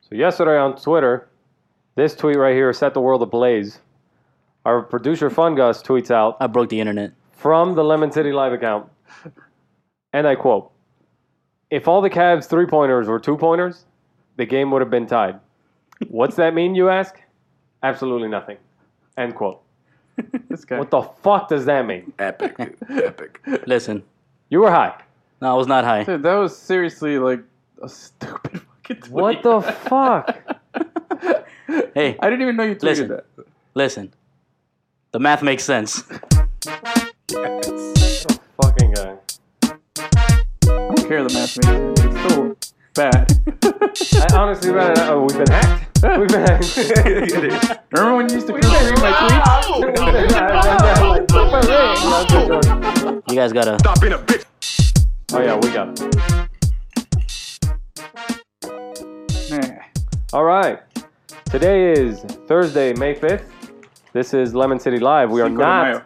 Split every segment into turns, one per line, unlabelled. So yesterday on Twitter, this tweet right here set the world ablaze. Our producer Fungus tweets out
I broke the internet.
from the Lemon City Live account, and I quote: "If all the Cavs three pointers were two pointers, the game would have been tied." What's that mean, you ask? Absolutely nothing. End quote.
This guy.
What the fuck does that mean?
Epic, dude. Epic.
Listen,
You were high.
no, I was not high.
Dude, that was seriously like a stupid fucking tweet.
What the fuck?
Hey,
I didn't even know you tweeted
Listen.
that.
listen. The math makes sense.
Fucking guy.
I don't care the math makes sense. It's so bad.
I honestly read it. Oh, we've been hacked. We've been hacked.
It is.
Remember when you used to come read my
oh
You guys gotta.
Stop being a bitch.
yeah, we got. It.
tweets? Nah.
All right. Today is Thursday, May fifth. This is Lemon City Live. We are
Cinco de
not
Mayo.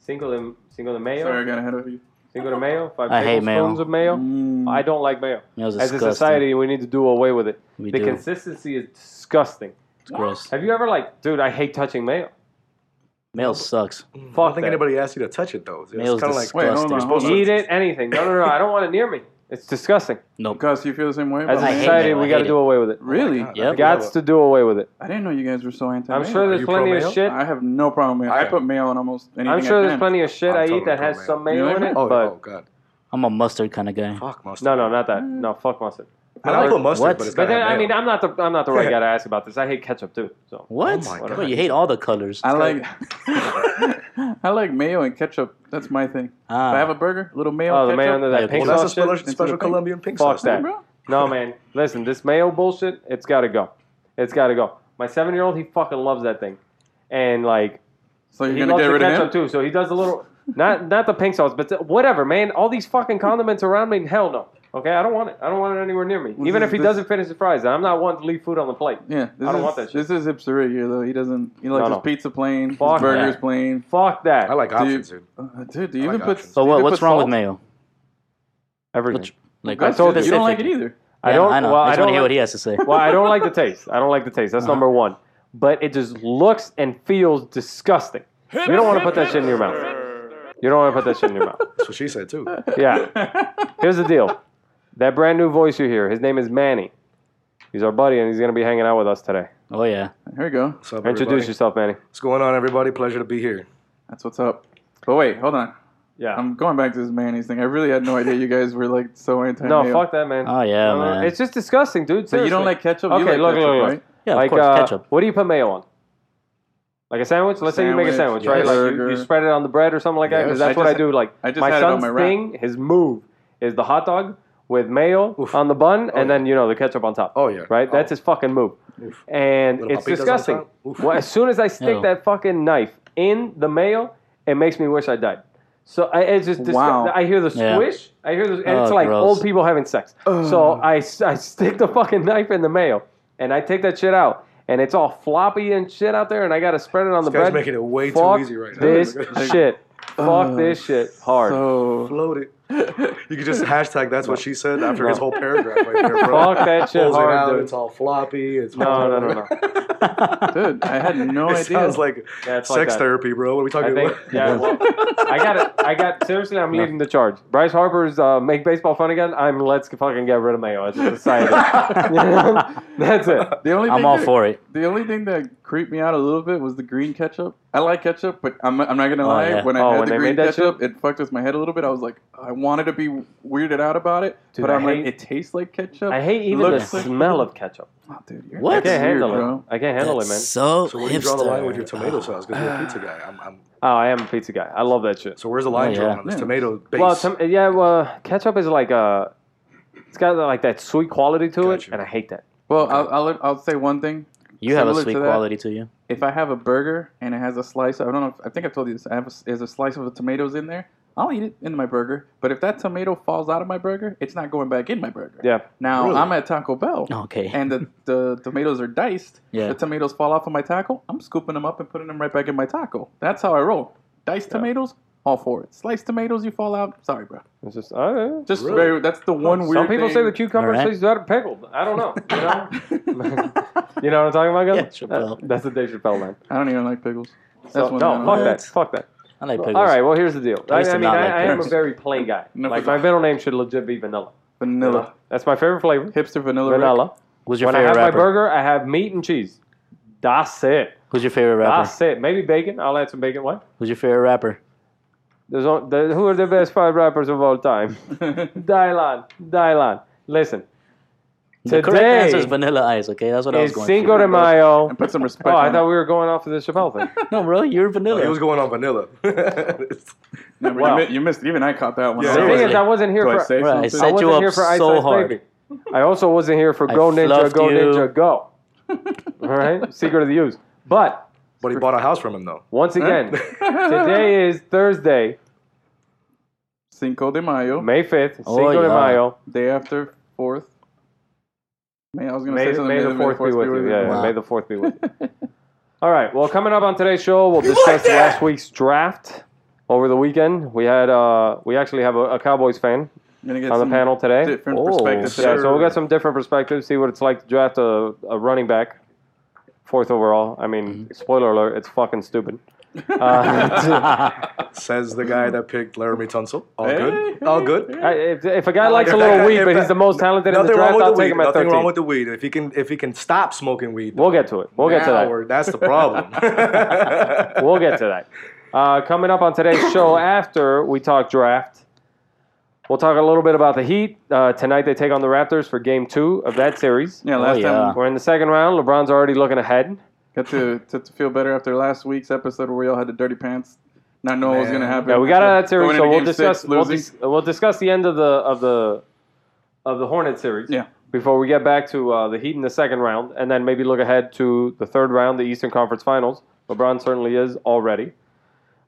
single de Cinco de Mayo.
Sorry, I got ahead of you.
Cinco de Mayo. Five
I hate mayo.
tablespoons of mayo.
Mm.
I don't like mayo.
That was
As a
disgusting.
society, we need to do away with it.
We
the
do.
consistency is disgusting.
It's gross.
Have you ever like, dude? I hate touching mayo.
Mail sucks.
I don't
Fuck
think
that.
anybody asked you to touch it though. It's
Mail's
kind of like
Wait, hold on,
disgusting.
hold on.
Eat it, anything. No, no, no. I don't want it near me. It's disgusting.
Nope.
Gus, you feel the same way?
As
About
a
I hate
mayo?
society,
mayo.
we
I
got to
hate
do
it.
away with it.
Really?
Oh God.
Yep.
Gots to do away with it.
I didn't know you guys were so anti.
I'm sure there's
you
plenty of
pro-mayo?
shit.
I have no problem with. it. I
Okay.
put mayo on almost anything.
I'm sure
I
there's
can.
plenty of shit
I'm
i eat
totally
that has
pro-mayo.
some mayo in
Really?
it,
Oh,
but
oh god.
I'm a mustard kind of guy.
Fuck mustard.
no, no, not that. No, fuck mustard.
I don't put mustard,
What?
but it's
But
got
then, I
mayo.
mean, I'm not the I'm not the right guy to ask about this. I hate ketchup too. So
What?
Oh my
Bro,
God.
you hate all the colors.
I like. I like mayo and ketchup. That's my thing.
Ah.
If I have a burger, a little mayo.
Uh. oh, the
ketchup,
mayo under
Yeah,
that pink
well, that's
sauce
a
shit.
special,
Into
special
the pink.
Colombian pink
Fuck
sauce.
that.
bro.
No, man. Listen, this mayo bullshit. It's got to go. It's got to go. My seven year old, he fucking loves that thing, and like
So you're
he
gonna
loves
get
the
rid of
ketchup
him?
too. So he does a little not not the pink sauce, but the- whatever, man. All these fucking condiments around me, hell no. Okay, I don't want it. I don't want it anywhere near me.
Well,
Even
this-
if he
this-
doesn't finish his fries, and I'm not one to leave food on the plate.
Yeah, this
I don't
is,
want that shit.
This is hipster here, though. He doesn't. He likes
No, no.
his pizza plain, his
Fuck
burgers
that.
plain.
Fuck that.
I like
Dude.
options, dude.
Uh, dude, do you
I
even
like
put?
options.
so
do you
what,
even
what's
put
wrong
salt?
with mayo?
everything.
What- Like,
I
what
told you, you don't like
specific-
it either.
I
Yeah,
don't.
I know.
Well,
I,
I,
just
don't.
want to hear
Like,
what he has Uh-huh. to say.
well, I don't like the taste. I don't like the taste. That's number one. But it just looks and feels disgusting. You don't want to put that shit in your mouth. You don't want to put that shit in your mouth.
That's what she said too.
Yeah. Here's the deal. That brand new voice you hear, his name is Manny. He's our buddy, and he's gonna be hanging out with us today.
Oh yeah.
Here we go.
What's up,
Introduce
everybody?
yourself, Manny.
What's going on, everybody? Pleasure to be here.
That's what's up. But wait, hold on.
Yeah.
I'm going back to this mayonnaise thing. I really had no idea you guys were like so anti.
no, fuck that, man.
Oh yeah,
No, no,
man.
It's just disgusting, dude.
So you don't
Seriously.
like ketchup?
Okay,
you like
look,
ketchup,
look, look.
right?
yeah, of
like,
course,
uh,
ketchup.
What do you put mayo on? Like a sandwich? Let's say you make a
Sandwich,
sandwich, right?
yes.
Like you,
Burger.
you spread it on the bread or something like that. Because
Yes.
that's
I
what
just-
I do. Like
I just
my
had it on
son's
my wrap.
thing, his move is the hot dog with mayo
Oof.
on the bun,
Oh,
and then you know the ketchup on top.
Oh, yeah.
right.
Oh.
That's his fucking move,
Oof.
and
Little
it's
papitas on
disgusting.
top. Oof.
Well, as soon as I stick
Ew.
that fucking knife in the mayo, it makes me wish I died. So I, it's just disgu-
Wow.
I hear the
Yeah.
squish. I hear the, and it's
Oh,
like
gross.
old people having sex. So I, s- I stick the fucking knife in the mayo, and I take that shit out, and it's all floppy and shit out there, and I gotta spread it on the
This guy's
bread.
making it way too
Fuck
easy right now.
this
Look at this.
shit. Fuck this shit hard.
Uh, So
Float it. You could just hashtag that's what she said after his whole paragraph right there, bro.
Fuck that shit
Pulls it out,
hard, dude.
It's all floppy. It's
No, no, no, no.
dude, I had no
it
idea.
sounds like
Yeah, it's
sex
like that.
therapy, bro. What are we
I
talking
think,
about?
yeah. Well, I got it. I got seriously. I'm leading the charge. Bryce Harper's uh, make baseball fun again. I'm let's fucking get rid of Mayo as a society. You know? That's it.
the only
I'm
thing
all
that,
for it.
The only thing that creeped me out a little bit was the green ketchup. I like ketchup, but I'm, I'm not gonna
Oh,
lie.
yeah.
When I
Oh,
had
when
the
they
green
made that
ketchup, it fucked with my head a little bit. I was like, I wanted to be weirded out about it,
Dude,
but
I
I'm like,
hate-
it tastes like ketchup.
I hate even
Looks
the
like-
smell of ketchup.
Oh, dude, you're
What?
I can't
weird,
handle
bro.
it. I can't handle
That's
it, man.
So,
So where do you draw the line with your
hipster.
tomato
Oh.
sauce? Because you're a pizza guy. I'm, I'm,
Oh, I am a pizza guy. I love that shit.
so where's the line
Oh, yeah.
drawn on this
Yeah.
tomato base?
Well, tom- yeah. Well, ketchup is like uh It's got like that sweet quality to it,
Gotcha.
and I hate that.
Well, I'll, I'll I'll say one thing.
You have a
Similar
sweet
to that.
quality to you.
If I have a burger and it has a slice, I don't know. If, I think I told you this. I have a, there's a slice of the tomatoes in there. I'll eat it in my burger, but if that tomato falls out of my burger, it's not going back in my burger.
Yeah. Oh,
Now
Really?
I'm at Taco Bell.
Okay.
and the, the tomatoes are diced.
Yeah.
The tomatoes fall off of my taco. I'm scooping them up and putting them right back in my taco. That's how I roll. Diced tomatoes, all for it. Sliced tomatoes, you fall out. Sorry, bro.
It's just I don't know.
Just
Really?
very. That's the one weird.
some people
thing.
say the cucumber
All right.
tastes better pickled. I don't know. You know, you know what I'm talking about, guys?
Yeah, Chappelle.
That- that's the Dave Chappelle line.
I don't even like pickles. That's
So,
one
no,
I
fuck
don't
that.
like.
Fuck that.
I like pickles.
All right. Well, here's the deal. I,
used
I
to
mean,
not
I,
like
I am a
pickles.
very plain guy.
No,
like
but-
my middle name should legit be vanilla.
Vanilla.
That's my favorite flavor.
Hipster vanilla. Rick.
Vanilla.
Who's your
When I
favorite
have my
rapper?
burger, I have meat and cheese. That's it.
Who's your favorite rapper?
That's it. Maybe bacon. I'll add some bacon. What?
Who's your favorite rapper?
There's on, there, who are the best five rappers of all time? Dylan, Dylan. Listen,
The correct
Today
answer is Vanilla Ice. Okay, that's what I was
it's
going.
Cinco de Mayo.
And put some respect.
Oh, I
on
thought
it.
we were going off of the Chappelle thing.
for. No, bro, you're Vanilla.
It was going on vanilla.
No, but
Wow.
you, mi- you missed. Even I caught that one.
Yeah.
The thing is, I wasn't here
Do I
for.
say
I
Bro, I
something?
said- Set you
wasn't
up
here for Ice
so
Ice
hard.
Baby. I also wasn't here for
I
Go Ninja,
fluffed
Go
you.
Ninja, Go. All right, secret of the use. But
but he bought a house from him though.
once again, today is Thursday,
Cinco de Mayo.
May fifth, Cinco
Oh,
de
yeah.
Mayo.
Day after fourth. May I was gonna
May,
say something.
may the fourth be with you. Yeah, yeah,
Wow.
may the fourth be with you. All right. Well, coming up on today's show, we'll discuss last week's draft over the weekend. We had uh, we actually have a, a Cowboys fan
I'm gonna get
on the
some
panel today.
Different
Oh,
perspective.
Yeah,
today.
so we'll get some different perspectives, see what it's like to draft a, a running back, fourth overall. I mean, spoiler alert, it's fucking stupid. Uh,
Says the guy that picked Laramie Tunsil. All
Hey,
good. All good.
I- if, if a guy likes a little weed, but he's the most talented in the
Nothing
draft,
wrong with
I'll
the
take
weed.
him at
Nothing wrong
13.
with the weed. If he can, if he can stop smoking weed,
We'll get to it. We'll get to that.
now, that's the problem.
we'll get to that. Uh, coming up on today's show, after we talk draft, we'll talk a little bit about the Heat. Uh, tonight they take on the Raptors for game two of that series.
Yeah, last
yeah.
time
We're in the second round. LeBron's already looking ahead.
got to, to, to feel better after last week's episode where we all had the dirty pants, not knowing what was
Man.
gonna happen.
Yeah, we got out of that series,
Going
so
into
we'll
game six,
discuss. we'll,
losing.
dis- we'll discuss the end of the of the of the Hornet series.
Yeah.
Before we get back to uh, the Heat in the second round, and then maybe look ahead to the third round, the Eastern Conference Finals. LeBron certainly is already.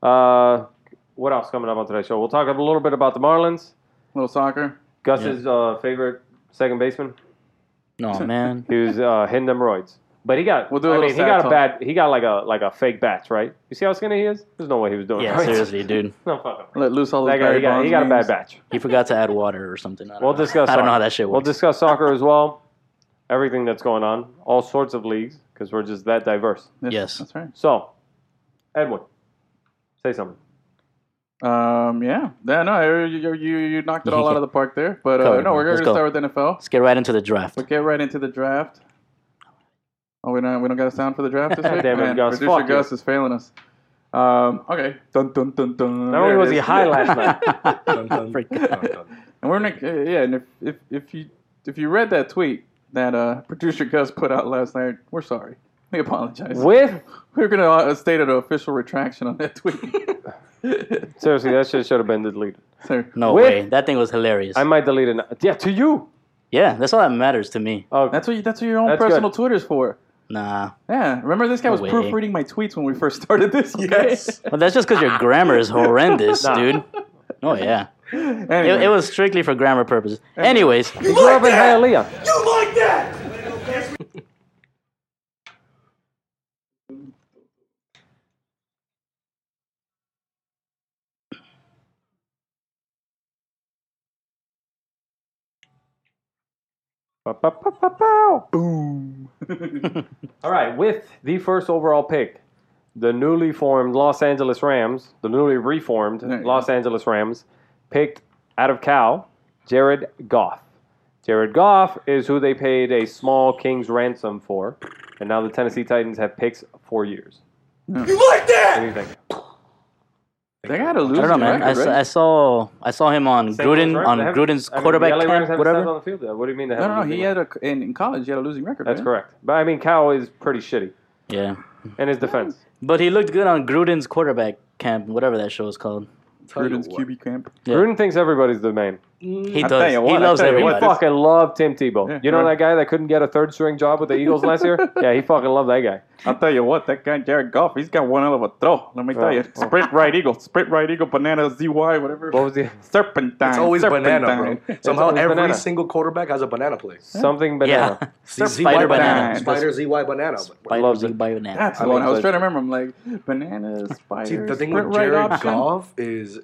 Uh, what else coming up on today's show? We'll talk a little bit about the Marlins.
little soccer.
Gus's uh, favorite second baseman.
No, man.
He was uh, hitting them roids, but he got.
We'll do a
I
little
mean, he
sad
got a
talk.
bad. He got like a like a fake batch, right? You see how skinny he is? There's no way he was doing.
Yeah,
roids.
seriously, dude.
no fucking.
Let loose all the
That guy, he
Barry
got, he
Bonds
got a bad
names.
batch.
He forgot to add water or something. I don't
We'll
know.
discuss.
I don't know
soccer.
how that shit works.
We'll discuss soccer as well. Everything that's going on, all sorts of leagues, because we're just that diverse.
That's-
Yes.
that's right.
So, Edwin, say something.
Um, yeah, yeah, no, you you, you you knocked it all out of the park there, but uh,
Covered,
no,
man.
we're
Let's
gonna
go.
start with NFL.
Let's get right into the draft.
We'll get right into the draft. Oh, we don't we don't got a sound for the draft this week.
Damn it,
Man,
Gus.
Producer
Fuck you.
Gus is failing us. Um, okay. Dun dun dun dun.
Not
There
only
it
was he
is.
high last night,
Dun, dun,
Forgot.
dun, dun.
And we're gonna, uh, yeah, and if, if if you if you read that tweet that uh, producer Gus put out last night, we're sorry. We apologize.
with
We're gonna uh, state an official retraction on that tweet.
seriously, that shit should have been deleted.
so,
No
With-
way. That thing was hilarious.
I might delete it. Now. Yeah, to you.
yeah, that's all that matters to me.
Oh,
that's what you, that's what your own
That's
personal Twitter's for.
Nah.
Yeah, remember this guy was
way.
proofreading my tweets when we first started this. Okay?
Yes.
Well, that's just because your grammar is horrendous,
Nah.
dude. Oh, yeah.
Anyway,
It, it was strictly for grammar purposes. Anyways,
he grew up in Hialeah. Ba-ba-ba-ba-bow.
boom.
All right, with the first overall pick, the newly formed Los Angeles Rams, the newly reformed
There you
Los Angeles Rams, picked out of Cal, Jared Goff. Jared Goff is who they paid a small king's ransom for, and now the Tennessee Titans have picks for years. You like that? What do you think?
they got a
I
losing
don't know, man. I,
record,
s-
right?
I saw I saw him on
St. Louis
Gruden
Rams,
on
they have-
Gruden's
I mean,
quarterback
the LA Rams
camp,
have
whatever.
subs on the field. though. What do you mean they have?
no, no,
a
no. He
losing record?
had a in, in college. He had a losing record.
That's
right?
correct. But I mean, Cal is pretty shitty
Yeah,
in his defense.
but he looked good on Gruden's quarterback camp, whatever that show is called.
Tell you
Gruden's
what.
QB camp.
Yeah.
Gruden thinks everybody's the man.
He
I tell
does.
you what,
he
I
loves
tell you
We
what,
everybody.
this-
fucking love Tim
Yeah.
Tebow. You know that guy that couldn't get a third string job with the Eagles last year? Yeah, he fucking loved that guy.
I'll tell you what, that guy Jared Goff, he's got one hell of a throw. Let me tell you,
Oh.
sprint right eagle, sprint right eagle, banana zy, whatever.
What was he?
serpentine.
It's always
serpentine.
banana, bro. Somehow
always
every
banana.
single quarterback has a banana play.
Something banana.
yeah.
ZY
Spider
banana.
Spider ZY banana.
By
Loves
losing
it.
by banana.
That's
I
the one.
love
I was
that.
trying to remember. I'm like banana
See,
spider.
the thing
sprint
with Jared
right option.
Goff is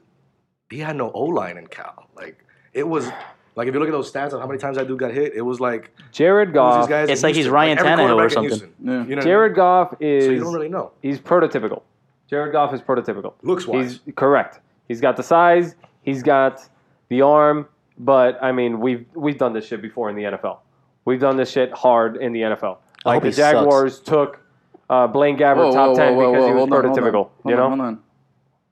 he had no O line in Cal. Like it was like if you look at those stats of how many times that dude got hit, it was like
Jared
who's these
Goff.
guys in
Uh, It's like he's
Houston?
Ryan
every
Tannehill or
quarterback in
something.
Houston.
Yeah.
You know,
Jared Goff
so you
is
don't really know.
he's prototypical. Jared Goff is prototypical.
Looks wise,
He's correct. He's got the size. He's got the arm. But I mean, we've we've done this shit before in the NFL. We've done this shit hard in the NFL.
I
Like
hope
the
he sucks.
Jaguars took uh, Blaine Gabbert
Whoa,
top
whoa,
ten
whoa,
because
whoa,
he was
hold on, hold on,
prototypical. you
hold
know?
on, hold on.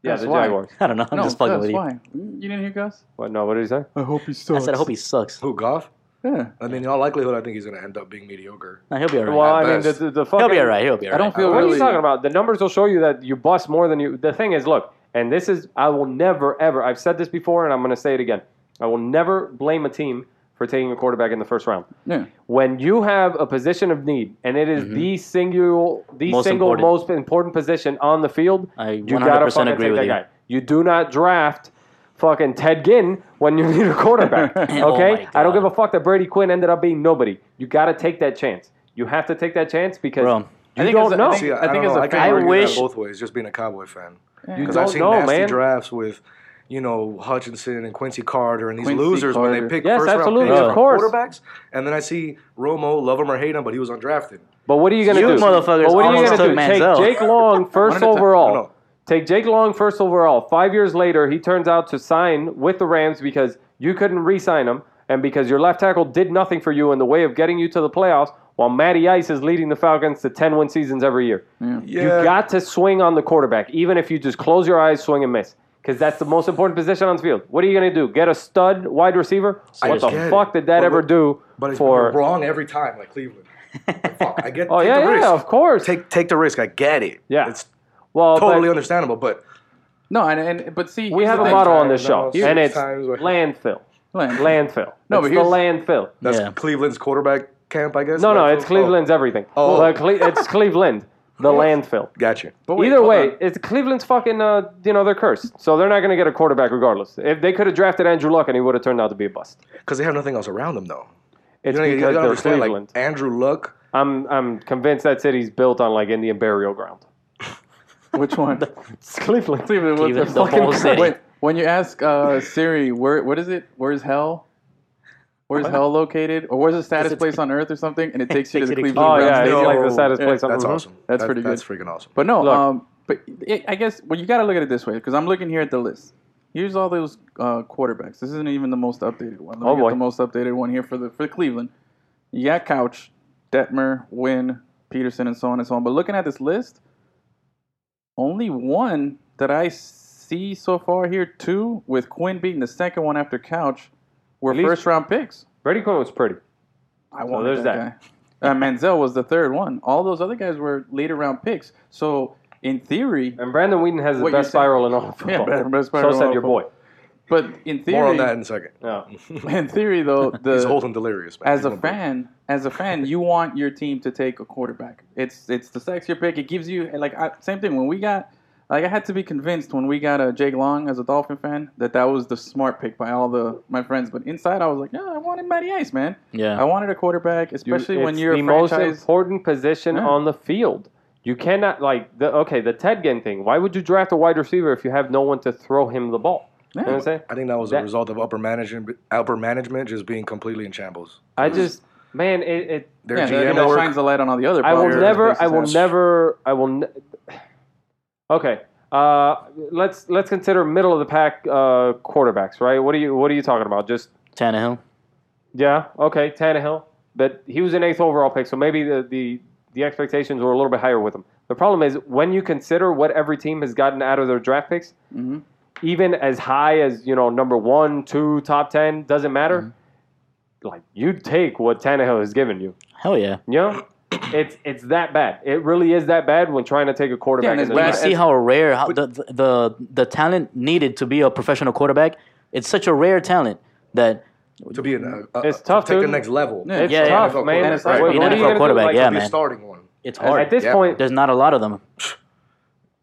yeah,
That's
the
why.
Jaguars.
I don't know. I'm
No,
just fucking
that's
with you.
why. You didn't hear Gus?
What? No, what did he say?
I hope he still.
I said I hope he sucks.
who Goff?
Yeah.
I mean, in all likelihood, I think he's going to end up being mediocre.
No, he'll be
Well,
alright.
I mean,
best.
the, the, the fucking.
He'll be alright. He'll be
I
alright.
don't feel
What are
really.
you talking about? The numbers will show you that you bust more than you. The thing is, look, and this is, I will never, ever, I've said this before and I'm going to say it again. I will never blame a team for taking a quarterback in the first round.
Yeah.
when you have a position of need and it is the single the
Mm-hmm. Most
single
important.
most important position on the field,
I
you gotta
100%
fucking
agree
take
with
that
you.
guy. You do not draft fucking Ted Ginn when you need a quarterback. okay?
Oh my
I don't
God.
give a fuck that Brady Quinn ended up being nobody. You gotta take that chance. You have to take that chance because
Bro.
you
think
don't
it's a-
know.
I
See, I,
think
don't
it's
know.
a
I can
fact. I
argue
wish-
that both ways, just being a Cowboy fan.
You
Because
don't
I've seen
know,
nasty
man.
drafts with, you know, Hutchinson and Quincy Carter and these
Quincy
losers when
Carter.
they pick
Yes,
first
absolutely,
round picks
of
for
course.
quarterbacks. And then I see Romo, love him or hate him, but he was undrafted.
But what are you gonna
You
do?
motherfuckers
but what are you
almost
gonna do?
took Manziel.
Take Jake Long first
One at a time.
overall.
No, no.
Take Jake Long first overall. Five years later, he turns out to sign with the Rams because you couldn't re-sign him, and because your left tackle did nothing for you in the way of getting you to the playoffs. While Matty Ice is leading the Falcons to 10 win seasons every year. You got to swing on the quarterback, even if you just close your eyes, swing and miss, because that's the most important position on the field. What are you going to do? Get a stud wide receiver?
I
What the
get it.
fuck did that
But
ever
what-
do
But it's
for.
you're wrong every time, like Cleveland. Like, fuck, I get
Oh,
take
yeah,
the
yeah,
risk.
of course.
Take, take the risk. I get it.
Yeah.
It's
well, but-
totally understandable, but
No, and, and but see,
We
here's
have
the
a
thing.
motto on
times,
this show,
almost
and
six
it's
times what-
landfill.
Land.
Landfill.
No,
it's the
but here's-
landfill.
that's
Yeah.
Cleveland's quarterback camp, I guess.
No, no,
Like,
it's Cleveland's everything.
Oh.
But Cle- it's Cleveland, the landfill.
Oh, gotcha.
But wait,
Either
hold
way,
on.
it's Cleveland's fucking. Uh, you know they're cursed, so they're not going to get a quarterback regardless. If they could have drafted Andrew Luck, and he would have turned out to be a bust.
Because they have nothing else around them, though.
It's
you know, you
because
gotta
they're
understand, like,
Cleveland.
Andrew Luck.
I'm I'm convinced that city's built on like Indian burial ground.
which one?
It's Cleveland.
Cleveland, what
Cleveland,
the
the
fucking
whole
crap?
city.
Wait, when you ask uh, Siri, where what is it? Where's hell? Where's hell located? Or where's the saddest place on earth or something? And it takes you to
takes
the
you to
Cleveland
Oh
Browns.
yeah, it's
Yo.
like the saddest
Yeah,
place on
That's
earth.
awesome.
That's
That-
pretty good.
That's freaking awesome.
But no,
Look.
um, but it, I guess well, you got to look at it this way because I'm looking here at the list. Here's all those uh, quarterbacks. This isn't even the most updated one. Let me
Oh,
get
boy.
the most updated one here for the for Cleveland. You got Couch, Detmer, Wynn, Peterson, and so on and so on. But looking at this list, only one that I see so far here, two with Quinn being the second one after Couch, were
At least-
first round picks.
Brady Quinn was pretty.
I wanted
there's
that, guy. Uh, Manziel was the third one. All those other guys were later round picks. So in theory,
And Brandon Whedon has the
What
best
you're saying-
spiral in all of
Yeah,
football.
best spiral
so
in all
said your boy.
But in theory,
More on that in a second.
Yeah.
in theory though,
He's
the
old and delirious. Man.
as
He's
a
gonna be-
fan, as a fan, you want your team to take a quarterback. It's it's the sexier pick. It gives you like I, same thing when we got. Like I had to be convinced when we got a Jake Long as a Dolphin fan that that was the smart pick by all the my friends. But inside, I was like, no, I wanted Matty Ice, man. I
Yeah.
wanted a quarterback, especially
You-
when
it's
you're
the
a franchise.
most important position
Yeah.
on the field. You cannot like the okay the Ted Ginn thing. Why would you draft a wide receiver if you have no one to throw him the ball? You know what I'm saying?
I think that was
That-
a result of upper management, upper management just being completely in shambles.
I just man, it. it
Their
yeah, that,
GM
that
work-
shines a light on all the other.
I will
problems that
never.
Spaces
I will
has.
never. I will. Ne- okay. Uh, let's let's consider middle of the pack uh, quarterbacks, right? What are you What are you talking about? Just
Tannehill.
yeah, okay, Tannehill, but he was an eighth overall pick, so maybe the, the the expectations were a little bit higher with him. The problem is when you consider what every team has gotten out of their draft picks,
Mhm.
even as high as you know number one, two, top ten doesn't matter.
Mm-hmm.
Like you take what Tannehill has given you,
Hell yeah.
you know. It's it's that bad. It really is that bad when trying to take a quarterback.
and
in
it's
the
bad
You
draft.
see how rare how the, the the the talent needed to be a professional quarterback. It's such a rare talent. that
to be in a, a
It's
a-
tough,
to take
dude.
the next level.
Yeah.
It's
Yeah, yeah.
tough, man.
And
And
it's
it's
like-
what,
Being
what are
an
you gonna
NFL
do?
quarterback,
Like,
yeah,
to be
man.
starting one.
it's
at-
hard.
At this
Yeah.
point,
There's not a lot of them.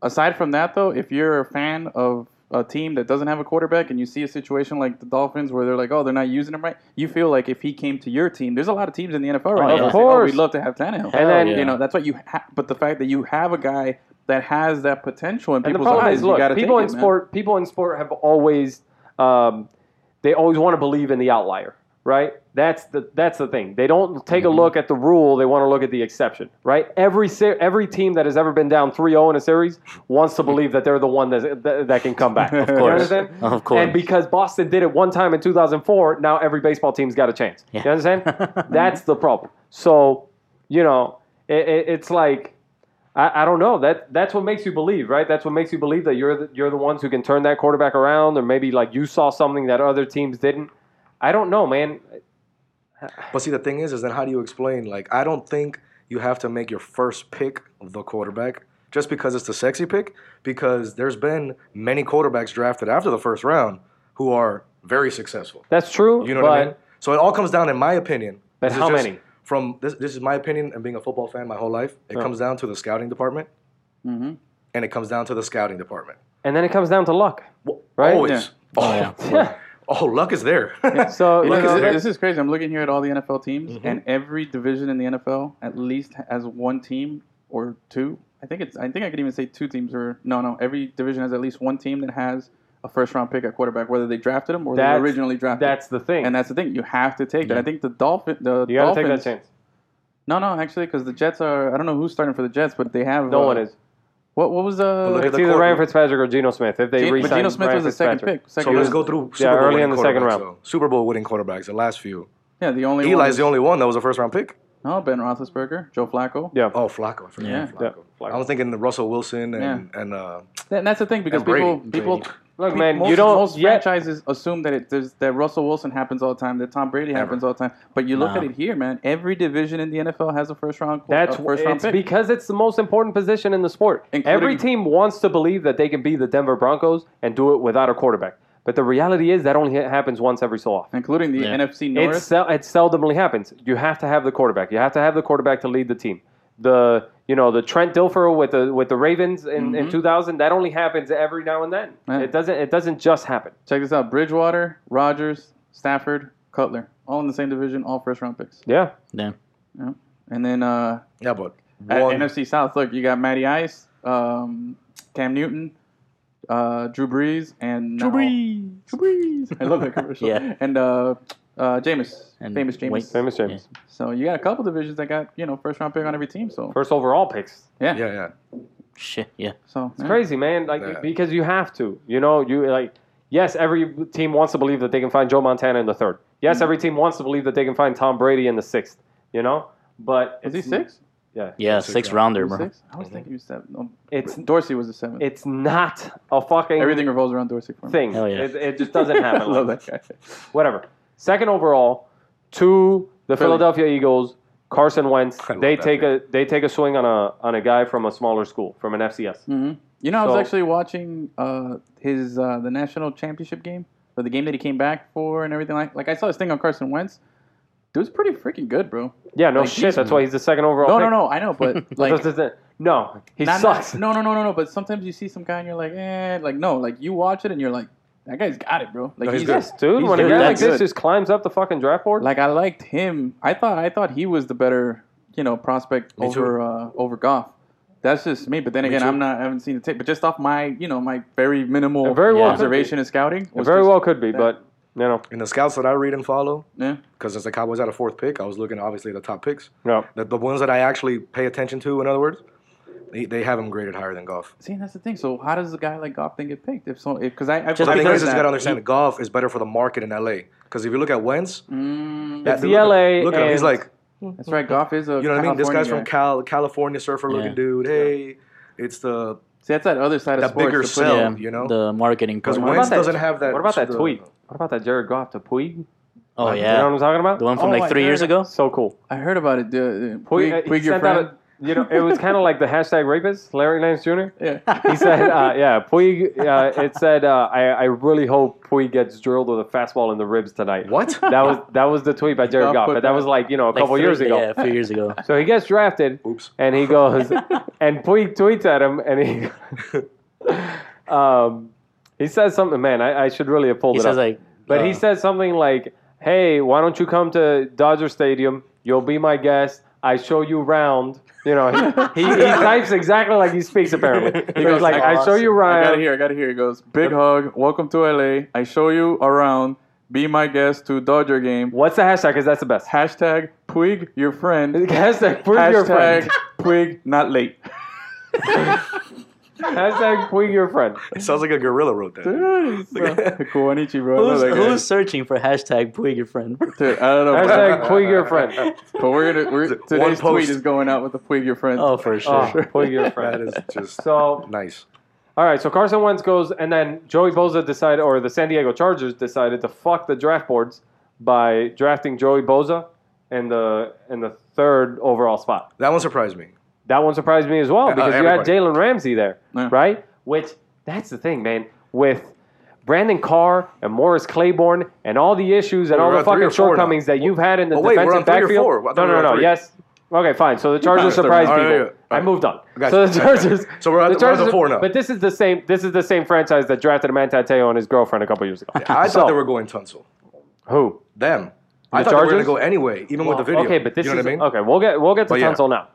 Aside from that, though, if you're a fan of a team that doesn't have a quarterback and you see a situation like the Dolphins where they're like, oh, they're not using him right, you feel like if he came to your team, there's a lot of teams in the NFL right
Oh,
now.
yeah.
that
Of
say, oh,
course.
we'd love to have Tannehill.
And then-
you know that's what you. Ha- but the fact that you have a guy that has that potential in
and the
people's
problem
eyes,
is,
you got
look,
to
people in
it, man.
sport, people in sport have always, um, they always want to believe in the outlier, right? That's the that's the thing. They don't take
Mm-hmm.
a look at the rule; they want to look at the exception, right? Every se- every team that has ever been down 3-0 in a series wants to believe that they're the one that that, that can come back. Of
course. Of course.
And because Boston did it one time in 2004, now every baseball team's got a chance. You
Yeah.
understand? That's the problem. So, you know, it, it, it's like. I, I don't know. That that's what makes you believe, right? That's what makes you believe that you're the, you're the ones who can turn that quarterback around, or maybe like you saw something that other teams didn't. I don't know, man.
But see, the thing is, is then how do you explain? Like, I don't think you have to make your first pick the quarterback just because it's the sexy pick. Because there's been many quarterbacks drafted after the first round who are very successful.
That's true.
You know
but
what I mean? So it all comes down, in my opinion.
But
this is
how
just
many?
From this, this is my opinion, and being a football fan my whole life, it comes down to the scouting department,
Mhm.
and it comes down to the scouting department.
And then it comes down to luck.
Well,
Right?
Always.
Yeah.
Oh,
Yeah.
oh, luck is there.
So Mm-hmm. you
You
Look,
know,
know,
is there-
this is crazy. I'm looking here at all the NFL teams, and every division in the NFL at least has one team or two. I think it's. I think I could even say two teams or no, no. Every division has at least one team that has a first round pick at quarterback, whether they drafted him or they
That's-
were originally drafted.
that's the thing.
and that's the thing. You have to take that. I think the Dolphin. The
you got to take
Dolphins-
that chance.
No, no, actually, because the Jets are. I don't know who's starting for the Jets, but they have.
No
uh,
one is.
What What was
look at
the?
It's
the
either
court-
Ryan Fitzpatrick or Geno Smith. If they
Geno-
resign
but Geno Smith
Ryan
was the second
Fitzpatrick.
pick. Second
so let's
round.
go through Super
Yeah,
Bowl
early
winning
in the second
quarterbacks,
round.
though. Super Bowl winning quarterbacks, the last few.
Yeah, the only one
Eli's
is-
the only one that was a first round pick.
No, Ben Roethlisberger, Joe Flacco.
Yeah.
Oh, Flacco. I forgot.
Yeah.
Flacco.
Yeah, Flacco.
I was thinking the Russell Wilson and and uh,
And that's the thing because
And Brady.
people people
Look,
pe-
man,
most,
you don't
most
yet-
franchises assume that it there's, that Russell Wilson happens all the time, that Tom Brady happens all the time. But you look
Nah.
at it here, man. Every division in the NFL has a first round.
That's
a first round
it's
pick.
because it's the most important position in the sport.
Including-
Every team wants to believe that they can be the Denver Broncos and do it without a quarterback. But the reality is that only happens once every so often.
including the
Yeah.
NFC North.
It, sel- it seldomly happens. You have to have the quarterback. You have to have the quarterback to lead the team. The you know the Trent Dilfer with the with the Ravens in,
Mm-hmm.
in 2000 that only happens every now and then.
Right.
It doesn't it doesn't just happen.
Check this out: Bridgewater, Rogers, Stafford, Cutler, all in the same division, all first round picks.
Yeah,
Damn.
Yeah. And then uh,
yeah, but
at
one.
NFC South, look, you got Matty Ice, um, Cam Newton, uh, Drew Brees, and now- I love that commercial.
Yeah.
And uh, uh, Jameis,
And
famous
Wait.
Jameis.
famous James.
So you got a couple divisions that got you know first round pick on every team. So
First overall picks.
yeah,
yeah, yeah.
Shit. Yeah.
so
It's
yeah.
crazy, man. Like
Yeah.
because you have to. You know, you like yes, every team wants to believe that they can find Joe Montana in the third. Yes, every team wants to believe that they can find Tom Brady in the sixth. You know, but
Is he
it's-
six?
Yeah,
Yeah.
Six
Six
round.
rounder,
He's
bro.
six? I was thinking he was seven. No,
It's-
Dorsey was the seventh.
it's not a fucking
Everything revolves around Dorsey for me.
thing.
Hell yeah.
It, it just doesn't
I
happen.
love that guy.
Whatever. Second overall to the
Philly.
Philadelphia Eagles, Carson Wentz.
I love
They
that
take
guy.
a they take a swing on a on a guy from a smaller school, from an FCS.
Mm-hmm. You know, I was
So-
actually watching uh, his uh, the national championship game, or the game that he came back for, and everything like. Like I saw his thing on Carson Wentz. Dude's pretty freaking good, bro.
Yeah, no
Like,
shit.
he's-
That's why he's the second overall.
No,
pick.
no, no. I know, but
This
like,
isn't- no, he
not- not-
sucks.
no, no, no, no, no. But sometimes you see some guy and you're like, eh, like no, like you watch it and you're like, that guy's got it, bro. Like
No, he's good.
Yes, dude.
He's
when a
good.
guy like
That's
this
good.
just climbs up the fucking draft board,
Like I liked him. I thought I thought he was the better, you know, prospect
Me too.
over uh, over Goff. That's just me. But then again,
too.
I'm not. I haven't seen the tape. But just off my, you know, my very minimal
It very
well
observation and scouting.
it
was
very
just-
well could be, but you know,
And the scouts that I read and follow,
Yeah.
because since the Cowboys had a fourth pick, I was looking obviously at the top picks.
no.
The, the ones that I actually pay attention to, in other words, they, they have him graded higher than golf.
See, that's the thing. So how does a guy like Goff then get picked? If so, because I
Just
I've
The
I've
thing
heard
is, is you
that.
got to understand that golf is better for the market in LA. Because if you look at Wentz,
Mm,
that
It's
dude,
the
look at him,
LA
look at him, he's
and-
like,
that's right. Goff is a.
you know what I mean? This guy's from
California guy.
Cal, California surfer looking
Yeah.
dude. Hey, it's the
See, that's that other side of
that
sports.
bigger
the
cell.
put-
Yeah.
you know?
The marketing.
because
part.
about
Wentz
that-
doesn't have that.
What about that
the-
tweet? What about that Jared Goff to Puig?
Oh
You know what
yeah.
I'm talking about?
The one from
Oh,
like
I
three years
heard-
ago.
So cool.
I heard about it. Dude.
Puig, uh,
Puig,
he
Puig your
sent out
friend.
a- you know, it was kind of like the hashtag rapist, Larry Nance Jr.
Yeah.
He said, uh, yeah, Puig, uh, it said, uh, I, I really hope Puig gets drilled with a fastball in the ribs tonight.
What?
That was that was the tweet by Jared
Goff
Goff,
put
but that,
that-
was like, you know, a couple
three-
years ago.
Yeah, a few years ago.
So he gets drafted,
Oops.
and he goes, and Puig tweets at him, and he, um, he says something. Man, I, I should really have pulled
He
it
says
up.
like,
but
uh,
he says something like, "Hey, why don't you come to Dodger Stadium? You'll be my guest. I show you round." You know, he, he types exactly like he speaks. Apparently, he goes like, "I show you
I gotta
round."
hear. I gotta hear. It goes. Big hug. Welcome to LA. I show you around. Be my guest to Dodger game.
What's the hashtag? Because that's the best
Hashtag Puig your friend.
hashtag. Puig your
Hashtag
friend.
Puig not late.
hashtag. Puig your friend.
It sounds like a gorilla wrote that.
Kawanichi, bro. I
who's,
love that guy.
who's searching for hashtag Puig your friend?
Dude, I don't know.
Hashtag.
bro.
Puig your friend.
But we're gonna. We're,
One
today's tweet
post.
is going out with the Puig your friend.
Oh, for
Oh,
sure.
Puig your
That
friend.
is just
So
nice.
All right, so Carson Wentz goes, and then Joey Boza decided, or the San Diego Chargers decided to fuck the draft boards by drafting Joey Boza in the in the third overall spot.
That one surprised me.
That one surprised me as well
Uh,
because you had
everybody.
Jalen Ramsey there,
Yeah.
right? Which that's the thing, man. With Brandon Carr and Morris Claiborne and all the issues and
Well,
all
we're
the
on three
fucking
or four now.
shortcomings that you've had in the
Oh, wait, we're
defensive
on three or
backfield.
four? I thought
No,
we
no,
were
no.
on three.
Yes. Okay, fine. So the Chargers
third.
surprised
All right,
people.
yeah, yeah.
I moved on.
Gotcha.
So the Chargers.
So we're at-
the
we're at
Chargers
the four now.
But this is the same. This is the same franchise that drafted Manti Te'o and his girlfriend a couple years ago.
I
So-
thought they were going Tunsil.
who?
Them. I
The
thought they were
Chargers?
going to go anyway, even with the video.
Okay, but this
you know
is
what I mean?
okay. We'll get we'll get to
But yeah.
Tunsil now.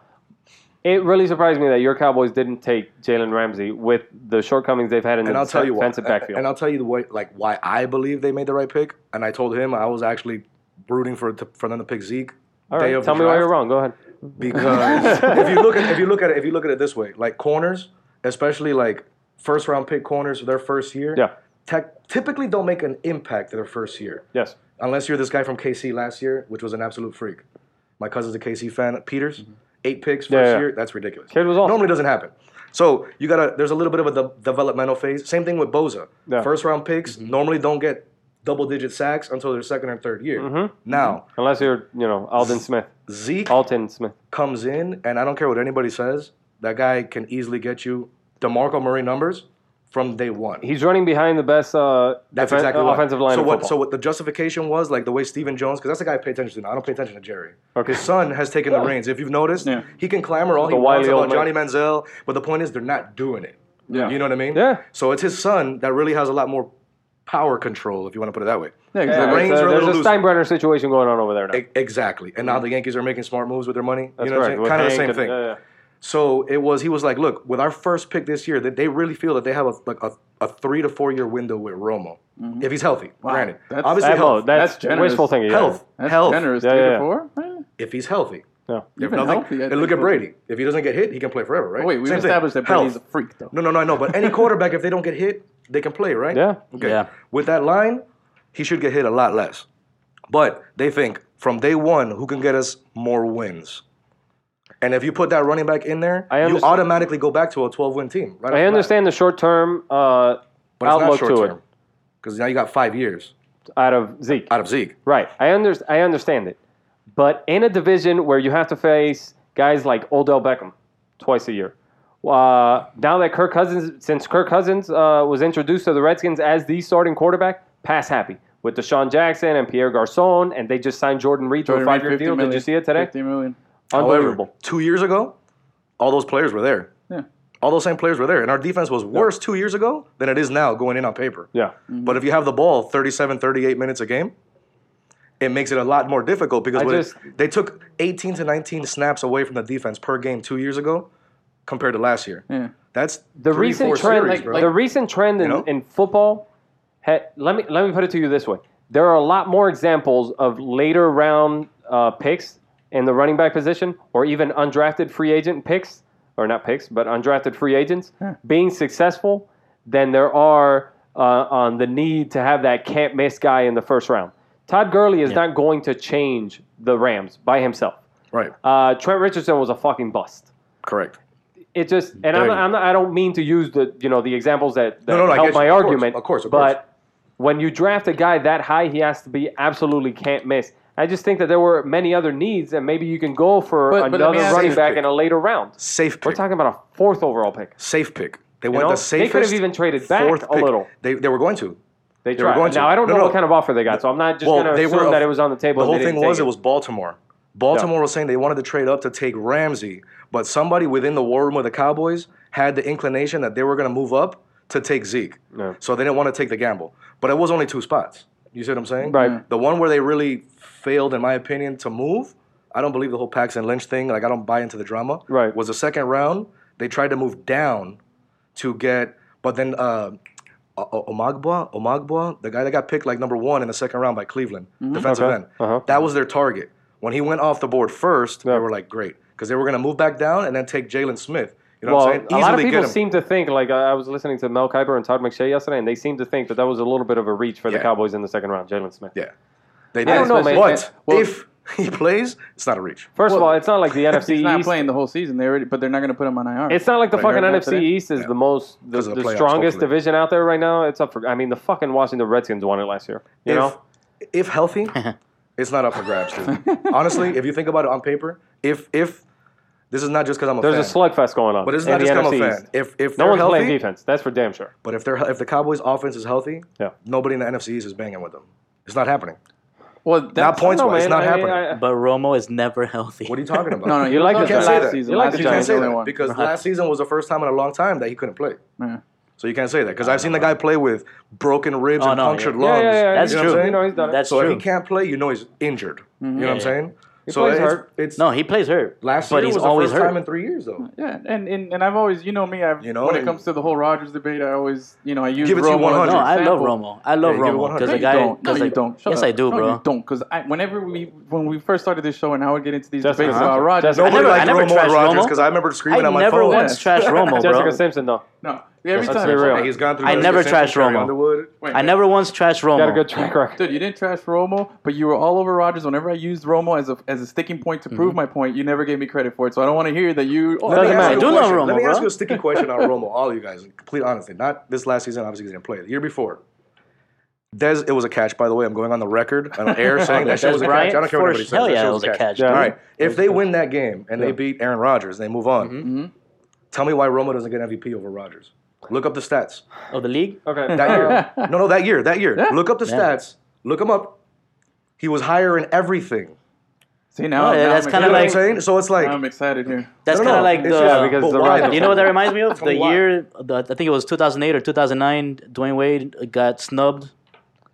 It really surprised me that your Cowboys didn't take Jalen Ramsey with the shortcomings they've had in
and
the
I'll tell you why.
defensive backfield.
And I'll tell you the way, like why I believe they made the right pick. And I told him I was actually rooting for for them to pick Zeke.
All
day
right,
of
tell
the
me why
draft.
you're wrong. Go ahead.
because if you look at if you look at it if you look at it this way, like corners, especially like first round pick corners their first year,
Yeah.
tech, typically don't make an impact their first year
Yes.
unless you're this guy from KC last year, which was an absolute freak. My cousin's a KC fan, Peters, eight picks first
Mm-hmm. Yeah, yeah.
year. That's ridiculous.
Kid was awesome.
Normally doesn't happen. So you gotta. There's a little bit of a de- developmental phase. Same thing with Boza.
Yeah. Mm-hmm.
First round picks normally don't get double digit sacks until their second or third year.
Mm-hmm.
Now
Unless you're, you know, Alden Smith,
Zeke
Alton Smith.
comes in, and I don't care what anybody says, that guy can easily get you Demarco Murray numbers from day one.
He's running behind the best uh,
that's
defen-
exactly
uh,
why.
offensive line.
So
in
what?
football.
So what the justification was, like the way Stephen Jones, because that's the guy I pay attention to. Now. I don't pay attention to Jerry.
Okay.
His son has taken the reins. If you've noticed,
Yeah.
he can clamor all
The
he wants
wily old
about
man.
Johnny Manziel, but the point is they're not doing it.
Yeah.
You know what I mean?
Yeah.
So it's his son that really has a lot more power control, if you want to put it that way.
Yeah,
Yeah,
exactly.
Reigns
it's, uh,
are a
there's
little
a
looser.
Steinbrenner situation going on over there now.
E- Exactly. And now the Yankees are making smart moves with their money.
That's
you know what
correct.
I'm
With
saying? Kind of the
Hank
same
and- uh,
thing.
yeah, yeah.
So it was. He was like, "Look, with our first pick this year, that they really feel that they have a like a, a three to four year window with Romo if he's healthy. Granted,
That's-
obviously
That- oh,
health,
Mm-hmm. that's,
That's generous.
wishful thinking. yeah.
health,
That's
health.
generous.
Yeah,
Three
yeah,
to
yeah.
four. Eh. Right?
If he's healthy,
Yeah.
if
been
nothing,
healthy, I
and look
think
at Brady. If he doesn't get hit, he can play forever, right?
Wait, we've
Same thing.
established that
Health.
Brady's a freak, though.
No, no, no, I know. But any quarterback, if they don't get hit, they can play, right?
Yeah.
Okay.
Yeah.
With that line, he should get hit a lot less. But they think from day one, who can get us more wins? And if you put that running back in there,
I
you
understand-
automatically go back to a 12 win team. Right off the
I
bat.
understand the short term uh,
But
outlook
it's not
to
short
it
term. Because now you got five years
out of Zeke.
out of Zeke.
Right. I under- I understand it. But in a division where you have to face guys like Odell Beckham twice a year, uh, now that Kirk Cousins, since Kirk Cousins uh, was introduced to the Redskins as the starting quarterback, pass happy with Deshaun Jackson and Pierre Garcon, and they just signed Jordan Reed to a
Jordan Reed,
five year
50
deal. Did you
million.
see it today?
50 million.
Unbelievable.
However, two years ago, all those players were there.
Yeah.
All those same players were there. And our defense was worse two years ago than it is now going in on paper.
yeah.
But if you have the ball 37, 38 minutes a game, it makes it a lot more difficult because
I
what it-
just-
they took 18 to 19 snaps away from the defense per game two years ago compared to last year.
Yeah.
That's
the
three,
recent
four
trend,
series,
like,
bro.
the recent trend in,
You know?
in football. Ha, let me let me put it to you this way: there are a lot more examples of later round uh, picks in the running back position, or even undrafted free agent picks, or not picks, but undrafted free agents being successful than there are uh, on the need to have that can't miss guy in the first round. Todd Gurley is not going to change the Rams by himself.
right,
Uh, Trent Richardson was a fucking bust
correct.
it just and I'm,
Dirty.
I'm not, I don't mean to use the you know the examples that, that
no, no, I
help
get you.
my
Of course,
argument.
of course, of course.
But when you draft a guy that high, he has to be absolutely can't miss. I just think that there were many other needs, and maybe you can go for
But- but let me
another
ask
running
you-
back in a later round.
Safe
We're
pick.
talking about a fourth overall pick.
safe pick. They
You
went
know?
the
They
safest.
could have even traded back
fourth
a
pick.
little.
They, they were going to.
They,
were
tried.
going to.
Now I don't
No,
know
no.
what kind of offer they got, so I'm not just going to
they
assume
were
that it was on the table.
The
and
whole
they
thing
didn't
was it
take
was Baltimore. Baltimore was saying they wanted to trade up to take Ramsey, but somebody within the war room of the Cowboys had the inclination that they were going to move up to take Zeke.
Yeah.
So they didn't want to take the gamble. But it was only two spots. You see what I'm saying?
Right. Yeah.
The one where they really failed, in my opinion, to move. I don't believe the whole Paxton Lynch thing. Like I don't buy into the drama.
Right.
Was the second round they tried to move down to get, but then uh, O- O- Omagbwa, Omagbwa, the guy that got picked like number one in the second round by Cleveland, defensive
Okay.
end.
Uh-huh.
That was their target. When he went off the board first,
Yeah.
they were like, great, because they were going to move back down and then take Jalen Smith. You know
well,
what I'm saying?
a lot of
Easily
people
get him.
seem to think like uh, I I was listening to Mel Kiper and Todd McShay yesterday, and they seem to think that that was a little bit of a reach for the
Yeah.
Cowboys in the second round, Jalen Smith.
yeah, they
don't
did.
know, man.
But
Well-
if he plays, it's not a reach.
First of all, it's not like the
He's
NFC
not
East.
playing the whole season. They already, but they're not going to put him on IR.
It's not like the
Right,
fucking
right now
NFC
today?
East is the most the,
'Cause of
the,
the playoffs,
strongest
hopefully.
division out there right now. It's up for. I mean, the fucking Washington Redskins won it last year. You
if,
know,
if healthy, it's not up for grabs, dude. Honestly, if you think about it on paper, if if this is not just because I'm a
there's
fan,
a slugfest going on.
but it's
in
not
the
just because I'm
NFC
a fan.
East.
If if
No
they're
one's playing
healthy,
defense. That's for damn sure.
but if they're if the Cowboys' offense is healthy,
Yeah.
nobody in the NFC East is banging with them. It's not happening.
well, that's,
Not points
No,
wise, it's
man,
not
I mean,
happening.
I-
But Romo is never healthy.
what are you talking about?
No, no,
You like
talking
the Giants.
about
can't say
last
that.
season.
You like
last
the
you
season
can't
Giants.
was the
say
only
that
one.
because
Right.
last season was the first time in a long time that he couldn't play.
Yeah.
So you can't say that because I've seen the guy play with broken ribs
Oh,
and
no,
punctured
yeah.
Yeah,
lungs.
yeah, yeah.
That's
you know
true.
what I'm saying? You know, he's done it.
That's
So if
true. Mm-hmm.
he can't play, you know he's injured. You know what I'm
Yeah,
saying?
He
so
plays
it's,
hurt.
it's
no, he plays hurt.
last
but
year
he's
was
always
the first
hurt.
time in three years though.
Yeah, and, and and I've always, you know me, I've
You know,
when it
and-
comes to the whole Rogers debate, I always, you know, I use
Give it to you
Romo. as an
100. No,
no, I love
example.
Romo. I love
Yeah, you
Romo
100.
because
No,
the
you
guy.
don't. No,
'cause
you
the-
don't. Shut
yes,
up.
I do,
No,
bro.
you don't, because whenever we when we first started this show and how we get into these
Jessica
debates
Simpson.
about Rogers,
Jessica-
Nobody
I never-
liked
I never
Romo and
trashed
Rogers
Romo.
because I remember
I
screaming on my
never
phone.
once trashed Romo,
Jessica
bro.
Simpson though.
no, every
Let's
time.
be real.
Hey, he's gone through.
I
Jessica
never
Simpson,
trashed
Carrie
Romo.
Underwood.
Wait,
I never once trashed Romo.
Oh.
Got a good track record.
Dude, you didn't trash Romo, but you were all over Rogers. Whenever I used Romo as a as a sticking point to
Mm-hmm.
prove my point, you never gave me credit for it. So I don't want to hear that you. Oh,
Let me
Doesn't
ask
matter.
you a
Do love
question.
Romo,
Let me ask
bro.
you a sticky question on Romo. All you guys, in complete honesty, not this last season. Obviously, he didn't play. The year before, Des, it was a catch. By the way, I'm going on the record on air saying that shit was a
Bryant,
catch. I don't care what
for
anybody
sh-
says.
Hell
that
yeah,
shit
it was a catch. Mm-hmm.
Yeah.
All
dude.
right, if they win that game and they beat Aaron Rodgers and they move on, tell me why Romo doesn't get MVP over Rodgers. Look up the stats
Of the league,
Okay.
that year. no, no, that year, that year. Look up the
Yeah.
stats. Look him up. He was higher in everything.
see now,
Oh, yeah,
now
that's
I'm
kinda
You
excited.
know what I'm
like-
saying? So it's like
Now I'm excited here.
that's
No,
kind
no,
of like
it's
the.
just-
Yeah, because
but
the
why
Rodgers-
the
you know what that
fuck?
reminds me of?
From
The
what?
year, the, I think it was 2008 or 2009. Dwayne Wade got snubbed.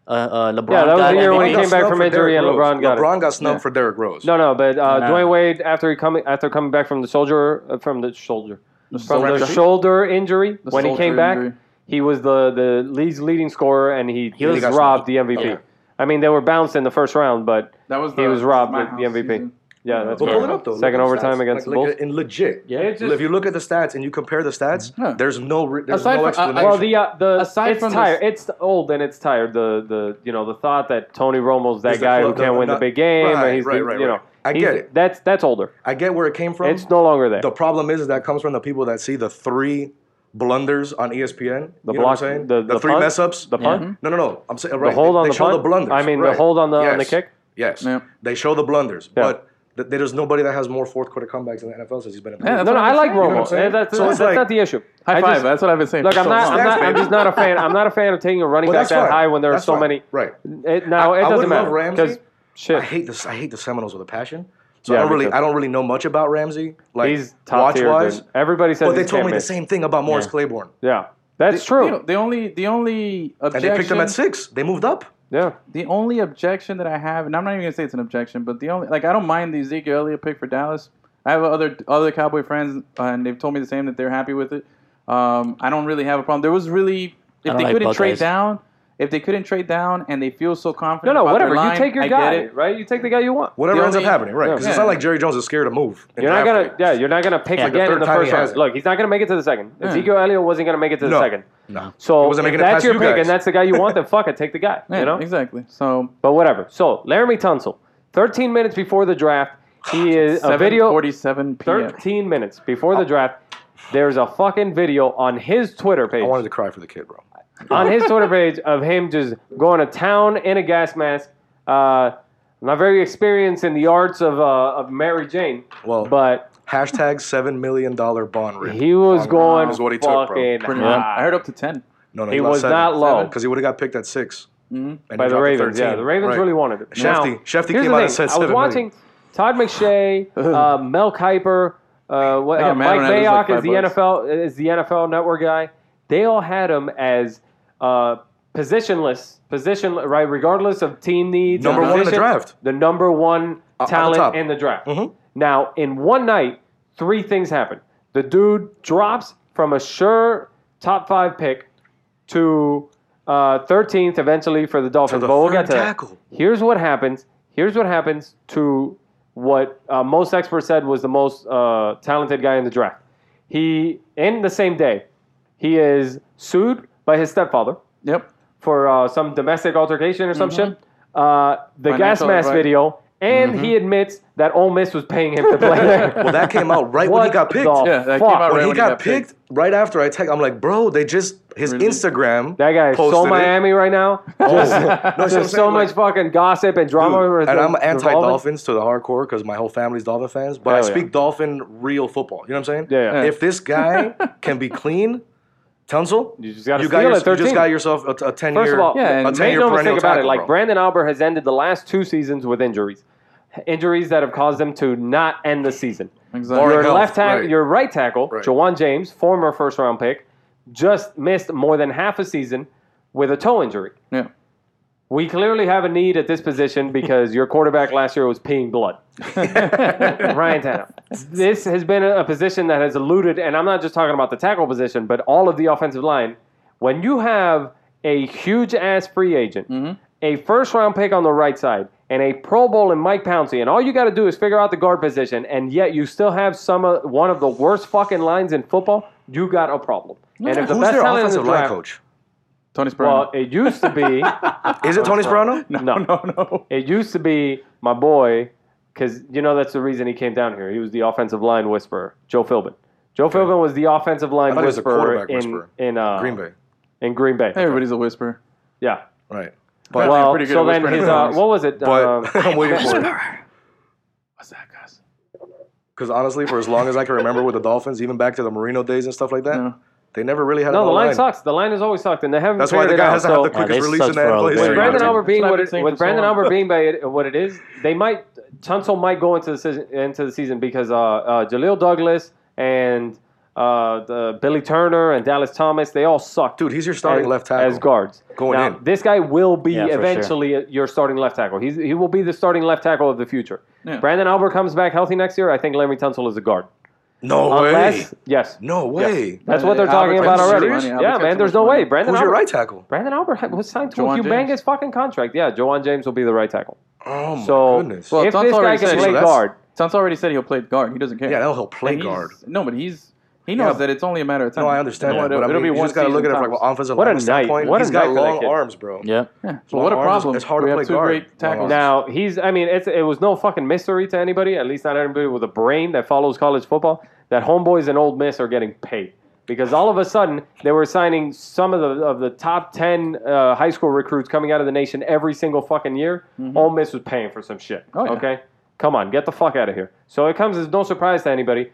Uh, uh, LeBron
that was
got
the year
MVP.
when he
got
came back
snubbed
from
for
injury
Derrick
and
Rose.
LeBron got it.
LeBron got snubbed for Derrick Rose.
No, no, but uh,
Nah.
Dwayne Wade after he coming after coming back from the shoulder uh, from the shoulder from
shoulder.
the shoulder injury when he
shoulder
came back,
injury.
he was the the league's leading scorer and he he
was-
was
He got
robbed
snubbed.
the MVP.
Okay.
I mean, they were bounced in the first round, but
That was the,
he was robbed
my
the, the
house
MVP.
season.
Yeah, that's
But
fair.
pull it up though.
Second
Look at the
overtime
stats.
against
like,
the Bulls.
like, in legit.
Yeah.
It's just-
if you look at the stats and you compare the stats,
Yeah.
there's no re- there's
Aside
no
from-
explanation.
uh, well, the uh, the
Aside
it's
from
tired.
this-
It's old and it's tired. The the you know the thought that Tony Romo's that
Is the
guy who
club-
can't
the-
win the
not-
big game
Right,
and he's the-
right, right,
you know
right. I
he's-
get it.
That's that's older.
I get where it came from.
It's no longer there.
the problem is, is that comes from the people that see the three blunders on E ESPN.
The
you know what I'm
block-
saying?
the- the
three
punt?
mess ups.
The punt?
Mm-hmm.
Mhm.
No, no, no. I'm saying right.
hold
they,
on
they
the
show
punt?
the blunders.
I mean, the
right.
hold on the- on the
Yes.
kick?
Yes.
Yeah.
They show the blunders,
Yeah.
but th- there's nobody that has more fourth quarter comebacks in the NFL since he's been in the
Yeah,
league.
that's
No,
what
no, I
I'm
like
saying. You know
Romo.
what I'm
That-
saying?
that's
So it's
that's
like-
not the issue.
High
I
five.
just-
that's what I've been saying.
Look,
for
I'm
so
not.
long.
I'm, not I'm
baby.
just not a fan. I'm not a fan of taking a running
Well,
back
that's
that
fine.
high when there are
That's
so
fine.
many.
Right.
It, now it
I
doesn't
would love
matter
Ramsey.
shit.
I hate this. I hate the Seminoles with a passion. So
Yeah,
I don't
me
really,
too.
I don't really know much about Ramsey. Like
he's top
watch
tier.
wise,
Dude. Everybody says
but they
he's
told
can't
me the
miss.
same thing about Morris
Yeah.
Claiborne,
Yeah, that's
The-
true.
you know, the only the only
and
objection
they picked him at six. They moved up.
yeah,
the only objection that I have, and I'm not even gonna say it's an objection, but the only like I don't mind the Ezekiel Elliott pick for Dallas. I have other other Cowboy friends, uh, and they've told me the same that they're happy with it. Um, I don't really have a problem. There was really if
don't
they
like
couldn't trade
Buckeyes.
down, if they couldn't trade down, and they feel so
no,
confident.
no,
about their
whatever.
line,
you take your
I
guy,
Get it.
right? You take the guy you want.
Whatever
The
ends up
only-
happening, right? Because it's
Yeah.
not like Jerry Jones is scared to move. in
You're not
drafting.
gonna, yeah, you're not gonna pick
Yeah, the
again in
third
the
time
first
he has
round.
it.
Look, he's not gonna make it to the second. Ezekiel Elliott wasn't gonna make it to the
No.
second.
No. He
So
wasn't
if
making it
that's
past
your
you
pick
guys.
and that's the guy you want, then fuck it, take the guy.
Yeah,
you know,
exactly. So
but whatever. So Laramie Tunsil, 13 minutes before the draft, he is a
seven
video.
forty-seven p.m.
13
Oh.
minutes before the draft, there's a fucking video on his Twitter page.
I wanted to cry for the kid, bro.
on his Twitter page of him just going to town in a gas mask. Uh, not very experienced in the arts of, uh, of Mary Jane,
Well,
but
hashtag seven million dollar bond rip.
he was going
is what he took, bro.
fucking
Pretty much. I
high.
heard up to ten.
No, no,
He was not low
because he would have got picked at 6
Mhm.
and
by the
he dropped to
Ravens.
13.
Yeah, the Ravens
Right.
really wanted it.
Shefty-
Now, here's
Shefty came
the
out and
thing.
said
I was
seven
watching Todd McShay, uh, Mel Kiper, uh, what,
I got
uh,
mad
Mike
when I lose, like,
Mayock
five
is the
bucks.
NFL is the NFL Network guy. They all had him as uh, positionless, position right, regardless of team needs. and
Number one in the
position,
draft.
the number one
on the
talent
top.
in the draft.
Mhm.
Now, in one night, three things happen. The dude drops from a sure top five pick to uh, 13th eventually for the Dolphins.
the
but we'll
third
get to that.
tackle.
Here's what happens. Here's what happens to what uh, most experts said was the most uh, talented guy in the draft. He, in the same day, he is sued by his stepfather
Yep.
for uh, some domestic altercation or some
Mm-hmm.
shit. Uh, the gas
Financial
mask
advice.
video, and he admits that Ole Miss was paying him to play there.
Well, that came out right when he
What
got picked.
the
Yeah, that came
fuck?
out right
When he
when
got picked, right after I text, I'm like, bro, they just his
Really?
Instagram.
That guy is so
posted it. Oh.
Miami right now. Just,
No, it's
there's
just
so
saying, like,
much fucking gossip and drama.
Dude,
with
and
the-
I'm anti
revolving-
Dolphins to the hardcore because my whole family's Dolphin fans, but I
Hell yeah.
speak Dolphin real football. You know what I'm saying?
Yeah, yeah.
If this guy can be clean, Tunsil,
You just gotta
got
steal
your-
at 13.
you just got yourself a, a 10
First
year
of all,
Yeah, and
a
make
10
make
year
no
perennial
mistake about it.
tackle,
Like
bro.
Brandon Albert has ended the last two seasons with injuries, injuries that have caused him to not end the season.
Exactly.
Or-
Your
Right, health,
left tackle,
right.
your right tackle, Jawan James, former first round pick, just missed more than half a season with a toe injury.
Yeah.
We clearly have a need at this position because your quarterback last year was peeing blood. Ryan Tannehill. This has been a a position that has eluded, and I'm not just talking about the tackle position, but all of the offensive line. When you have a huge ass free agent,
Mm-hmm.
a first round pick on the right side, and a Pro Bowl in Mike Pouncey, and all you got to do is figure out the guard position, and yet you still have some of, one of the worst fucking lines in football, you got a problem. And if the
Who's
best talent in
their
the
offensive line
draft,
coach?
Tony Sperano.
well, it used to be
Is it Tony Sperano?
no.
no, no.
It used to be my boy, because you know that's the reason he came down here. He was the offensive line whisperer, Joe Philbin. Joe Philbin was the offensive line
thought he was the
whisperer
quarterback
in
whisperer.
in uh,
Green Bay.
In Green Bay,
Everybody's a whisperer.
yeah.
Right.
Apparently
well,
I'm pretty good
so
at
then
whispering
his
in
uh,
tongues.
what was it?
But
Um,
I'm waiting for it.
What's that, guys?
Because honestly, for as long as I can remember with the Dolphins, even back to the Marino days and stuff like that,
Yeah.
they never really had
no,
an
the line,
O-line.
sucks. The line has always sucked, and they haven't.
That's why the
figured it
guy
out.
has to
so,
have the quickest
they
release
suck
in the
for a
NFL.
little
with
bit.
history.
Brandon Albert being
That's
what
what I've been
it,
saying
with
for so
Brandon
long.
Albert being by it, what it is, they might Tunsil might go into the season, into the season because uh, uh, Jaleel Douglas and uh, the Billy Turner and Dallas Thomas they all suck.
Dude, he's your starting
as,
left tackle.
as guards.
Going
now,
in.
this guy will be
Yeah, for sure.
eventually your starting left tackle. He's, he will be the starting left tackle of the future.
Yeah.
Brandon Albert comes back healthy next year. I think Larry Tunsil is a guard.
No way.
Unless, yes,
No
Yes.
way.
That's what they're
Albert
talking
takes
about
so much
already.
money.
Albert
Yeah,
takes
man,
so
there's
much
no way.
money.
Brandon
Who's your
Albert.
right tackle?
Brandon Albert ha- was signed to
Jawan
a
James.
humongous fucking contract. Yeah, Joanne James will be the right tackle.
Oh my
So
goodness.
Well,
if
Tunsil
this guy
already
can
said-
play
So that's-
guard,
Tunsil already said he'll play guard. He doesn't care.
yeah, that'll help play
And he's-
guard.
No, but he's he knows
Yeah.
that it's only a matter of time.
No, I understand
You know,
that, but I mean, you just gotta look at it
season
from an
tops.
offensive
What a
line standpoint.
night. What a
He's got
night for that
long
kid.
arms, bro.
Yeah.
Yeah. So
Long
what a
arms,
problem.
it's hard to
we
play
have two
guard.
great
Long
tackles.
arms.
Now he's. I mean, it's, it was no fucking mystery to anybody. At least not anybody with a brain that follows college football. That homeboys and Old Miss are getting paid because all of a sudden they were signing some of the of the top ten uh, high school recruits coming out of the nation every single fucking year. Ole Miss was paying for some shit.
Mm-hmm. Oh, yeah.
Okay, come on, get the fuck out of here. So it comes as no surprise to anybody,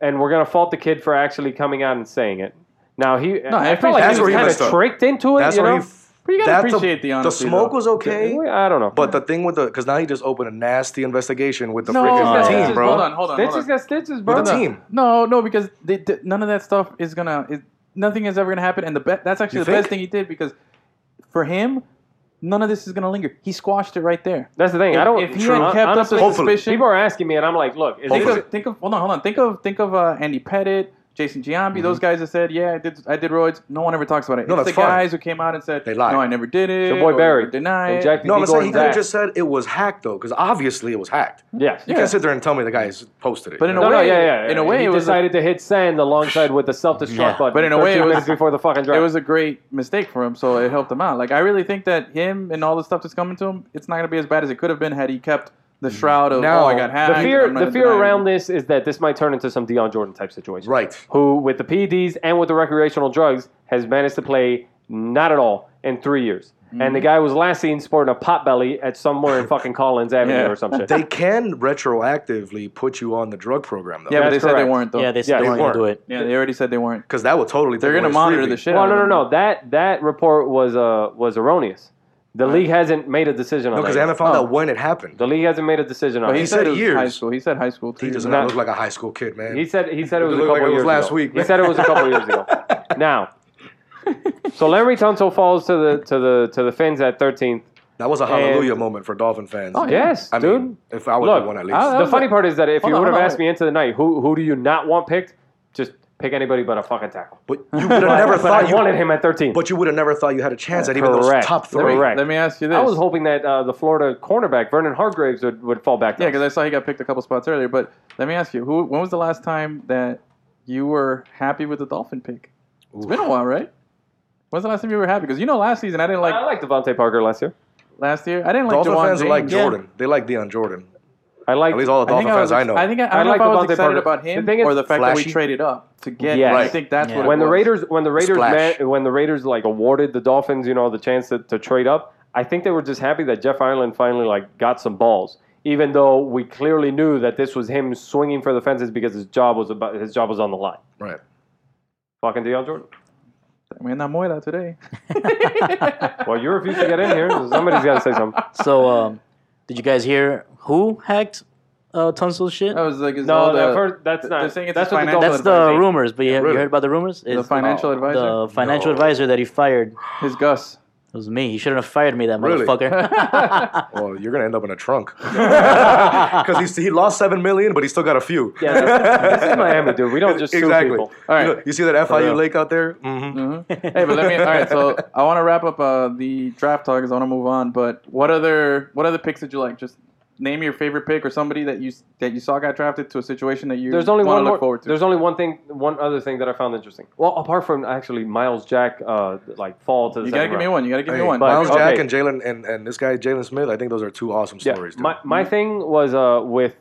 and we're gonna fault the kid for actually coming out and saying it. Now he, I,
I
felt like
That's
he
where
was
he
kind
messed
of
up.
tricked into it.
That's
you
where
know?
he. f-
But you gotta
that's the-
appreciate the honesty,
The smoke
though.
was okay,
I don't know,
but the thing with the because now he just opened a nasty investigation with the
No,
freaking
no,
team,
no,
bro.
Hold on, hold on.
Stitches
Hold on.
got stitches, bro.
With the team.
No, no, because they, they, none of that stuff is gonna. It, nothing is ever gonna happen, and the be, that's actually
You
the best thing
think?
he did because for him, none of this is gonna linger. He squashed it right there.
That's the thing. I don't.
If he had
hon-
kept up
honestly,
the
Hopefully.
suspicion,
people are asking me, and I'm like, look, is
think
this,
Hopefully.
of, think of hold on, hold on. Think of think of uh, Andy Pettit, Jason Giambi, those guys that said, "Yeah, I did I did roids." No one ever talks about it.
Mm-hmm. No,
it's
that's
the
fine.
guys who came out and said,
They lied.
No, I never did it.
your boy
or
Barry
deny
and
it."
Jack
No, I'm saying he could
Gordon
have just said it was hacked though, because obviously it was hacked.
yes.
You can't sit there and tell me the guy posted it.
But in a
No, no,
way-
yeah, yeah.
in a way,
he
it was a-
decided to hit send alongside with the self-destruct
Yeah.
button.
But in a way,
13
it was-
minutes before the fucking draft.
It was a great mistake for him, so it helped him out. Like I really think that him and all the stuff that's coming to him, it's not gonna be as bad as it could have been had he kept the
Mm-hmm.
shroud of
Now,
oh, I got
the
hacked.
fear,
I'm not
the
gonna
fear
deny it."
around this is that this might turn into some Deion Jordan type situation,
right.
E Who, with the PEDs and with the recreational drugs, has managed to play Not at all in three years. And
Mm-hmm.
the guy was last seen sporting a pot belly at somewhere in fucking Collins Avenue
Yeah.
or some shit.
They can retroactively put you on the drug program though.
Yeah, but they
That's
said they
correct.
weren't though.
Yeah, they said
Yeah,
they
they
weren't gonna do it.
yeah, they already said they weren't.
Because that would totally.
They're
take
gonna
away
monitor
freebie.
the shit.
well,
out
no,
of
no, no.
them.
That that report was uh was erroneous. The league hasn't made a decision
No,
on
because
that.
they
yet.
haven't found
Oh.
out when it happened.
The league hasn't made a decision on
But
it.
he,
He
said,
said
it was
years.
high school. He said high school. Two
He
years
does
ago.
not
Not-
look like a high school kid, man.
He said he said it
It
was a
looked
couple
like it was
years
last
ago.
week,
He
man.
said it was a couple years ago. Now, so Larry Tunsil falls to the to the to the Finns at 13th.
that was a hallelujah moment for Dolphin fans.
Oh, yeah.
Yes,
I
dude.
mean, if I would
Look,
do one at least.
I- that
the
was
funny
a-
part is that if
Hold
you
on,
would have
hold on,
asked me into the night, who who do you not want picked? Just pick anybody but a fucking tackle.
but you would have never
But
thought
I
you
wanted him at 13.
But you would have never thought you had a chance at even those
Correct.
top
Let
three.
me-
Correct.
Let me ask you this.
I was hoping that uh, the Florida cornerback Vernon Hargraves would, would fall back. to
Yeah,
us.
because I saw he got picked a couple spots earlier. But let me ask you, who? When was the last time that you were happy with the Dolphin pick? It's been a while, right? When's the last time you were happy? Because you know, last season I didn't like.
I like Devontae Parker last year.
last year I didn't like.
Dolphin
Jawan
fans
James.
like
Yeah.
Jordan. They like Deion Jordan.
I like
At least all the
I think
Dolphin
I
fans
was.
I know.
I think I, I
I
don't
like
know if I was
Devontae
excited
Parker.
about
The
him
thing is-
or the fact that
Flashy.
we traded up to get.
Yes.
him. I
Right.
think that's
Yeah.
what it
when the
was.
Raiders when the Raiders
Splash.
man, when the Raiders like awarded the Dolphins, you know, the chance to, to trade up. I think they were just happy that Jeff Ireland finally like got some balls, even though we clearly knew that this was him swinging for the fences because his job was about his job was on the line.
Right.
Fucking Deion Jordan.
I mean, not Moira today.
Well, you refuse to get in here. so Somebody's got to say something.
So, um, did you guys hear who hacked uh, Tunsil's shit?
That was like his
No,
all
that
the-
first- that's not.
They're saying it's
that's
his
what the
financial
That's
Dolphins-
the
advisor.
rumors, but you, you
really.
heard about the rumors?
The
It's
financial advisor.
the financial
No.
advisor that he fired.
His Gus.
It was me. He shouldn't have fired me, that
Really?
motherfucker.
Well, you're gonna end up in a trunk because he lost seven million, but he still got a few.
Yeah, this, this is Miami, dude. We don't just sue
exactly.
people. Uh,
All right.
You, know, you see that
real.
FIU lake out there? Mm-hmm.
hey, but let me. All right, so I want to wrap up uh, the draft talk because I want to move on. But what other what other picks did you like? Just name your favorite pick or somebody that you that you saw got drafted to a situation that you
There's only
want
one
to look
more,
forward to.
There's only one thing, one other thing that I found interesting. Well, apart from actually Miles Jack, uh, like fall to the
you gotta
second
give me
round.
one. You gotta give
Hey,
me one.
Miles
okay.
Jack and Jalen and, and this guy Jalen Smith. I think those are two awesome stories. dude.
My my thing was uh with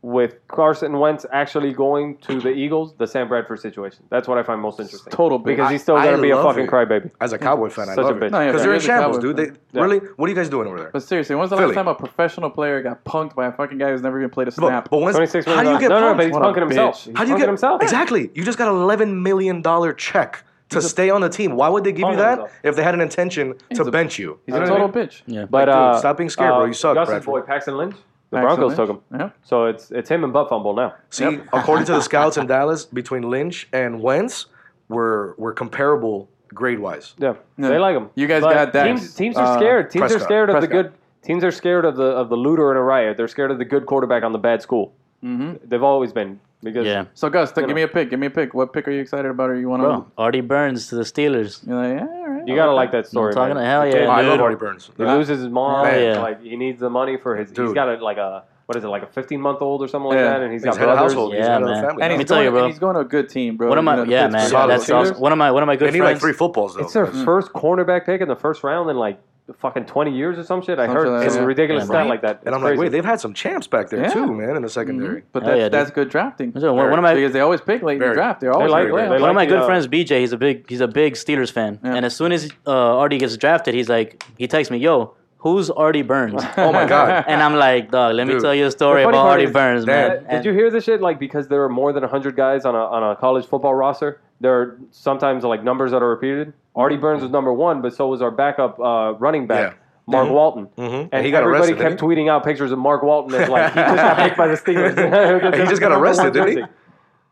with Carson Wentz actually going to the Eagles, the Sam Bradford situation. That's what I find most interesting.
total big.
because he's still
I-
gonna
I
be a
love
fucking
it.
crybaby.
As a Cowboy fan, I
Such a
love it
bitch. No,
yeah,
because
but
they're in
he's a Cowboy
shambles, dude. They,
fan.
Yeah.
Really, what are you guys doing over there?
But seriously, when's the last
Philly.
time a professional player got punked by a fucking guy who's never even played a
But,
snap?
but when's,
Twenty six
how do you get
no, no,
punked?
but he's
What a
punking himself.
bitch.
He's
How do you
punking
get
himself.
Exactly. You just got an eleven million dollar check to stay on the team. Why would they give you
Punking
that
himself.
if they had an intention to
a-
bench you?
he's
You
a
know what I
total
mean?
bitch.
yeah.
But
Like,
uh,
dude, stop being scared, bro. You suck,
Gus's
Bradford.
boy Paxton Lynch. The
Paxton
Broncos
Lynch.
took him.
Yeah.
So it's it's him and Butt Fumble now.
See, according to the scouts in Dallas, between Lynch and Wentz, were were comparable grade wise.
Yeah,
Yeah.
they like him.
You guys
But
got that.
Teams, teams are
Uh,
scared. Teams are
Prescott.
scared of the
Prescott.
good. Teams are scared of the of the looter and a riot. They're scared of the good quarterback on the bad school. Mm-hmm. They've always been because
Yeah.
So Gus, th- give me a pick. Give me a pick. What pick are you excited about, or you want
Bro,
to?
Artie Burns to the Steelers.
You're like, yeah, all right.
you gotta
I'll
like that story.
I'm talking
man.
to- hell
The
yeah,
kid,
dude.
I love Hardy Burns.
He loses his mom.
Hell
and,
yeah.
Like he needs the money for his. He's
Dude.
got a, like a what is it like a fifteen month old or something like
Yeah.
that, and he's
He's
got
head of
brothers.
household. He's
Yeah,
head of the
man.
family.
And
now.
Let
he's
me tell
going,
you, bro.
And he's going to a good team, bro.
One of
You
my,
know, the
yeah,
Pittsburgh
man.
Steelers.
That's awesome. One of my, one of my
They
good
need like
friends.
three footballs though.
It's their
Like,
first cornerback pick in the first round in like fucking twenty years or some shit. I
Something
heard
like
it's a
that.
ridiculous
Yeah.
stat like that.
and
It's
I'm
crazy.
like, wait, they've had some champs back there
Yeah. Mm-hmm.
too, man, in the secondary.
But
Hell
that's,
yeah, dude.
that's good drafting.
One of my-
because they always pick late in the
Mm-hmm. Very.
draft. They're always
They like-
late.
they
One of my
like,
good
uh,
friends, BJ, he's a big he's a big Steelers fan.
Yeah.
And as soon as uh, Artie gets drafted, he's like he texts me, "Yo, who's Artie Burns?"
Oh my god.
and I'm like, "Dog, let me
Dude.
tell you a
The
story
funny
about
part
Artie
is
Burns,
that-
man."
Did you hear this shit? Like because there are more than hundred guys on a on a college football roster, there are sometimes like numbers that are repeated. Artie Burns was number one, but so was our backup uh, running back.
Yeah. Mm-hmm.
Mark
Mm-hmm.
Walton,
And
and
he got
everybody
arrested,
kept
didn't
tweeting out pictures of Mark Walton as like he just got picked by the Steelers.
he just got arrested, didn't he?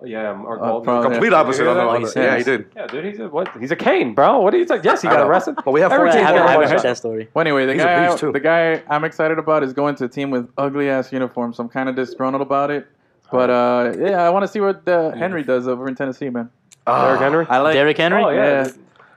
he? Yeah, Mark
Uh,
Walton.
probably.
Complete opposite on the on the-
Yeah.
Yeah, he did.
Yeah, dude, he's a what? He's a cane, bro. What do you think? Yes, he
I
got
know.
arrested.
But we have
Every
I
team
haven't, I
got
haven't
arrested.
heard that story.
Well, anyway, the
He's a
guy,
beast, too.
the guy I'm excited about is going to a team with ugly ass uniforms. I'm kind of disgruntled about it, but uh, yeah, I want to see what uh, Henry does over in Tennessee, man.
Ah,
Derrick Henry.
I like.
Derrick Henry.
Oh, yeah.
Yeah. Uh,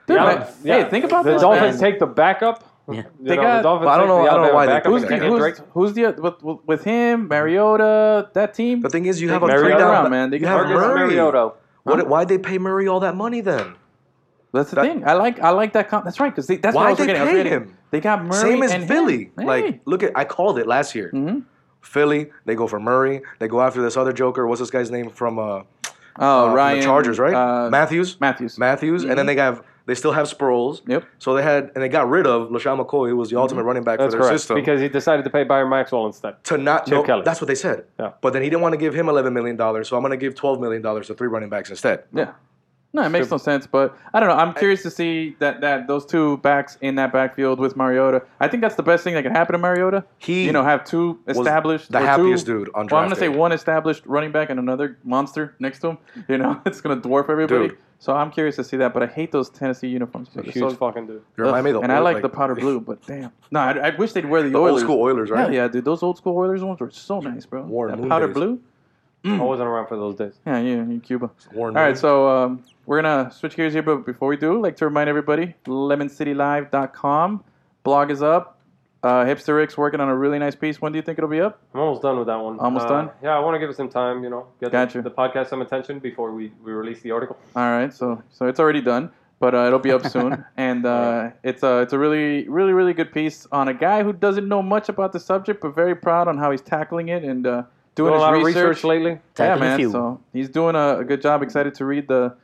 Dude,
Yeah,
man,
yeah.
Hey, think about
The
this.
Dolphins
man.
take the backup.
Yeah.
You
They
know,
got-
the Dolphins
Well, I don't
take the
know- I don't know
Alabama
why they
backup
do
Who's
and
the,
that.
Kenyon
who's,
Drake.
who's the with, with him Mariota that team?
The thing is, you have a
Marriott
three
around,
down.
man. They
You
can
have
Marcus
Murray.
Mariota.
What? Why'd they pay Murray all that money then?
That's the
That-
thing. I like I like that. Com- that's right. Because that's what
Why'd
I was
they
forgetting. I was
pay
forgetting.
him?
They got Murray.
Same as
and
Philly.
Hey. Mm-hmm.
Like, look at I called it last year. Philly, they go for Murray. They go after this other joker. What's this guy's name from uh,
oh
from
Ryan
the Chargers, right?
uh,
Matthews.
Matthews. Mm-hmm.
Matthews, and then they have They still have Sproles.
Yep. Mm-hmm.
So they had, and they got rid of LaShawn McCoy, who was the ultimate running back
That's
for their
correct.
system.
Because he decided to pay Byron Maxwell instead.
to not
Chip
know,
Kelly.
that's what they said.
Yeah.
But then he didn't want to give him $11 million, so I'm going to give $12 million to three running backs instead.
Yeah. No, it makes no sense, but I don't know. I'm curious to see that, that those two backs in that backfield with Mariota. I think that's the best thing that can happen to Mariota.
He
you know have two established,
the
or two-
happiest dude on
Well, I'm
draft
gonna say
day.
one established running back and another monster next to him. You know, it's gonna dwarf everybody.
Dude.
So I'm curious to see that, but I hate those Tennessee uniforms.
Huge
They're so-
fucking dude.
You remind me of the
and I
Oil-
like, the powder blue, but damn, no, I, I wish they'd wear the,
The
Oilers.
old school Oilers, right?
Hell yeah, dude, those old school Oilers ones were so nice, bro.
Warren
that
Moon
powder
days.
blue.
Hmm.
I wasn't around for those days.
Yeah, yeah, in Cuba.
Warren
All right,
Moon.
so um, we're gonna switch gears here, but before we do, I'd like to remind everybody, LemonCityLive.com blog is up. Uh, Hipster Rick's working on a really nice piece. When do you think it'll be up?
I'm almost done with that one.
Almost
Uh,
done?
Yeah, I want to give it some time, you know, get
Gotcha.
the, the podcast some attention before we, we release the article.
All right, so so it's already done, but uh, it'll be up soon, and uh, it's a it's a really really really good piece on a guy who doesn't know much about the subject, but very proud on how he's tackling it and uh, doing,
Doing a
his
lot
research.
of research lately.
yeah,
Tackling a
man.
few.
So he's doing a, a good job. Excited to read the,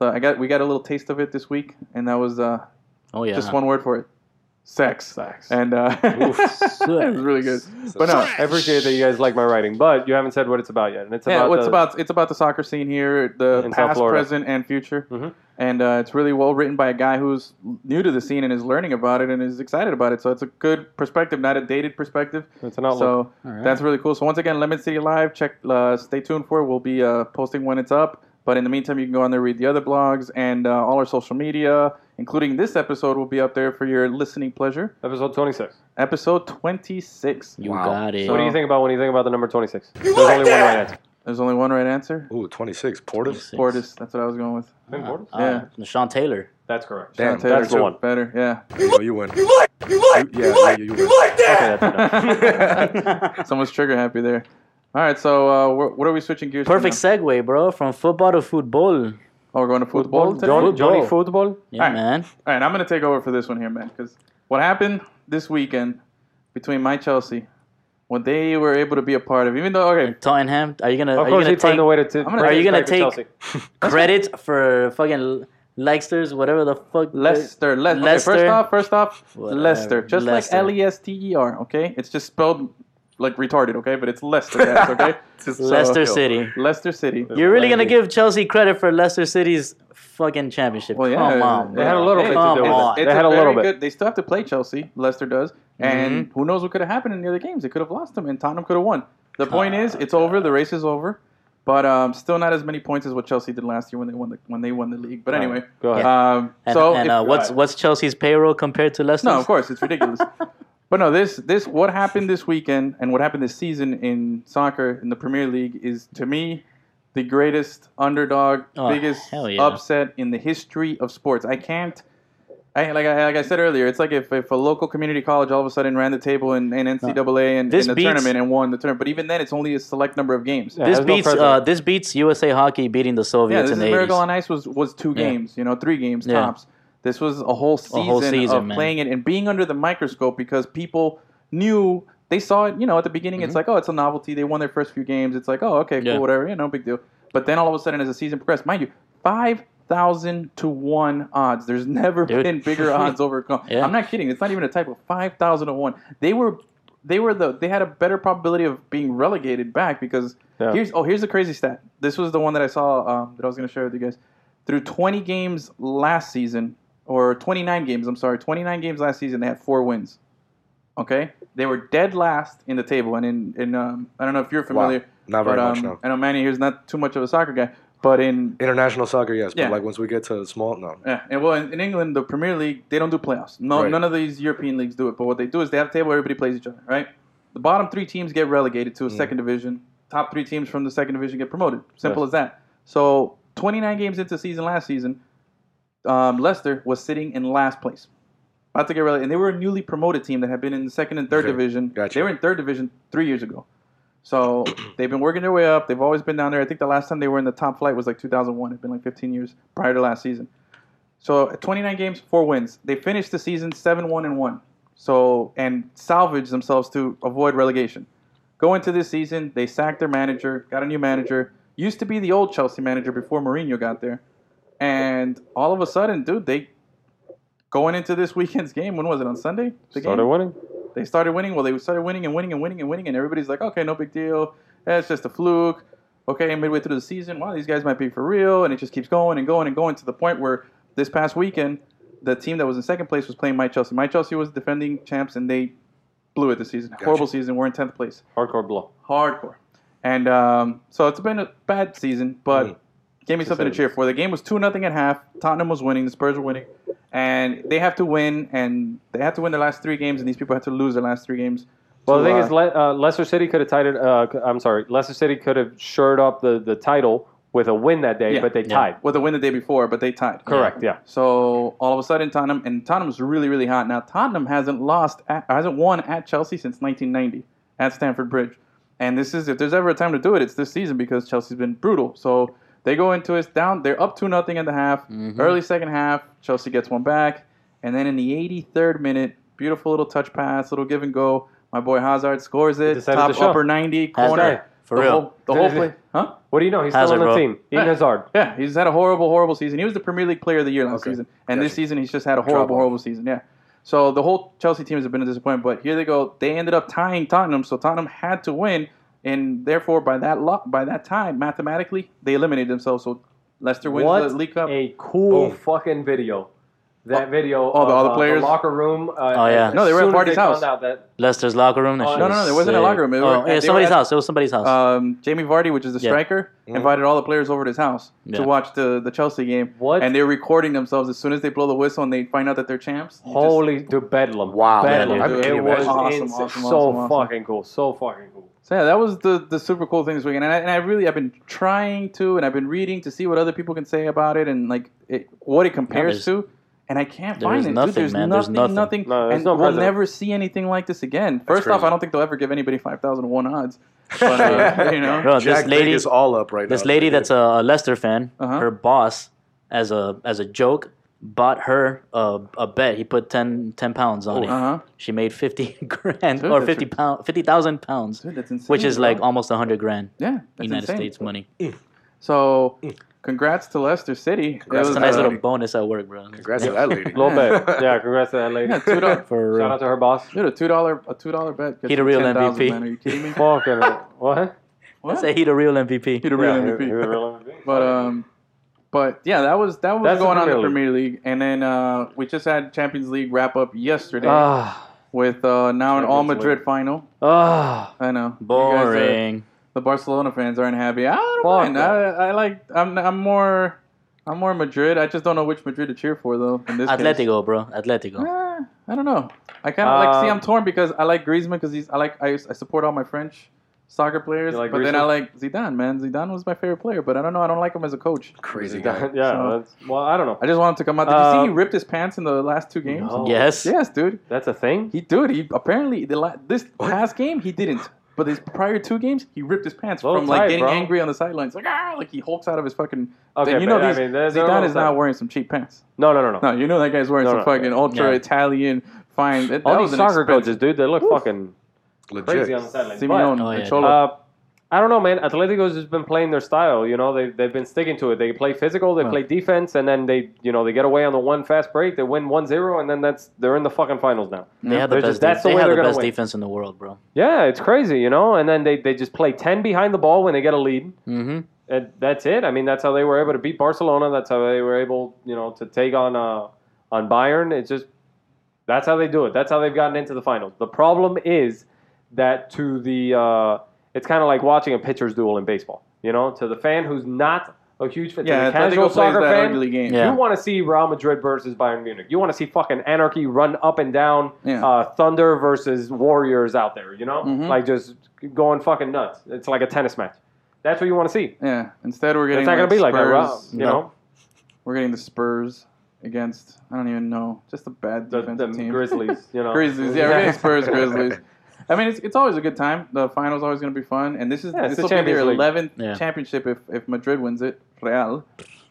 the. I got we got a little taste of it this week, and that was uh,
Oh yeah.
just one word for it, sex.
Sex.
And uh, it was really good. But no,
I appreciate that you guys like my writing, but you haven't said what it's about yet. And it's
yeah,
about
well, it's
the-
about it's about the soccer scene here, the
In South
past,
Florida.
present, and future,
Mhm.
and uh, it's really well written by a guy who's new to the scene and is learning about it and is excited about it. So it's a good perspective, not a dated perspective.
it's an outlook.
So
Alright.
that's really cool. So once again, Lemon City Live, check, uh, stay tuned for. it. We'll be uh, posting when it's up. But in the meantime, you can go on there, read the other blogs, and uh, all our social media, including this episode, will be up there for your listening pleasure.
Episode 26.
Episode twenty six.
you
Wow.
got it.
What do
So-
you think about when you think about the number 26? There's only one right answer.
There's only one right answer.
Ooh, 26. Portis?
Six.
Portis. That's what I was going with.
Been bored?
Uh, Sean Taylor.
That's correct.
Damn,
Sean Taylor
that's the
took
one.
Better, yeah.
You, know, you win. You like, you like, you like, you like
Okay, that's enough.
Someone's trigger happy there. All right, so uh, wh- what are we switching gears? to
Perfect
now?
segue, bro. From football to football.
Oh, we're going to football. today?
Johnny,
All
Johnny Football?
Yeah,
Alright.
man.
right, I'm going to take over for this one here, man, because what happened this weekend between my Chelsea, what they were able to be a part of, even though okay,
Tottenham. Are you gonna?
Of
Are you
course,
gonna
he'd
take
find a way to. to
gonna-
bring
Are
you
it
gonna
back to
take-
Chelsea.
credit for fucking Leicesters, whatever the fuck.
Leicester, Le- okay, first
Leicester.
off, first off,
Whatever.
Leicester, just
Leicester.
like L E S T E R. Okay, it's just spelled like retarded. Okay, but it's Leicester. guys, okay, So-
Leicester City.
Leicester City.
You're really gonna give Chelsea credit for Leicester City's fucking championship?
Well, yeah,
Come on,
they
bro.
had a little bit to
Come
do with it.
on.
They had a little
very
bit.
Good, they still have to play Chelsea. Leicester does,
Mm-hmm.
and who knows what could have happened in the other games? They could have lost them, and Tottenham could have won. The point is, it's over. The race is over, but um, still not as many points as what Chelsea did last year when they won the when they won the league. But anyway,
Go ahead.
um,
And,
so
and
if-
uh, what's what's Chelsea's payroll compared to Leicester's?
no, of course, it's ridiculous. but no, this this what happened this weekend and what happened this season in soccer in the Premier League is to me the greatest underdog,
Oh,
biggest
hell yeah.
upset in the history of sports. I can't. I, like, I, like I said earlier, it's like if, if a local community college all of a sudden ran the table in, in NCAA and
This
in the
beats-
tournament and won the tournament. But even then, it's only a select number of games.
Yeah,
This
there's no
beats
precedent.
uh, this beats USA hockey beating the
Yeah,
Soviets
this
in
is
the
Miracle
eighties.
on Ice was was two
Yeah.
games, you know, three games
Yeah.
tops. This was a whole season,
whole season,
of
man.
playing it and being under the microscope because people knew they saw it. You know, at the beginning, it's like, oh, it's a novelty. They won their first few games. It's like, oh, okay, cool,
Mm-hmm. Yeah.
whatever, you know, big deal. But then all of a sudden, as the season progressed, mind you, five thousand to one odds. There's never
Dude.
been bigger odds over.
Yeah.
I'm not kidding. It's not even a typo. Five thousand to one. They were. They were the. They had a better probability of being relegated back because
Yeah.
Here's oh here's a crazy stat. This was the one that I saw um, that I was going to share with you guys. Through 20 games last season, or 29 games, I'm sorry, 29 games last season, they had four wins. Okay, they were dead last in the table, and in in um, I don't know if you're familiar.
Not very
but,
much,
um,
no.
I know Manny here's not too much of a soccer guy, but in
International soccer, yes,
Yeah.
but like once we get to small, no.
yeah, and well, in, in England, the Premier League they don't do playoffs. No,
Right.
none of these European leagues do it. But what they do is they have a table, everybody plays each other, right? The bottom three teams get relegated to a second division. Top three teams from the second division get promoted. Simple as that. So 29 games into the season last season, um, Leicester was sitting in last place, about to get relegated, and they were a newly promoted team that had been in the second and third
Okay.
division.
Gotcha.
They were in third division three years ago. So they've been working their way up. They've always been down there. I think the last time they were in the top flight was like 2001. It's been like 15 years prior to last season. So 29 games, four wins. They finished the season 7-1 and 1. So and salvaged themselves to avoid relegation. Go into this season, they sacked their manager, got a new manager. Used to be the old Chelsea manager before Mourinho got there. And all of a sudden, dude, they going into this weekend's game, when was it? On Sunday? The
Started
game?
winning.
They started winning. Well, they started winning and winning and winning and winning, and everybody's like, okay, no big deal. Eh, it's just a fluke. Okay, midway through the season, wow, these guys might be for real, and it just keeps going and going and going to the point where this past weekend, the team that was in second place was playing my Chelsea. My Chelsea was defending champs, and they blew it this season. Horrible season. We're in tenth place
Hardcore blow.
hardcore. And um, so it's been a bad season, but
Mm.
gave me something to
say
cheer for. The game was two nothing at half. Tottenham was winning. The Spurs were winning, and they have to win, and they had to win the last three games, and these people had to lose the last three games.
Well,
to,
the thing
uh,
is, Le- uh, Leicester City could have tied it. Uh, c- I'm sorry, Leicester City could have shored up the, the title with a win that day,
Yeah.
but they tied.
with the win the day before, but they tied.
Correct. Yeah.
So all of a sudden, Tottenham and Tottenham's really, really hot now. Tottenham hasn't lost, at, hasn't won at Chelsea since 1990 at Stamford Bridge, and this is if there's ever a time to do it, it's this season because Chelsea's been brutal. So they go into it down, they're up two nothing in the half, early second half. Chelsea gets one back, and then in the 83rd minute, beautiful little touch pass, little give and go. My boy Hazard scores it,
decided
top
to show.
upper 90
Hazard,
corner.
for
the
real.
whole, the whole play, huh?
What do you know? He's still
Hazard,
on the
bro.
team. Eden
Yeah.
Hazard.
Yeah, he's had a horrible, horrible season. He was the Premier League Player of the Year last
Okay.
season, and this
Gotcha.
season he's just had a horrible,
off.
horrible season. Yeah. So the whole Chelsea team has been a disappointment. But here they go. They ended up tying Tottenham, so Tottenham had to win, and therefore by that lo- by that time mathematically they eliminated themselves. So Leicester wins
What
the League Cup.
a cool
Boom.
fucking video. That
Oh,
video.
all the-
of,
all the
uh,
players?
locker room. Uh,
Oh, yeah.
as
No, they were at
soon as
Vardy's
found
house.
out that-
Lester's locker room.
Oh,
that shit
no,
no, no,
was
there wasn't a
sick.
locker room. They were-
oh,
they were
yeah, somebody's
at-
house. It was somebody's house.
Um, Jamie Vardy, which is the
Yeah.
striker, invited all the players over to his house
Yeah.
to watch the, the Chelsea game.
What?
And they're recording themselves as soon as they blow the whistle and they find out that they're champs. you just-
Holy to bedlam!
Wow.
bedlam!
Yeah,
dude.
it
Can you
was
imagine?
Awesome,
ins-
awesome,
so
awesome, awesome.
fucking cool. So fucking cool.
So yeah, that was the the super cool thing this weekend, and I, and I really I've been trying to, and I've been reading to see what other people can say about it, and like it, what it compares
there's-
to, and I can't
there
find
is
it.
nothing,
Dude, there's,
man. There's
nothing,
nothing.
nothing,
No, there's
and
no
we'll
precedent.
never see anything like this again. First off,
crazy.
I don't think they'll ever give anybody five thousand one odds. But, uh, you know,
Bro,
Jack
this lady,
Big is all up right now.
this lady that's a Leicester fan,
Uh-huh.
her boss, as a as a joke, bought her a, a bet. He put 10, 10 pounds on it.
Uh-huh.
She made fifty grand
Dude,
or
that's
fifty
ri-
pound fifty thousand pounds,
Dude, that's insane,
which is
bro.
like almost hundred grand
yeah, that's
United
insane.
States money.
So, congrats to Leicester City. It
Congrats
It's
was,
a
to
nice
uh,
little
Alrighty.
bonus at work, bro.
Congrats to that lady.
Little bit. Yeah, congrats to that lady.
yeah, two dollar,
For
Shout out
real.
to her boss.
dude, a two dollar, a two dollar bet. gets
He the
you
real
10,000,
MVP.
Man, are you kidding me?
Fucking what?
What?
Say he the real MVP.
He the real
Yeah,
MVP.
he- he the real MVP.
But um, but yeah, that was that was
That's the
going on in the
Premier
Premier League, and then uh, we just had Champions League wrap up yesterday
ah
with uh, now an all
Champions
Madrid final.
ah.
I know you guys are-
Boring.
the Barcelona fans aren't happy. I don't
Fuck
mind. I, I like. I'm I'm more I'm more Madrid. I just don't know which Madrid to cheer for though. In this case.
Atletico, bro. Atletico.
Eh, I don't know. I kind of like. See,
Um,
I'm torn because I like Griezmann because he's. I like. I, I support all my French soccer players,
You like
but then I
Griezmann?
like Zidane. Man, Zidane was my favorite player, but I don't know. I don't like him as a coach.
Crazy
Yeah,
guy.
So-
that's, well, I don't know.
I just want him to come out. Did you
Uh,
see he ripped his pants in the last two games?
No.
Yes.
Yes, dude.
That's a thing.
He dude. He apparently the la- this past game he didn't, but his prior two games he ripped his pants
Little
from like
tight,
getting
bro.
angry on the sidelines, like ah, like he hulks out of his fucking.
Okay,
and you
but
know these,
I mean, they're- they're
Zidane
all
is not
tight.
wearing some cheap pants.
No, no, no, no.
No, you know that guy's wearing
No,
some
no.
fucking ultra
Yeah.
Italian fine. That, that
All
was
these
an
soccer
expensive-
coaches, dude, they look fucking crazy on the
Legit.
sidelines.
Simeone,
Oh, yeah.
Cholo.
But, uh, I don't know, man. Atletico's just been playing their style. You know, they they've been sticking to it. They play physical, they
Right.
play defense, and then they you know they get away on the one fast break. They win 1-0, and then that's they're in the fucking finals now.
They have the
They're
best.
just- that's
de-
the
they
way
have
they're
the
gonna
best
win.
defense in the world, bro.
Yeah, it's crazy, you know. And then they they just play ten behind the ball when they get a lead.
Mm-hmm.
and that's it. I mean, that's how they were able to beat Barcelona. That's how they were able, you know, to take on uh, on Bayern. It's just that's how they do it. That's how they've gotten into the finals. The problem is that to the uh, it's kind of like watching a pitcher's duel in baseball. You know, to the fan who's not a huge fan, to
Yeah,
the casual
Atletico plays
soccer
that
fan,
ugly game.
Yeah.
you want to see Real Madrid versus Bayern Munich. You want to see fucking anarchy run up and down.
Yeah.
Uh, Thunder versus Warriors out there. You know,
Mhm.
like just going fucking nuts. It's like a tennis match. That's what you want to see.
Yeah. Instead, we're getting
It's not
like,
gonna be like that, Rob.
Spurs.
You
No.
know,
We're getting the Spurs against I don't even know, just a bad
the,
defensive
the
team.
Grizzlies. You know,
Grizzlies, Oh, yeah, we're getting Spurs, Grizzlies. I mean, it's, it's always a good time. The final's always going to be fun, and this is
Yeah, it's
this
the
will be their
Champions League.
eleventh
Yeah.
championship if, if Madrid wins it. Real.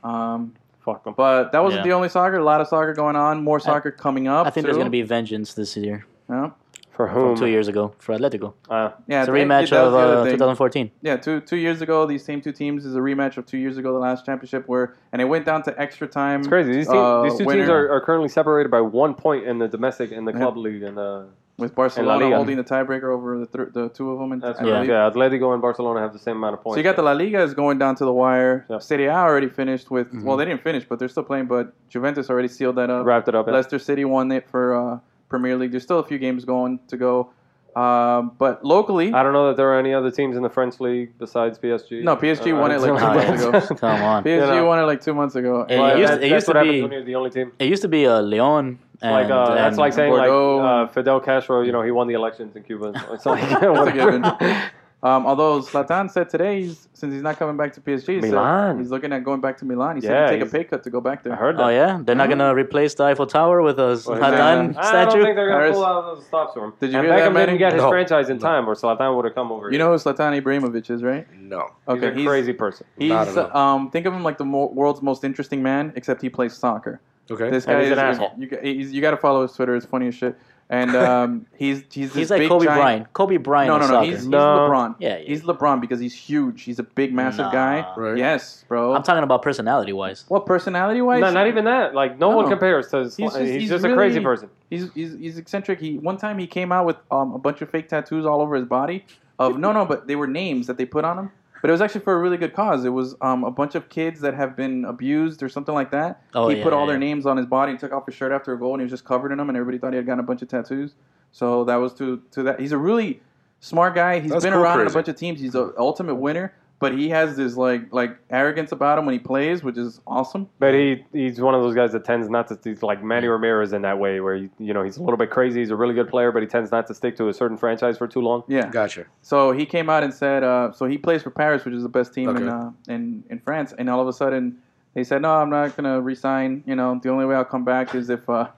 Um,
Fuck them.
but that wasn't
Yeah.
the only soccer. A lot of soccer going on. More soccer coming up.
I think there's
too.
gonna be vengeance this year.
Yeah.
For
from
whom?
two years ago for Atletico.
Uh,
Yeah,
it's a
that-
rematch
that was
of
the other
uh,
thing.
2014.
Yeah, two two years ago, these same two teams is a rematch of two years ago, the last championship where, and it went down to extra time.
it's crazy. These, team,
uh,
these two teams
winner
are, are currently separated by one point in the domestic and the club league. And uh,
with
La
Barcelona
Liga.
holding the tiebreaker over the th- the two of them. And,
that's
I
yeah.
believe.
yeah, Atletico and Barcelona have the same amount of points.
So you got the La Liga is going down to the wire.
Yeah.
Serie A already finished with.
Mm-hmm.
Well, they didn't finish, but they're still playing. But Juventus already sealed that up.
wrapped it up.
Leicester City won it for uh, Premier League. There's still a few games going to go, um, but locally,
I don't know that there are any other teams in the French league besides PSG.
No, PSG
Uh,
won it, like,
two months
ago.
Come on.
PSG
you know.
won it like two months ago.
It
Well,
used-
that-
it
that's
used to
what happens
be-
when you're the only team.
It used to be uh, Leon. And,
like uh, that's
and-
like saying
Bordeaux
like
and-
uh, Fidel Castro, you know, he won the elections in Cuba. So it's like
a given.
whatever.
Um, although Zlatan said today, he's, since he's not coming back to PSG, he said
Milan.
he's looking at going back to Milan. He
Yeah,
said he'd take a
he's-
pay cut to go back there.
I heard that.
Oh yeah, they're not gonna replace the Eiffel Tower with a
Mm-hmm. Well, uh,
Zlatan
yeah.
I don't
statue.
think they're going to
Paris.
pull out those stops for him.
Did you
and
hear that,
Beckham didn't
Manny?
get his
No.
franchise in
No.
time, or Zlatan would have come over.
You know who Zlatan Ibrahimovic is, right?
No.
he's a crazy person.
He's,
Not at
um, think of him like the mo- world's most interesting man, except he plays soccer.
Okay.
This
And
guy
he's
is
an asshole.
You, got- he's, you got to follow his Twitter; it's funny as shit. And um, he's he's this
He's like
big,
Kobe
giant-
Bryant. Kobe Bryant.
No, no,
of
no.
soccer.
He's, he's
No.
LeBron.
Yeah, yeah.
he's LeBron because he's huge. He's a big, massive
Nah.
guy.
Right.
Yes, bro.
I'm talking about personality wise.
well, personality wise,
No, not even that. Like no,
No,
one
no.
compares to. He's
He's
just,
just- he's
a crazy
really-
person.
He's, he's, he's eccentric. He one time he came out with um, a bunch of fake tattoos all over his body of no no, but they were names that they put on him. But it was actually for a really good cause. It was um, a bunch of kids that have been abused or something like that.
Oh,
he
yeah,
put all
yeah.
their names on his body and took off his shirt after a goal, and he was just covered in them, and everybody thought he had gotten a bunch of tattoos. So that was to to that. He's a really smart guy. He's
That's
been
cool
around in a
crazy.
bunch of teams. He's an ultimate winner, but he has this like like arrogance about him when he plays, which is awesome.
But he he's one of those guys that tends not to. He's like Manny Ramirez in that way, where he, you know he's a little bit crazy. He's a really good player, but he tends not to stick to a certain franchise for too long.
Yeah.
Gotcha.
So he came out and said, uh, so he plays for Paris, which is the best team in,
Okay.
uh, in in France. And all of a sudden, they said, no, I'm not gonna resign. You know, the only way I'll come back is if uh,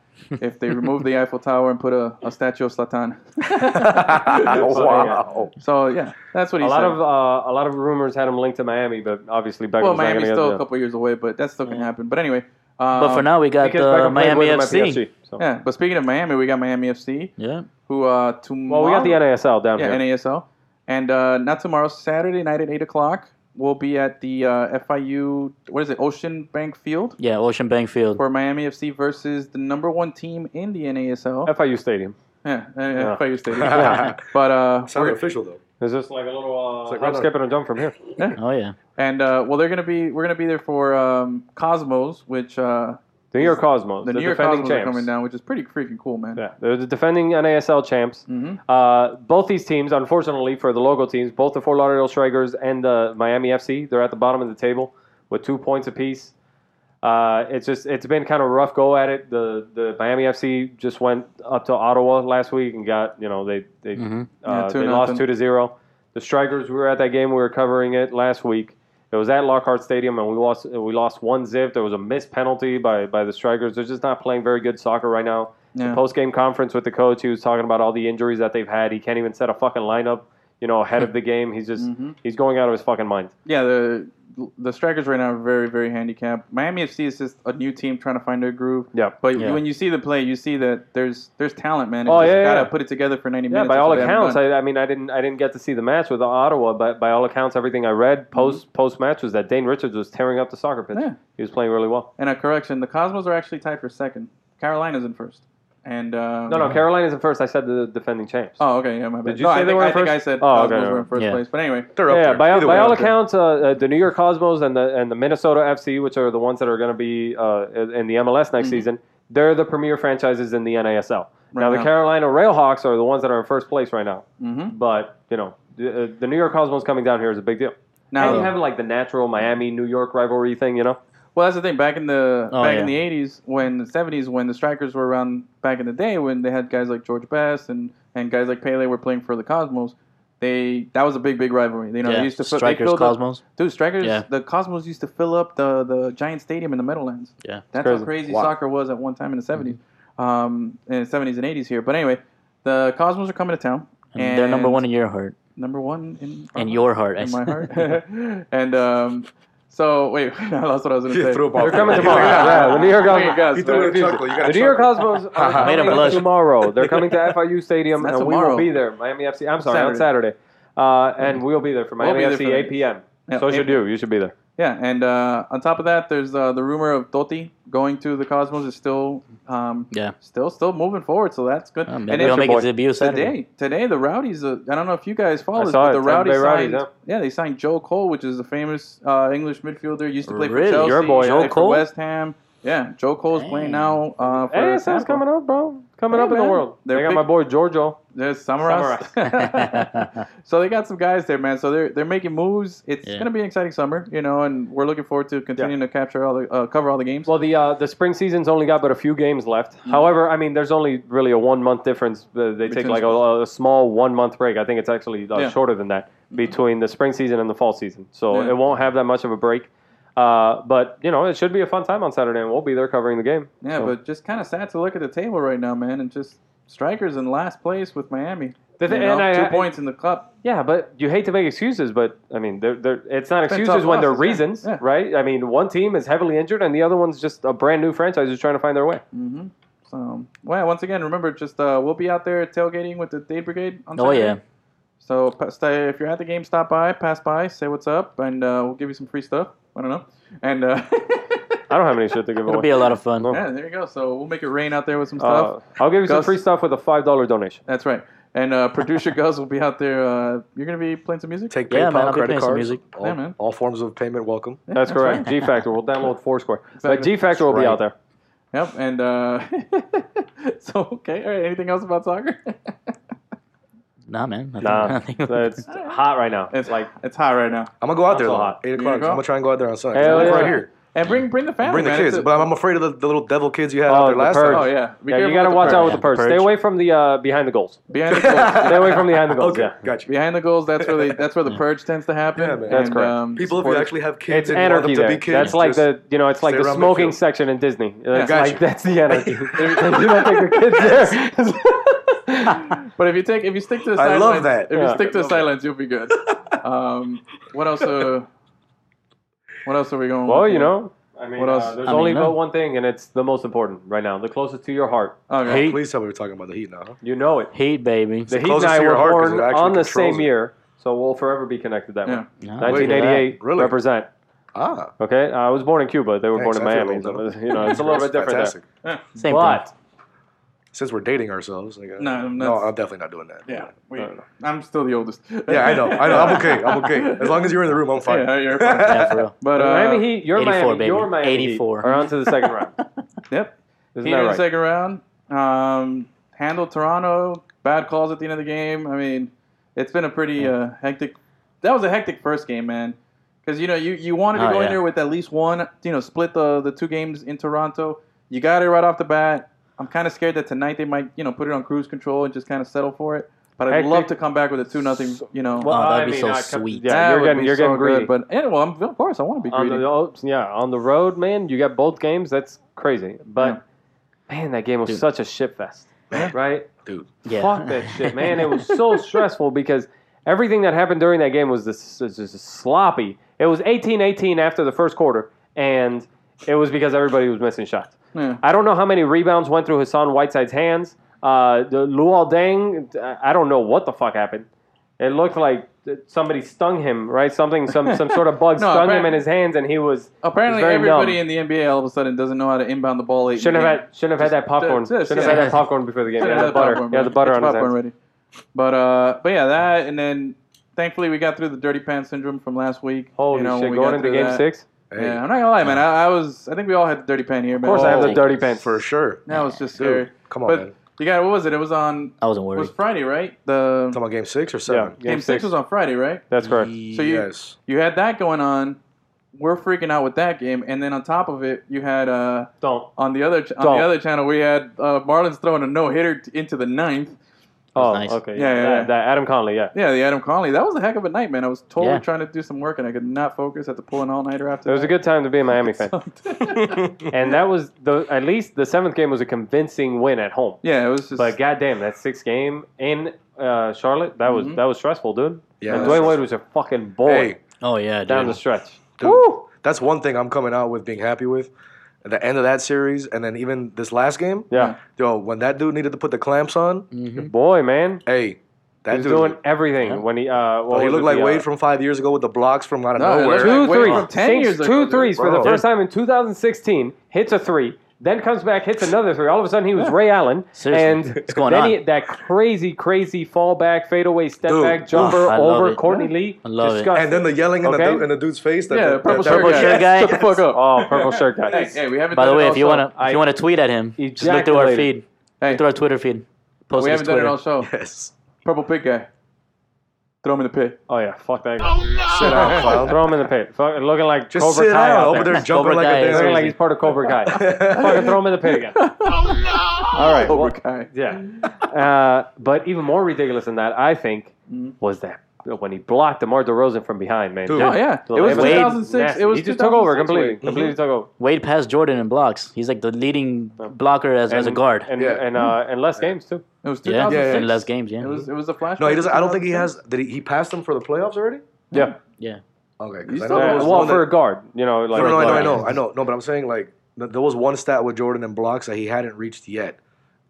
if they remove the Eiffel Tower and put a, a statue of Slatan.
wow.
so yeah, that's what
A
he
lot
said.
of uh, a lot of rumors had him linked to Miami, but obviously Beckham's
well,
not
Miami's
gonna get-
still
yeah.
a couple years away, but that still can happen. But anyway, um,
But for now, we got
Because
uh,
Beckham played
Miami
with him at
FC.
PSG, so.
yeah. But speaking of Miami, we got Miami FC
Yeah,
who uh, tomorrow.
Well, we got the NASL down
yeah,
here.
NASL. And uh, not tomorrow, Saturday night at 8 o'clock, we'll be at the uh, FIU, what is it, Ocean Bank Field
yeah. Ocean Bank Field.
for Miami FC versus the number one team in the NASL.
FIU Stadium.
yeah, uh, FIU Stadium.
Yeah.
But, uh,
Sounded
we're-
official though.
It's just like a little uh,
like
hop,
right on.
skip, and a jump from here.
Oh yeah.
and, uh, well, they're going to be, we're going to be there for um, Cosmos, which uh,
New York Cosmos,
the
the,
New York
defending
Cosmos are
champs.
coming down, which is pretty freaking cool, man.
Yeah, they're the defending NASL champs.
Mhm.
Uh, both these teams, unfortunately for the local teams, both the Fort Lauderdale Strikers and the Miami FC, they're at the bottom of the table with two points apiece. Uh, it's just it's been kind of a rough go at it. The the Miami FC just went up to Ottawa last week and got you know they they
Mhm.
uh,
Yeah, two
they
nothing.
lost two to zero. The Strikers, we were at that game. We were covering it last week. It was at Lockhart Stadium, and we lost. We lost one zip. There was a missed penalty by by the Strikers. They're just not playing very good soccer right now.
Yeah.
Post game conference with the coach, he was talking about all the injuries that they've had. He can't even set a fucking lineup, you know, ahead of the game. He's just
Mhm.
he's going out of his fucking mind.
Yeah, the the strikers right now are very, very handicapped. Miami FC is just a new team trying to find their groove.
Yeah.
But
Yeah.
when you see the play, you see that there's there's talent, man. It's
Oh,
just
yeah,
gotta
yeah.
put it together for 90
Yeah,
minutes.
by
That's
all
what they haven't
accounts,
done.
I, I mean, I didn't, I didn't get to see the match with Ottawa, but by all accounts, everything I read post post match was that Dane Richards was tearing up the soccer pitch.
Mm-hmm. Yeah.
He was playing really well.
and a correction: the Cosmos are actually tied for second. Carolina's in first. And uh,
No, no, Carolina's in first. I said the defending champs.
Oh, okay, yeah, my bad.
Did you
no,
say
I
they
think,
were
I
in
think I
first?
said
Oh,
Cosmos
okay,
were in first
yeah.
place. But anyway,
They're up
yeah,
there.
by,
Either
by
way,
all
up there.
accounts, uh, uh, the New York Cosmos and the and the Minnesota FC, which are the ones that are going to be uh, in the MLS next season, they're the premier franchises in the NASL. now, the
now.
Carolina Railhawks are the ones that are in first place right now.
Mhm.
But you know, the, uh, the New York Cosmos coming down here is a big deal.
now
and you have like the natural Miami New York rivalry thing, you know.
Well, that's the thing. Back in the
Oh,
back
yeah.
in the '80s, when the '70s, when the strikers were around, back in the day, when they had guys like George Best and, and guys like Pele were playing for the Cosmos, they that was a big big rivalry. You know,
Yeah.
they used to fill- they
Strikers
filled up-
Cosmos.
dude, strikers.
Yeah.
The Cosmos used to fill up the the giant stadium in the Meadowlands.
Yeah.
That's
crazy.
how crazy
Wow.
soccer was at one time in the '70s,
Mm-hmm.
um, in the '70s and '80s here. But anyway, the Cosmos are coming to town,
And they're number one in your heart.
number one in
In your heart. I
in
s-
my heart. and um, So wait, I lost what I was going to say.
Threw a ball.
They're coming
Yeah.
tomorrow. Yeah, the New York
Wait,
Cosmos.
guys,
He threw it
man.
in a chuckle. You got
The New York Cosmos are
Haha.
Made him
coming
blush.
tomorrow. They're coming to FIU Stadium,
Not
and we
tomorrow. Mm.
will be there. Miami FC. I'm sorry, on Saturday, uh, and we'll be there for
We'll
Miami
be there
FC
for
8 p.m.
Yeah,
so should
8.
you. You should be there.
Yeah, and uh, on top of that, there's uh, the rumor of Totti going to the Cosmos is still, um,
Yeah.
still, still moving forward. So that's good.
Um,
and
maybe
if-
he'll make his
boy.
debut Saturday.
today, today the Rowdies. Uh, I don't know if you guys follow
I
this,
saw
but
it, Tampa
the Rowdies
Bay Rowdies,
signed. yeah. they signed Joe Cole, which is the famous uh, English midfielder. Used to play
Really?
for Chelsea.
Your boy,
played
Joe
for
Cole?
West Ham. Yeah, Joe Cole's
Dang.
playing now uh, for
Hey, something's
Tampa.
coming up, bro. Coming
Hey,
up in
man.
the world.
They're
they got
big-
my boy Giorgio.
There's Samaras. so they got some guys there, man. So they're they're making moves. It's
Yeah.
gonna be an exciting summer, you know, and we're looking forward to continuing to capture all the uh, cover all the games.
Well, the uh, the spring season's only got but a few games left. However, I mean, there's only really a one month difference. Uh, They take
Mm. Between
like a, a small one month break. I think it's actually uh,
Yeah. Mm-hmm.
shorter than that between the spring season and the fall season. So
Yeah.
it won't have that much of a break. Uh, but you know, it should be a fun time on Saturday, and we'll be there covering the game.
yeah,
So-
but just kind of sad to look at the table right now, man, and just strikers in last place with Miami.
The
You
thi-
know,
and I-
two
I-
points in the cup.
yeah, but you hate to make excuses, but I mean, they're, they're, it's not
It's been
excuses
tough
when they're
losses, yeah.
reasons,
Yeah.
right? I mean, one team is heavily injured, and the other one's just a brand new franchise who's trying to find their way.
hmm So, well, once again, remember, just uh, we'll be out there tailgating with the Day Brigade. on
oh
Saturday.
yeah,
So pa- stay, if you're at the game, stop by, pass by, say what's up, and uh, we'll give you some free stuff. I don't know. And uh,
I don't have any shit to give
it'll
away.
be a lot of fun.
No.
yeah, there you go. So we'll make it rain out there with some stuff.
Uh, I'll give you some
Gus-
free stuff with a five dollar donation.
That's right. And uh, producer Gus will be out there. Uh, you're gonna be playing some music.
Take PayPal,
Yeah, man, I'll be
credit
playing some
cards,
music.
All,
Yeah, man.
all forms of payment welcome.
That's correct. G Factor. We'll download Foursquare. But G Factor will be out there.
Yep. And uh, so okay. All right. Anything else about soccer?
Nah, man. I
Nah,
think- I think-
it's hot right now.
it's like it's hot right now.
I'm gonna go out there
so
though.
hot.
Eight
gonna
o'clock. I'm
go?
gonna try and go out there on Sunday.
Hell
Look
yeah.
right here.
And bring bring the family.
Bring the
man. It's
kids,
a-
but I'm afraid of the, the little devil kids you had
Oh,
out there
the
last
purge.
oh
time.
yeah. Be
yeah,
careful
you got to
with the
watch
purge.
out with the purge.
Purge.
Stay away from the uh, behind the goals.
Behind the goals.
Stay away from behind the goals.
Okay,
Yeah.
gotcha.
Behind the goals. That's where they. That's where the purge tends to happen.
Yeah, man. That's
and,
correct.
Um,
People, if you
support-
actually have kids,
It's
and
anarchy
want them
there.
to be kids,
that's like
just-
the you know, it's like
stay
the
around
smoking
midfield.
section in Disney. That's
Gotcha.
like that's the anarchy. you don't take your kids there.
But if you take, if you stick to the
I
silence,
love that.
If
Yeah.
you stick to the silence, you'll be good. um, what else? Uh, what else are we going?
well,
with
you
here?
know, I mean,
What
uh,
else?
there's
I mean,
only
no.
but one thing, and it's the most important right now. The closest to your heart,
Okay.
Hate.
Please tell me we're talking about the heat now. huh?
you know it.
Heat, baby.
The Heat and
closest
I
to your
were
heart 'cause
born
it actually
on the
controls
same
it.
year, so we'll forever be connected that
Yeah.
way.
No, look at that.
1988,
Really?
represent.
Ah,
Okay, Uh, I was born in Cuba. They were born
thanks.
in
I feel
Miami.
old now.
So, you know, it's a little bit
That's
different
fantastic.
there.
Same
but
thing.
Since we're dating ourselves, like, uh,
No, I'm
no,
not-
I'm definitely not doing that.
Yeah, we,
No, no, no.
I'm still the oldest.
Yeah, I know. I know. I'm okay. I'm okay. As long as you're in the room, I'm fine.
Yeah, you're fine.
Yeah, for real.
But
the
uh,
Miami Heat, your
84,
Miami,
baby.
your Miami
84.
Heat are on to the second round.
Yep.
Isn't
Heat
that
in the
right?
second round. Um, handled Toronto. Bad calls at the end of the game. I mean, it's been a pretty uh, hectic. That was a hectic first game, man. Because you know you, you wanted to
Oh,
go
yeah.
in there with at least one. You know, split the the two games in Toronto. You got it right off the bat. I'm kind of scared that tonight they might you know put it on cruise control and just kind of settle for it. But I'd
Hectic.
love to come back with a two nothing. You know, Uh,
Well,
Oh, that'd
I
be
mean,
so
I-
sweet.
Yeah,
That
you're
would
getting,
be
you're
so
getting
good.
greedy.
But yeah, well, I'm, of course I want to be
on
greedy.
the, oh, yeah, on the road, man, you got both games. That's crazy. But man, that game was
Dude.
such a shit fest, right?
Dude.
Yeah.
Fuck that shit, man. It was so stressful because everything that happened during that game was this, this, this sloppy. It was 18-18 after the first quarter, and it was because everybody was missing shots.
Yeah.
I don't know how many rebounds went through Hassan Whiteside's hands. Uh, the Luol Deng, I don't know what the fuck happened. It looked like that somebody stung him, right? Something, some, some sort of bug
No,
stung him
apparent-
in his hands, and he was
Apparently,
He's very
everybody
numb.
in the NBA all of a sudden doesn't know how to inbound the ball. late in
shouldn't
the
have
game.
had shouldn't have had that popcorn.
just-
Shouldn't have
yeah.
had that popcorn before the game.
Yeah,
Yeah, the
the
butter.
popcorn,
Yeah, the
man.
butter
Get
on
your
his
popcorn
hands.
ready. But uh, but yeah, that and then thankfully we got through the dirty pants syndrome from last week.
Holy
you know,
shit!
when we got
Going into
through
game
that.
six,
Hey,
Yeah, I'm not gonna lie, man. I, I was. I think we all had the dirty pen here,
of
man.
course, I have the
Oh,
dirty pants
for sure.
That was just scary.
Dude, come on,
but
man.
you got what was it? It was on.
I wasn't
It was
worried.
Friday, right? The
Talking about game six or
Yeah,
seven?
game six.
was on Friday, right?
That's correct.
So you-
yes.
You had that going on. We're freaking out with that game, and then on top of it, you had uh,
Don't.
on the other ch- on
Don't.
the other channel we had uh, Marlins throwing a no hitter into the ninth.
Oh,
nice.
okay.
Yeah, yeah,
That-
yeah.
that Adam Conley. Yeah.
Yeah, the Adam Conley. That was a heck of a night, man. I was totally
Yeah.
trying to do some work and I could not focus. Had to pull an all nighter after.
It was a good time to be a Miami fan.
good.
And that was the at least the seventh game was a convincing win at home.
yeah, it was just.
But goddamn, that sixth game in uh, Charlotte, that was
Mhm.
that was stressful, dude.
Yeah,
and
that's
Dwayne Wade was a fucking boy
Hey,
Oh yeah, dude.
down the stretch.
dude,
Woo!
that's one thing I'm coming out with being happy with. At the end of that series, and then even this last game,
Yeah.
yo, when that dude needed to put the clamps on,
Mm-hmm.
Boy, man.
hey, that
He's
dude,
doing everything
Yeah.
when he uh
oh,
what
he
was
looked
it,
like
the, uh,
Wade from five years ago with the blocks from out of
No, it
nowhere.
looked
two
Wait,
threes,
from 10
Sinks
years ago,
two
dude.
threes for the
Bro.
first time in 2016. Hits a three, then comes back, hits another three. All of a sudden, he was Ray Allen,
Seriously.
and
What's going
then
on?
He, that crazy, crazy fallback, fadeaway, step
Dude.
back jumper
Oof, I love
over
it.
Courtney Lee.
I love it.
Disgusting.
and then the yelling in, the
Okay.
dude, in the dude's face. That,
Yeah,
that,
purple
that-
shirt
purple
guy.
shirt guy.
Shut the fuck up.
oh, purple shirt guy.
Hey, hey, we haven't
By
done
the way,
it all
if you
show.
want to, if
I-
you want to tweet at him, just look through our
Ejaculated.
feed,
Hey,
through our Twitter feed. Post
we
his
haven't done it
Twitter.
all show.
Yes.
Purple pig guy. Throw him in the pit.
Oh yeah, fuck that guy.
Sit down, clown.
Throw him in the pit. Fuck, looking like
Just
Cobra
sit
Kai
down
out
over there
there.
jumping
Cobra
like
Kai
a
is
Looking
damn.
like he's part of Cobra Kai. Fucking throw him in the pit again. All right. well-
Cobra Kai.
Yeah. Uh, but even more ridiculous than that, I think,
Mm.
was that when he blocked DeMar DeRozan from behind, man.
Dude.
Oh yeah, it
Wade-
was
Wade-
2006.
Nasty.
It was
he just took over
2006
completely.
Mm-hmm.
Wade.
Completely took over.
Wade passed Jordan in blocks. He's like the leading blocker as, as a guard.
And
Yeah.
and, uh, and less games too.
It was
yeah,
2006.
in less games. Yeah,
It was it was a flash.
No, he doesn't. I don't think he has. Did he, he pass them for the playoffs already?
Yeah.
yeah.
Okay.
He's
Because I
still
know there was
well,
one that-
for a guard, you know, like
No, no, no, I know, I know,
Yeah.
I know. No, but I'm saying like th- there was one stat with Jordan and blocks that he hadn't reached yet,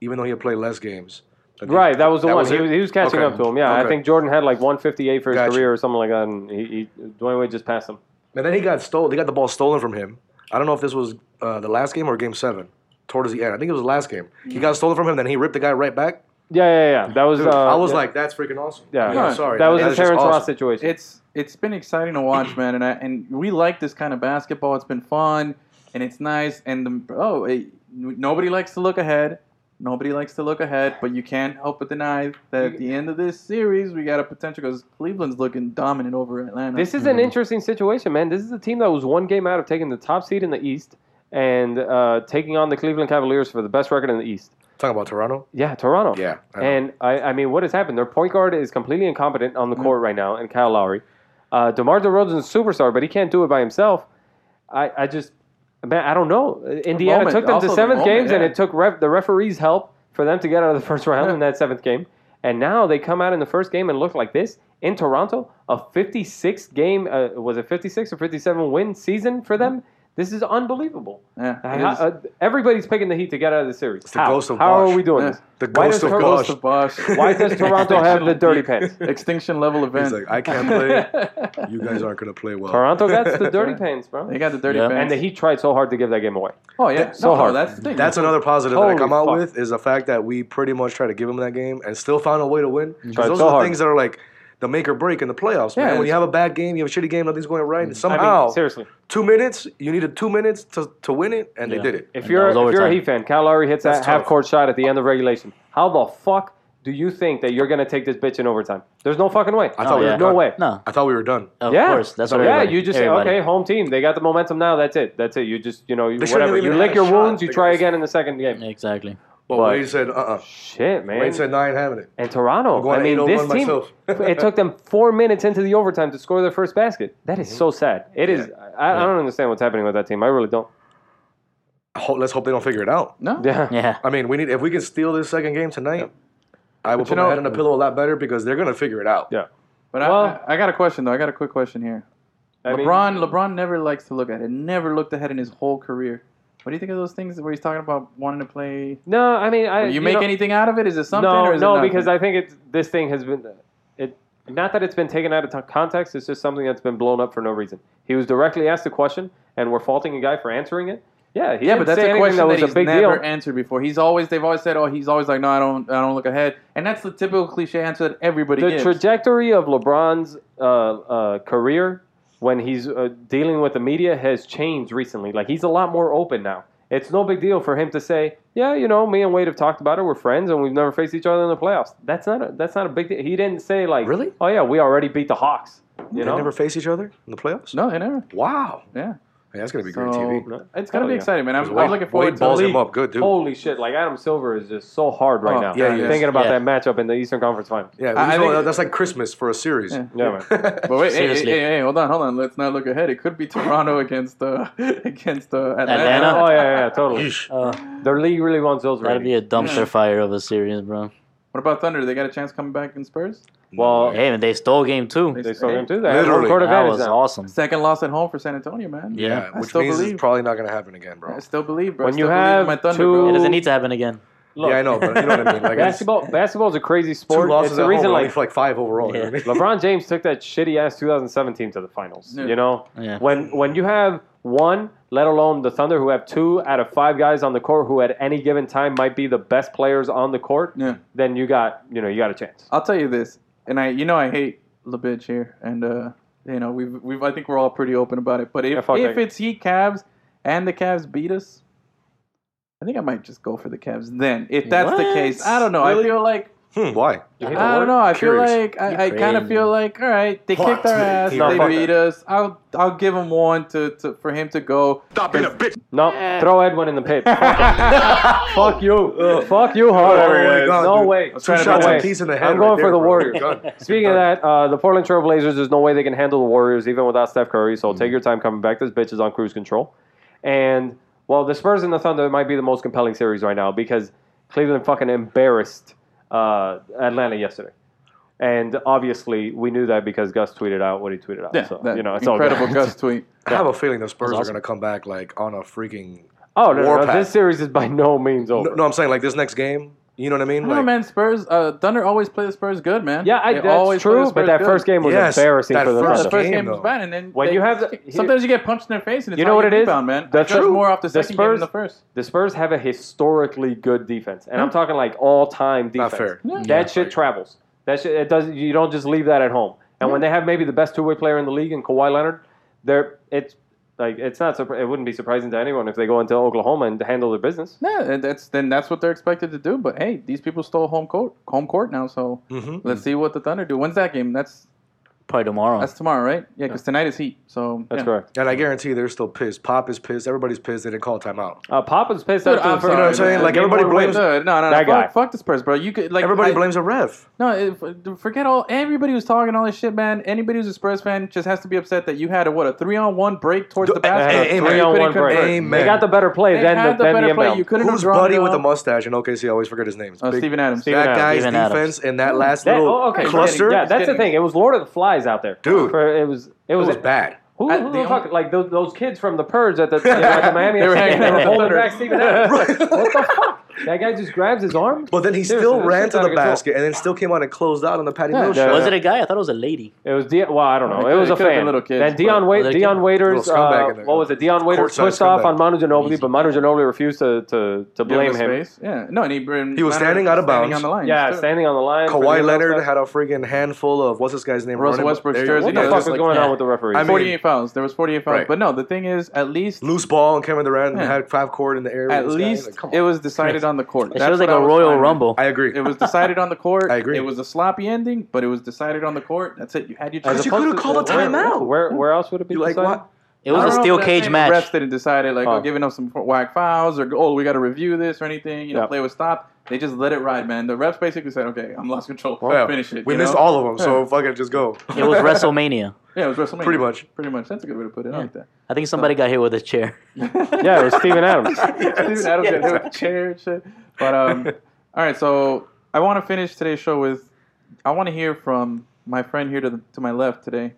even though he had played less games. I think-
Right, that was the one. he,
it?
was, he was catching
Okay.
up to him. Yeah, I
Okay.
think Jordan had like 158 for his
Gotcha.
career or something like that, and he, he Dwayne Wade just passed him.
And then he got stolen. They got the ball stolen from him. I don't know if this was uh, the last game or game seven, towards the end. I think it was the last game. He got stolen from him, then he ripped the guy right back.
Yeah, yeah, yeah. That was.
Dude,
uh,
I was
yeah.
like, that's freaking awesome.
Yeah.
I'm sorry.
that was the
is just
Terrence Ross
awesome.
situation.
It's it's been exciting to watch, man, and I, and we like this kind of basketball. It's been fun and it's nice. And the, oh, it, nobody likes to look ahead. Nobody likes to look ahead, but you can't help but deny that at the end of this series, we got a potential because Cleveland's looking dominant over Atlanta.
This is an interesting situation, man. This is a team that was one game out of taking the top seed in the East and uh, taking on the Cleveland Cavaliers for the best record in the East.
Talking about Toronto.
Yeah, Toronto.
Yeah, I know.
and I, I mean, what has happened? Their point guard is completely incompetent on the court right now, and Kyle Lowry. Uh, DeMar DeRozan's a superstar, but he can't do it by himself. I, I just, man, I don't know. Indiana
moment.
took them
Also
to
the
seventh
moment,
games, and
yeah.
it took ref, the referee's help for them to get out of the first round in that seventh game. And now they come out in the first game and look like this in Toronto, a 56 game, uh, was it 56 or 57 win season for them? This is unbelievable.
Yeah,
I-
it is.
uh, everybody's picking the Heat to get out of the series.
the
How,
ghost of
How
Bosch.
are we doing
Yeah.
this?
The
Why
ghost
does
of
Toronto-
Bosch.
Ghost of Bosch.
Uh, Why does Toronto have the dirty pants?
extinction level event?
He's like, I can't play. you guys aren't gonna play well.
Toronto gets the dirty pants, bro.
they got the dirty
Yeah.
pants.
And the Heat tried so hard to give that game away.
oh yeah,
so
No,
hard.
That's the thing.
That's another positive that I
Holy
come out
fuck.
with is the fact that we pretty much try to give them that game and still found a way to win. 'Cause
Tried
those
so
are the
hard.
things that are like the make or break in the playoffs.
Yeah,
man. When
it's-
you have a bad game, you have a shitty game, nothing's going
Mm.
right.
I mean,
Somehow,
seriously.
two minutes, you needed two minutes to, to win it, and
Yeah.
they did it.
If
And
you're,
that
if
was
you're a
overtime.
Heat fan, Kyle Lowry hits
That's
that
tough.
half-court shot at the end of regulation. How the fuck do you think that you're going to take this bitch in overtime? There's no fucking way.
I thought we
yeah.
were
No
done.
way.
No,
I thought we were done.
of
yeah.
course. That's what.
Yeah,
everybody-
you just say,
everybody.
okay, home team. They got the momentum now. That's it. That's it. You just, you know, you,
shouldn't
whatever.
have
You
even
lick
had a
your
shot.
wounds. You
They
try
could've-
again in the second game.
Exactly.
But
But-
Wade said, uh uh
Shit, man.
Wade said, no, I ain't having it.
And
I'm
Toronto.
going
I mean,
8-0
this
run
team.
myself.
it took them four minutes into the overtime to score their first basket. Mhm. That is so sad. It is. I, I don't understand what's happening with that team. I really don't.
Ho- let's hope they don't figure it out.
no.
Yeah.
Yeah.
I mean, we need if we can steal this second game tonight, I will
But
put
you
my
know-
head on the pillow a lot better because they're gonna figure it out.
Yeah.
But
Well-
I, I got a question though. I got a quick question here.
I mean- uh,
LeBron, LeBron never likes to look at it. Never looked ahead in his whole career. What do you think of those things where he's talking about wanting to play?
No, I mean, I.
Do you, make
know,
anything out of it? Is it something?
No,
or is it
no,
nothing?
because I think it's this thing has been, it not that it's been taken out of t- context. It's just something that's been blown up for no reason. He was directly asked a question, and we're faulting a guy for answering it. Yeah, he
yeah,
didn't
but that's
say
a
anything
question
that
that,
was
he's
a big
never
deal.
answered before. He's always they've always said, oh, he's always like, no, I don't, I don't look ahead, and that's the typical cliche answer that everybody
the
gives.
trajectory of LeBron's uh, uh, career when he's uh, dealing with the media has changed recently. Like he's a lot more open now. It's no big deal for him to say, "Yeah, you know, me and Wade have talked about it. We're friends, and we've never faced each other in the playoffs." That's not a, that's not a big deal. He didn't say like,
Really?
Oh yeah, we already beat the Hawks." You
They
know,
never face each other in the playoffs.
no, they never.
Wow,
Yeah,
Hey, that's gonna be great
So-
TV.
No,
it's gonna
hell
be
yeah.
exciting, man. I'm,
Wade-
I'm looking forward
Wade
to
balls
it.
him up good, dude.
Holy shit! Like Adam Silver is just so hard right
Oh,
now.
yeah, he is.
thinking about
Yeah.
that matchup in the Eastern Conference Final.
I-
Yeah,
I
he's all-
think-
that's like Christmas for a series.
Yeah.
Yeah, man.
But wait, hey, hey,
Seriously.
hey, hey, hold on, hold on. Let's not look ahead. It could be Toronto against uh, against uh, Atlanta.
Atlanta?
oh yeah, yeah, totally.
Yeesh.
Uh,
Their league really wants those
that'd
ratings.
be a dumpster fire of a series, bro.
What What about Thunder? They got a chance coming back in Spurs?
Oh.
Well,
Hey, and they stole game two.
They-
they saw him do that.
Literally.
One-court
That
advantage
was
now.
awesome.
Second loss at home for San Antonio, man.
Yeah.
yeah,
I
which
still
means
believe.
it's probably not gonna happen again, bro.
I still believe, bro. I
When you
still believe in
have
my Thunder,
two-
bro.
It doesn't
Ooh.
need to happen again.
Look,
yeah, I know, but you know what I mean. Like it's
Basketball, basketball is a crazy
two
sport. it's
losses at
the
home,
reason,
like,
like,
only like five overall.
Yeah.
You know what I mean?
LeBron James took that shitty ass 2017 to the finals.
Yeah.
You know,
Yeah.
when when you have one, let alone the Thunder, who have two out of five guys on the court who at any given time might be the best players on the court,
Yeah. Uh,
then you got you know you got a chance.
I'll tell you this, and I, you know, I hate LeBitch here, and uh, you know, we've, we've, I think we're all pretty open about it. But
Yeah,
if
fuck
if
that.
it's Heat Cavs and the Cavs beat us, I think I might just go for the Cavs then. If that's the
What?
case, I don't know. I
Really?
feel like
Hmm, why?
You hate the word?
I don't know. I
Curious.
feel like
You
I, I kind of
crazy.
feel like all right, they
Fuck
kicked our
me.
ass,
No,
they
fuck
beat us. I'll I'll give him one to, to for him to go. Stop being a bitch.
No, throw Edwin in the pit. Fuck you. Fuck you hard.
Oh my God,
no
dude.
way.
trying
No
to put some
way.
peas in the head
I'm
right
going
there,
for the
bro.
Warriors.
You're done.
Speaking of that, uh, the Portland Trail Blazers, there's no way they can handle the Warriors even without Steph Curry. So
Mm-hmm.
take your time coming back. This bitch is on cruise control. And well, the Spurs and the Thunder might be the most compelling series right now because Cleveland fucking embarrassed uh, Atlanta yesterday. And obviously, we knew that because Gus tweeted out what he tweeted out.
Yeah,
so,
that
you know, it's all good.
incredible Gus tweet.
I have a feeling the Spurs are
awesome.
gonna come back like on a freaking.
Oh no, no, no,
Warpath.
this series is by no means over.
No, no, I'm saying like this next game. You know what I mean?
I don't know,
Like,
man. Spurs, uh, Thunder always play the Spurs good, man.
Yeah, I,
They
that's
play the
true.
Spurs
But that
good.
first game was
Yes,
embarrassing
that
for the
first
Well,
Thunder.
the first
game,
game was
though.
bad, and then
When
they-
you have the-
sometimes you get punched in the face, and it's
You
how
know what it is?
rebound, man.
That's
I trust
true.
More off the,
The
second game than
Spurs-
the first.
The Spurs have a historically good defense, and I'm talking like all-time
Not
defense.
fair.
That
Yeah.
shit travels. That shit it doesn't. You don't just leave that at home. And when they have maybe the best two-way player in the league in Kawhi Leonard, they're it's like it's not. surpri- It wouldn't be surprising to anyone if they go into Oklahoma and handle their business.
Yeah, and that's then that's what they're expected to do. But hey, these people stole home court, home court now. So
Mhm.
Mm-hmm.
let's see what the Thunder do. When's that game? That's
Probably tomorrow.
that's tomorrow, right? Yeah, because tonight is Heat. So
That's
yeah.
correct.
And I guarantee they're still pissed. Pop is pissed. Everybody's pissed. They didn't call timeout.
Uh, Pop was pissed
Dude,
after
I'm
the first.
sorry,
You know what I'm saying?
man.
Like, everybody
Game one
blames-
win.
uh, No, no, no.
That
Fuck,
guy.
fuck the Spurs, bro. You could like
Everybody
I-
blames a ref.
No, if, forget all. Everybody who's talking all this shit, man. Anybody who's a Spurs fan just has to be upset that you had a what a three on one break towards
Duh,
the
eh,
They had
basket.
a
amen.
You couldn't
three-on-one break.
convert.
Amen.
They got the better play
They
than
had
the,
the
than the
better play.
inbound.
You couldn't
Who's
have drawn
buddy
it
with
up.
the mustache in OKC? I always forget his name. It's
Uh,
big-
Steven Adams.
Steven
that
Adams.
guy's
Steven Adams.
defense and that last
That-
little
oh, okay.
cluster.
Yeah, that's the
Kidding.
thing. It was Lord of the Flies out there,
Dude.
For- it was. It
It
was.
was bad.
Who,
I-
who the
the
fuck?
only-
Like those, those kids from the Purge at the, you know, at the Miami.
They were
Heat,
hanging out with
holding
Thunder.
back Steven Adams. what the fuck? That guy just grabs his arm.
But then he
Seriously,
still
this
ran
shit's
to
out
the
of control.
basket and then still came out and closed out on the Patty
Yeah.
Mills
Yeah.
shot.
was it a guy? I thought it was a lady.
It was De- well, I don't know.
It
It
could-
was
it
a
could have
fan.
been little kids,
then Dion
but-
Wait,
Little
Dion
kid.
Waiters.
Little scumbag
Uh,
in there.
what was it? Dion Waiters
Courtside
pushed off
scumbag.
on Manu Ginobili,
Easy.
but Manu Ginobili refused to to, to
Give
blame
the
him.
space. Yeah, no, and he, and
He
Leonard
was standing out of
standing
bounds.
on the line.
Yeah,
Still.
standing on the line. for the
Kawhi
inbound
Leonard
stuff.
had a freaking handful of what's this guy's name?
Russell
Running-
Westbrook's
there you go.
jersey.
What the
Yeah,
fuck
just
was going
yeah.
on with the referees?
I mean-
48 fouls. There was 48 fouls.
Right.
But no, the thing is, at least
Loose ball and Kevin Durant
Yeah.
had five court in the air. with
at
this guy.
least
Like, come on.
it was decided on the court.
It
That's
feels like
what I
a
was
Royal
fine with.
Rumble.
I agree.
It was decided on the court.
I agree.
It was a sloppy ending, but it was decided on the court. That's it. You had your
As
chance.
you
opposed
could've
to-
called a
where-
timeout.
Where where else would it be?
You like
decided?
what?
It was
I
a
don't know
steel
if they're
cage
saying
match.
Refs didn't decide it, like,
Oh.
oh, giving up some whack fouls or, oh, we got to review this or anything. You know,
Yeah.
play was stopped. They just let it ride, man. The refs basically said, okay, I'm lost control.
Yeah.
Finish it.
We
you
missed
know?
all of them, so fuck it, just go.
It was WrestleMania.
Yeah, it was WrestleMania.
Pretty much.
Pretty much. That's a good way to put it. I like that.
I think somebody got hit with a chair.
Yeah, it was Steven Adams.
Steven Adams got hit with a chair and shit. But um, all right, so I want to finish today's show with I want to hear from my friend here to the, to my left today,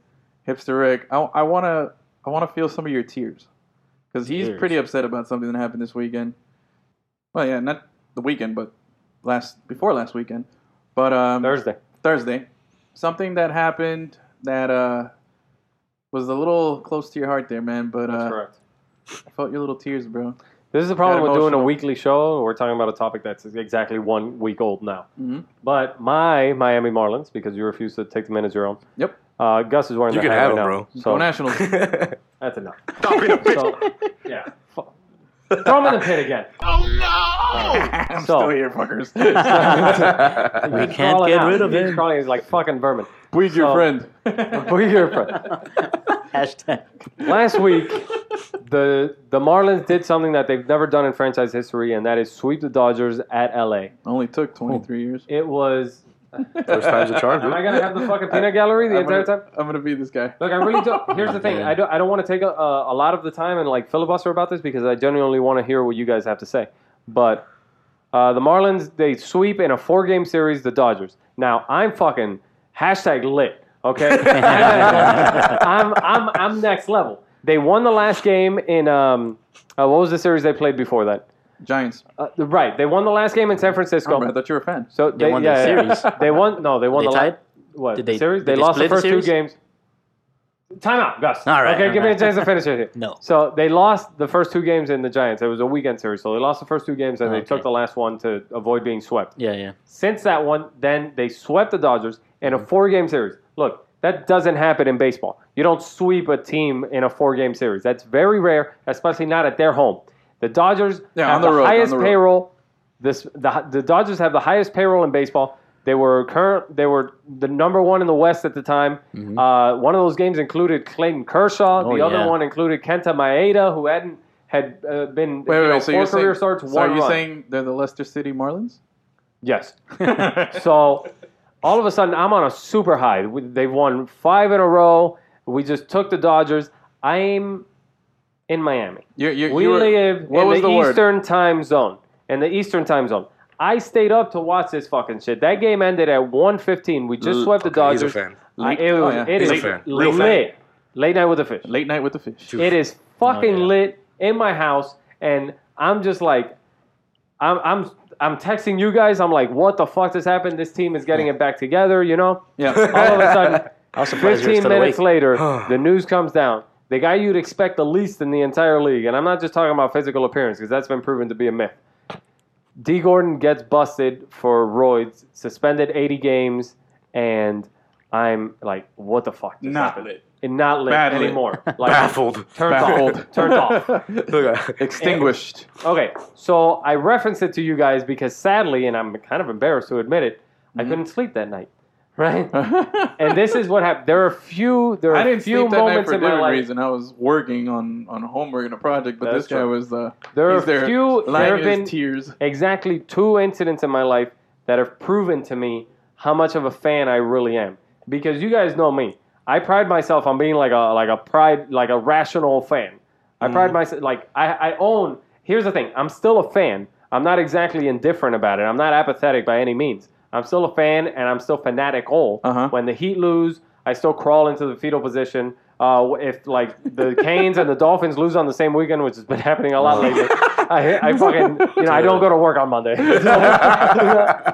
Hipster Rick. I I want to I want to feel some of your tears because he's
Tears.
pretty upset about something that happened this weekend. Well, yeah, not the weekend, but last before last weekend, but um,
Thursday.
Thursday, something that happened that uh was a little close to your heart there, man. But uh,
Correct.
I felt your little tears, bro.
This is the problem
Got
with doing a
emotional.
weekly show. We're talking about a topic that's exactly one week old now.
Mhm.
But my Miami Marlins, because you refuse to take them in as your own.
Yep.
Uh, Gus is wearing
You
the
can
hat
have
right
them,
now,
Go
So
Nationals.
that's enough. So, yeah. Fu- Throw him in the pit again.
I'm
So-
still here, fuckers.
We
He's
can't
crawling
get
out.
rid of
He's
him.
crawling. He's like fucking vermin.
We's
So-
your friend.
We're here for
Hashtag.
last week the the Marlins did something that they've never done in franchise history, and that is sweep the Dodgers at LA.
Only took 23 years.
It was.
First time's a charm,
Am I
dude.
gonna have the fucking peanut gallery the
I'm
entire
gonna,
time?
I'm gonna be this guy.
Look, I really don't. Here's the thing. I don't. I don't want to take a, a, a lot of the time and like filibuster about this because I genuinely want to hear what you guys have to say. But Uh, the Marlins they sweep in a four game series the Dodgers. Now I'm fucking hashtag lit. Okay, I'm, I'm I'm next level. They won the last game in um, uh, what was the series they played before that?
Giants.
Uh, right, they won the last game in San Francisco.
I thought you were a fan.
So they,
won the
yeah, yeah, yeah.
series.
They won. No, they won
They
the la-
tied?
What
Did
the
they-
series?
did
They
they
lost the
split the
first two
series?
games. Time out, Gus.
All right,
Okay,
all
give me a
right.
chance to finish it. here.
No.
So they lost the first two games in the Giants. It was a weekend series, so they lost the first two games and they
Oh, Okay.
took the last one to avoid being swept.
Yeah, yeah.
Since that one, then they swept the Dodgers in a
Mm-hmm.
four-game series. Look, that doesn't happen in baseball. You don't sweep a team in a four-game series. That's very rare, especially not at their home. The Dodgers
Yeah,
have
on the road, on
highest
the road.
payroll. This the, the Dodgers have the highest payroll in baseball. They were current. They were the number one in the West at the time.
Mm-hmm.
Uh, one of those games included Clayton Kershaw.
Oh,
the other
yeah.
one included Kenta Maeda, who hadn't had uh, been
Wait,
you
wait,
know,
wait. So
four
you're
career
saying,
starts,
so
one
are you
run.
saying they're the Leicester City Marlins?
Yes. so all of a sudden, I'm on a super high. We- They've won five in a row. We just took the Dodgers. I'm in Miami.
You're, you're,
We
you were-
live
what
in
was
the,
the word?
Eastern time zone. In the Eastern time zone. I stayed up to watch this fucking shit. That game ended at 1:15. We just
L-
swept the
Okay, he's
Dodgers.
a fan.
I- it was,
Oh, yeah.
it
He's a
is
fan.
lit.
Real
Late night with the fish.
Late night with the fish.
It is fucking
Oh, yeah.
lit in my house, and I'm just like, I'm I'm I'm texting you guys. I'm like, what the fuck just happened? This team is getting it back together, you know.
Yeah.
All of a sudden,
I was surprised you were
15
still
minutes
awake.
later, the news comes down. The guy you'd expect the least in the entire league, and I'm not just talking about physical appearance because that's been proven to be a myth. D. Gordon gets busted for roids, suspended 80 games, and I'm like, what the fuck? just
Not
happened?
lit.
And not lit
Bad lit.
anymore. Like,
Baffled.
Turned
Baffled.
off. Turned off.
Look, I-
Extinguished.
Okay, so I referenced it to you guys because sadly, and I'm kind of embarrassed to admit it,
Mm-hmm.
I couldn't sleep that night. Right? and this is what happened. There are a few. There are
I didn't
few
sleep that night
moments
for a
in my
different
life.
reason. I was working on, on homework and a project, but
That's
this guy
true.
was the.
There are
he's there
few-
lying
there have
in
been-
his tears.
exactly two incidents in my life that have proven to me how much of a fan I really am. Because you guys know me, I pride myself on being like a like a pride like a rational fan. I pride myself like I, I own. Here's the thing: I'm still a fan. I'm not exactly indifferent about it. I'm not apathetic by any means. I'm still a fan, and I'm still fanatical.
Uh-huh.
When the Heat lose, I still crawl into the fetal position. Uh, if like the Canes and the Dolphins lose on the same weekend, which has been happening a lot lately, I, I fucking you know I don't go to work on Monday.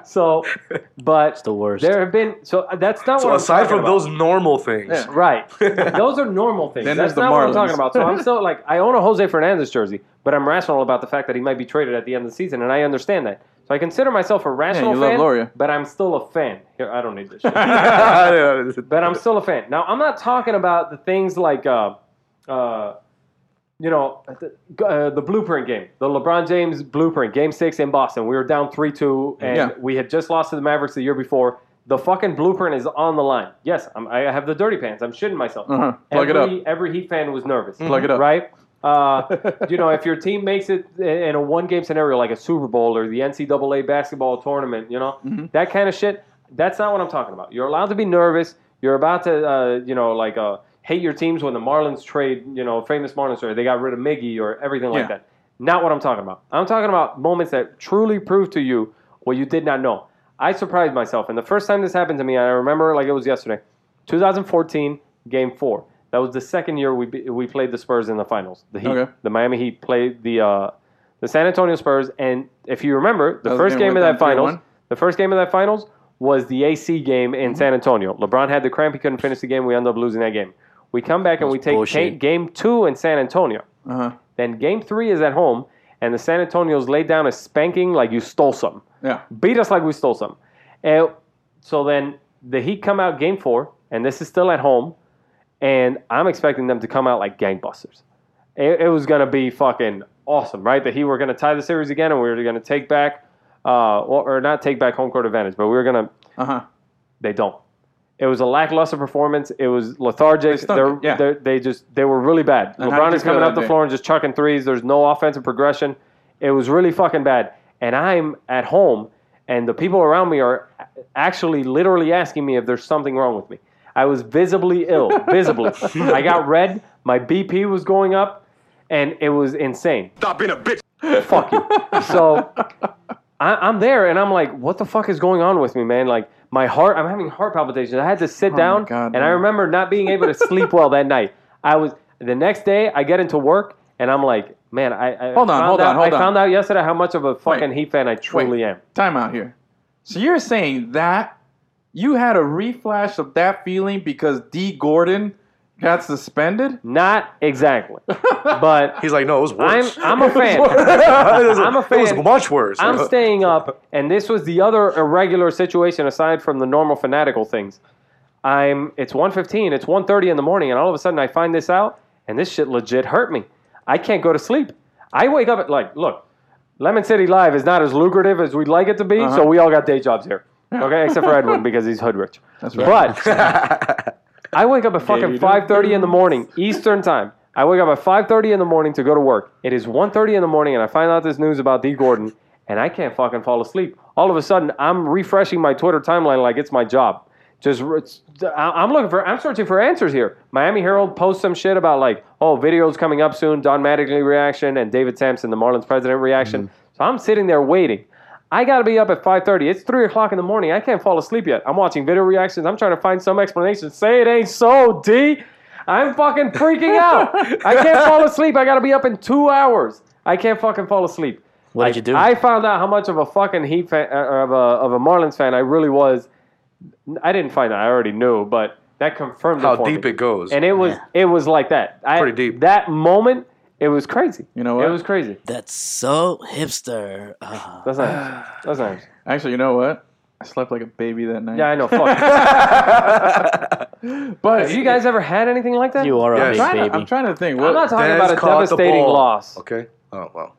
so,
It's
but
the worst.
there have been so that's not
so
what. I'm
aside
talking
from
about.
those normal things,
Yeah.
Right. Those are normal things.
Then
That's
there's the
not what I'm
Marlins.
talking about. So I'm still like, I own a Jose Fernandez jersey, but I'm rational about the fact that he might be traded at the end of the season, and I understand that. So I consider myself a rational
you love
fan,
Loria.
but I'm still a fan. Here, I don't need this shit. but I'm still a fan. Now, I'm not talking about the things like, uh, uh, you know, the, uh, the blueprint game, the LeBron James blueprint, game six in Boston. We were down 3 2, and
Yeah.
we had just lost to the Mavericks the year before. The fucking blueprint is on the line. Yes, I'm, I have the dirty pants. I'm shitting myself.
Uh-huh. Plug it
every,
up.
Every Heat fan was nervous.
Plug it up.
Right? Uh, you know, if your team makes it in a one game scenario like a Super Bowl or the NCAA basketball tournament, you know,
Mm-hmm.
that kind of shit, that's not what I'm talking about. You're allowed to be nervous. You're about to, uh, you know, like uh, hate your teams when the Marlins trade, you know, famous Marlins trade, they got rid of Miggy or everything like
Yeah.
that. Not what I'm talking about. I'm talking about moments that truly prove to you what you did not know. I surprised myself. And the first time this happened to me, and I remember it like it was yesterday. 2014, Game Four. That was the second year we be- we played the Spurs in the finals. The Heat,
Okay.
the Miami Heat played the uh, the San Antonio Spurs, and if you remember, the
That was
first
the game
game of
we
that
went down
finals,
3-1.
the first game of that finals was the AC game in
Mm-hmm.
San Antonio. LeBron had the cramp; he couldn't finish the game. We ended up losing that game. We come back and we take
bullshit.
ta- game two in San Antonio.
Uh-huh.
Then game three is at home, and the San Antonio's laid down a spanking like you stole some
Yeah.
beat us like we stole some. And so then the Heat come out game four, and this is still at home, and I'm expecting them to come out like gangbusters. It, it was gonna be fucking awesome, right? That Heat were gonna tie the series again, and we were gonna take back, uh, or, or not take back home court advantage, but we were gonna.
Uh huh.
They don't. It was a lackluster performance. It was lethargic. They
They stunk,
are
yeah.
they're, they just they were really bad.
And how
LeBron
did
is
you feel
coming
that
up the
day?
floor and just chucking threes. There's no offensive progression. It was really fucking bad. And I'm at home, and the people around me are actually literally asking me if there's something wrong with me. I was visibly ill. visibly, I got red. My BP was going up, and it was insane. Stop being a bitch. Fuck you. So I, I'm there and I'm like, what the fuck is going on with me, man? Like my heart, I'm having heart palpitations. I had to sit
Oh my
down,
God,
and
man.
I remember not being able to sleep well that night. I was the next day. I get into work and I'm like, man, I, I
Hold on,
found
hold on,
out-
hold
I
on.
found out yesterday how much of a fucking Heat fan I truly am.
Time out here. So you're saying that you had a reflash of that feeling because D. Gordon got suspended?
Not exactly, but
He's like, no, it was
I'm
worse.
I'm a fan. I'm a
It
fan.
was much worse.
I'm staying up, and this was the other irregular situation aside from the normal fanatical things. I'm it's 1:15, it's 1:30 in the morning, and all of a sudden I find this out, and this shit legit hurt me. I can't go to sleep. I wake up at like, look, Lemon City Live is not as lucrative as we'd like it to be, so we all got day jobs here. Okay, except for Edwin because he's hood rich. That's
right.
But I wake up at fucking
you do.
5:30 in the morning Eastern time. I wake up at 5:30 in the morning to go to work. It is 1:30 in the morning and I find out this news about D Gordon and I can't fucking fall asleep. All of a sudden I'm refreshing my Twitter timeline like it's my job. Just re- it's- I- I'm looking for I'm searching for answers here. Miami Herald posts some shit about like, "Oh, videos coming up soon, Don Mattingly reaction and David Sampson, the Marlins president reaction." So I'm sitting there waiting. I got to be up at 5:30. It's three o'clock in the morning. I can't fall asleep yet. I'm watching video reactions. I'm trying to find some explanation. Say it ain't so, D. I'm fucking freaking out. I can't fall asleep. I got to be up in two hours. I can't fucking fall asleep.
What did you do?
I found out how much of a fucking Heat fan, or of a of a Marlins fan I really was. I didn't find out. I already knew, but that confirmed
how
it for
deep
me.
it goes.
And it was it was like that. I,
Pretty deep.
That moment, it was crazy.
You know what?
It was crazy.
That's so hipster. Ah.
That's not. That's not.
Actually, you know what? I slept like a baby that night.
Yeah, I know. Fuck.
but
Have you guys ever had anything like that?
you are a big
Yes.
I'm trying,
baby.
to, I'm trying to think.
I'm
What
not talking
Dez
about a
caught the
devastating
ball.
loss.
okay. Oh well.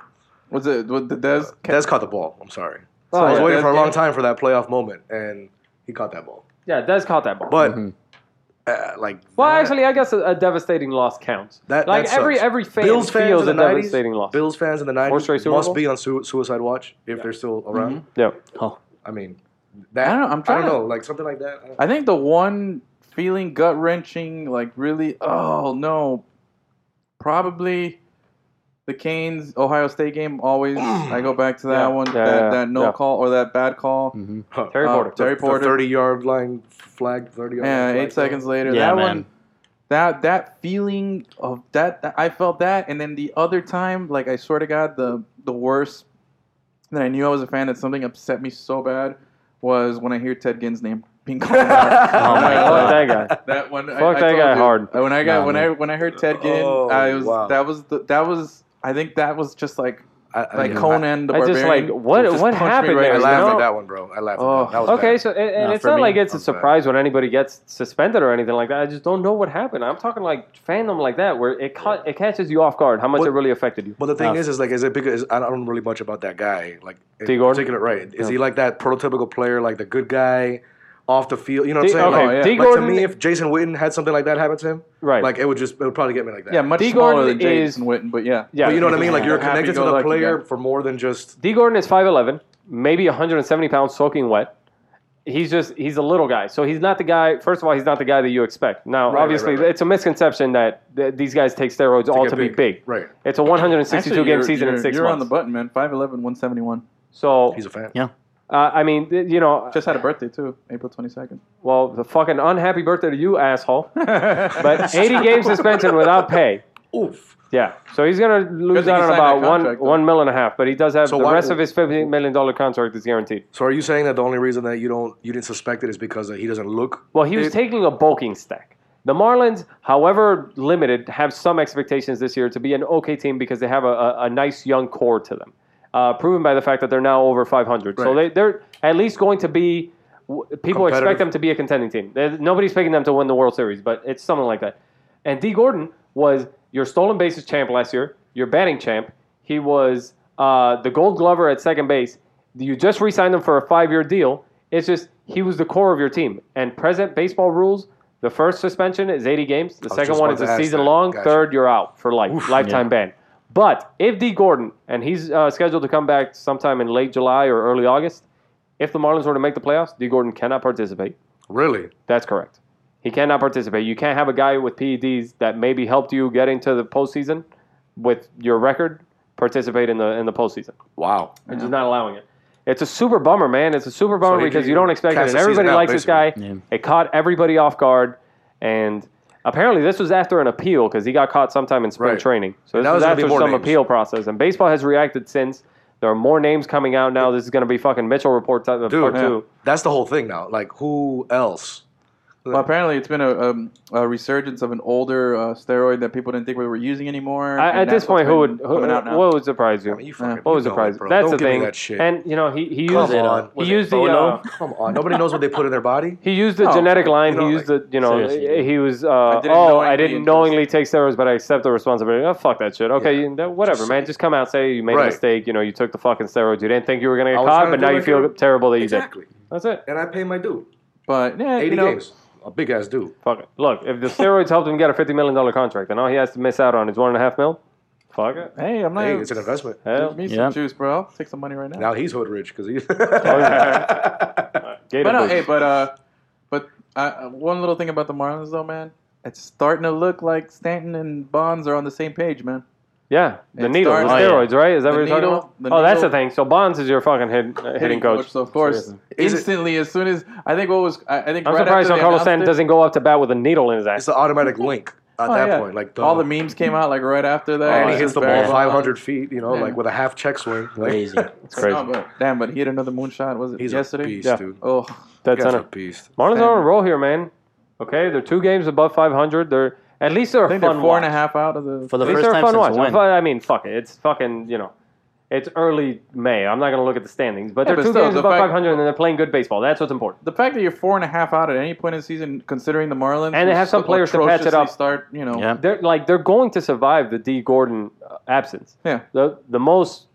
was it? What did Des?
Dez caught the ball. I'm sorry.
Oh,
I was
yeah,
waiting
Dez
for a long
did.
time for that playoff moment, and he caught that ball.
Yeah, Des caught that ball.
But uh, like,
Mm-hmm. well,
that-
actually, I guess a, a devastating loss counts.
that,
like
that
every
sucks.
every fan
Bills fans
feels
in the
a
90s,
devastating loss.
Bills fans in the
Horse race
90s
Super
must
Bowl? Mm-hmm.
be on su- suicide watch if they're still around.
yeah.
oh.
I mean, that
I
I
don't know,
don't,
I'm trying to-
know, like something like that.
I think the one feeling gut wrenching, like really, oh no, probably the Canes Ohio State game. Always, I go back to that
Yeah,
one.
yeah,
that,
yeah,
that no
yeah.
call or that bad call.
Mm.
Huh.
Terry
Uh,
Porter.
Terry
The
Porter.
thirty-yard line flag. Thirty. yard
Yeah,
line flag.
eight seconds later.
Yeah,
that
man.
one that that feeling of that, that- I felt that and then the other time, like I swear to God, the the worst that I knew I was a fan that something upset me so bad was when I hear Ted Ginn's name being called out.
Oh
Fuck
my God.
that guy.
That one,
Fuck that guy hard.
When I got
Nah,
when
man.
I when I heard Ted Ginn,
Oh,
I was
wow.
that was the, that was I think that was just like
I, I,
like
yeah,
Conan the
I just,
Barbarian.
like, what-
Just
what
punched me
happened
I,
there?
I
you
laughed
know?
at that one, bro. I laughed.
Oh,
at that. that was
Okay,
bad.
so and, and
Nah,
it's
for
not
me,
like it's a
I'm bad.
surprise when anybody gets suspended or anything like that. I just don't know what happened. I'm talking like fandom like that where it caught, it catches you off guard how much
But-
it really affected you.
But the thing
Uh,
is, is like, is it because I don't know really much about that guy, like in
T. Gordon?
particular, right? Is he like that prototypical player, like the good guy off the field? You know what
D-
I'm saying?
okay,
like,
D.
like,
Gordon-
to me, if Jason Witten had something like that happen to him,
Right.
Like it would just, it would probably get me like that.
Yeah, much
D.
smaller
Gordon
than
is-
Jason Witten, but yeah.
Yeah.
But you know what I mean? Like
Yeah.
you're connected to the
Happy-go-lucky
player
guy.
for more than just.
D Gordon is 5'11, maybe 170 pounds soaking wet. He's just he's a little guy, so he's not the guy. First of all, he's not the guy that you expect. Now,
right,
obviously,
right, right.
it's a misconception that th- these guys take steroids all
get
to
big.
be big.
Right.
It's a 162
Actually,
game
you're-
season in
you're-
6
You're on
months.
the button, man. 5'11", 171.
so,
He's a fan.
Yeah.
uh, I mean, th- you know,
Just had a birthday too, April twenty second.
well, the fucking unhappy birthday to you, asshole. But
but
80 game suspension without pay.
Oof.
Yeah, so he's gonna lose
thing
out
he
on
signed
about
that
one
contract, though.
one mil and a half, but he does have
So
the
why-
rest of his 15 million dollar contract is guaranteed.
So are you saying that the only reason that you don't, you didn't suspect it is because he doesn't look?
Well, he was
Dude.
taking a bulking stack. The Marlins, however limited, have some expectations this year to be an okay team because they have a, a, a nice young core to them, uh, proven by the fact that they're now over 500. So they,
Right.
they're at least going to be. w- People expect
Competitive.
them to be a contending team. They're- nobody's picking them to win the World Series, but it's something like that. And D. Gordon was your stolen bases champ last year, your batting champ. He was uh, the Gold Glover at second base. You just re-signed him for a five-year deal. It's just he was the core of your team. And present baseball rules: the first suspension is 80 games. The
was
second
just
one
about
is
to
a
ask
season
that.
long.
Gotcha.
Third, you're out for life, lifetime ban. But if D. Gordon and he's uh, scheduled to come back sometime in late July or early August, if the Marlins were to make the playoffs, D. Gordon cannot participate.
Really?
That's correct. He cannot participate. You can't have a guy with PEDs that maybe helped you get into the postseason with your record participate in the in the postseason.
Wow.
They're just not allowing it. It's a super bummer, man. It's a super bummer
he-
because
he
you don't expect
cast
it. And
the season
everybody
out,
likes this guy.
basically.
It caught everybody off guard, and apparently this was after an appeal because he got caught sometime in spring
Right.
training. So
And
this
now
was
there's gonna be
after
more
some
names.
appeal process, and baseball has reacted since. There are more names coming out now. This is going to be fucking Mitchell report type of
Dude,
part two.
that's the whole thing now. Like, who else?
Well, apparently it's been a, um, a resurgence of an older uh, steroid that people didn't think we were using anymore.
I,
and
at this
that's what's
point, who would
been
who,
coming out now?
what would surprise you?
I mean, you fucking,
What
you
was
know it,
surprise?
bro.
That's
Don't
the
give
thing.
Me that shit.
And you know he he used
Come
it, uh,
on.
he
Was it
used the
Bolo?
uh,
Come on, nobody knows what they put in their body.
he used the
No,
genetic line.
you know,
he used the you know
Seriously.
he was uh,
didn't
oh
knowingly
I didn't
ingest-
knowingly take steroids, but I accept the responsibility. Oh fuck that shit. Okay,
Yeah.
you- that- whatever,
Just-
man. Just come out say you made a
Right.
mistake. You know you took the fucking steroids. You didn't think you were gonna
I
get
was
caught,
trying to
but
do
now you
like
feel
a-
terrible that you did.
Exactly.
That's it.
And I pay my due.
But yeah,
80
you know,
games. A big ass due.
Fuck it. Look, if the steroids helped him get a fifty million dollar contract, and all he has to miss out on is one and a half mil. Fuck it.
hey, I'm not.
Hey, it's an investment.
Hell,
Give me
Yeah.
some juice, bro. I'll take some money right now.
Now he's hood rich because he.
Oh, Gator
But no,
boots.
hey, but uh, but uh, one little thing about the Marlins though, man, it's starting to look like Stanton and Bonds are on the same page, man.
Yeah, the
It
needle, the
starts-
Oh, yeah.
steroids, right? Is that
The
what you're talking
needle-
about?
the
oh, that's the
needle-
thing. So Bonds is your fucking hit, uh, hitting, coach.
So of course,
Seriously.
Is it-
instantly, as soon as I think what was I I think
I'm
right
surprised
after they
Giancarlo
announced
Stanton
it-
doesn't go up to bat with a needle in his
it's
ass.
the automatic link at
Oh,
that
yeah.
point. Like
all the memes came out like right after that.
and
It's
he hits
just
the ball
very-
bad.
500 feet, you know,
Yeah.
like with a half check swing. Like,
Crazy.
It's crazy.
No, Oh, but, damn, but he hit another moonshot. Was it
He's
yesterday?
a beast,
Yeah.
dude.
Oh,
Dead
That's a
center.
beast.
Marlins are on a roll here, man. Okay, they're two games above 500. They're at least they're
I
a
think
fun
they're four
watch.
and a half out of the.
For the
At least
first
they're a
time
fun
since
watch.
when?
I mean, fuck it. It's fucking you know, it's early May. I'm not gonna look at the standings, but
Yeah,
they're
but
two
still,
games
the
above
fact-
500, and they're playing good baseball. That's what's important.
the fact that you're four and a half out at any point in the season, considering the Marlins,
And they
who
have some
so
players to patch it
atrociously
up.
Start, you know,
Yeah.
They're like they're going to survive the D Gordon uh, absence.
yeah.
The the most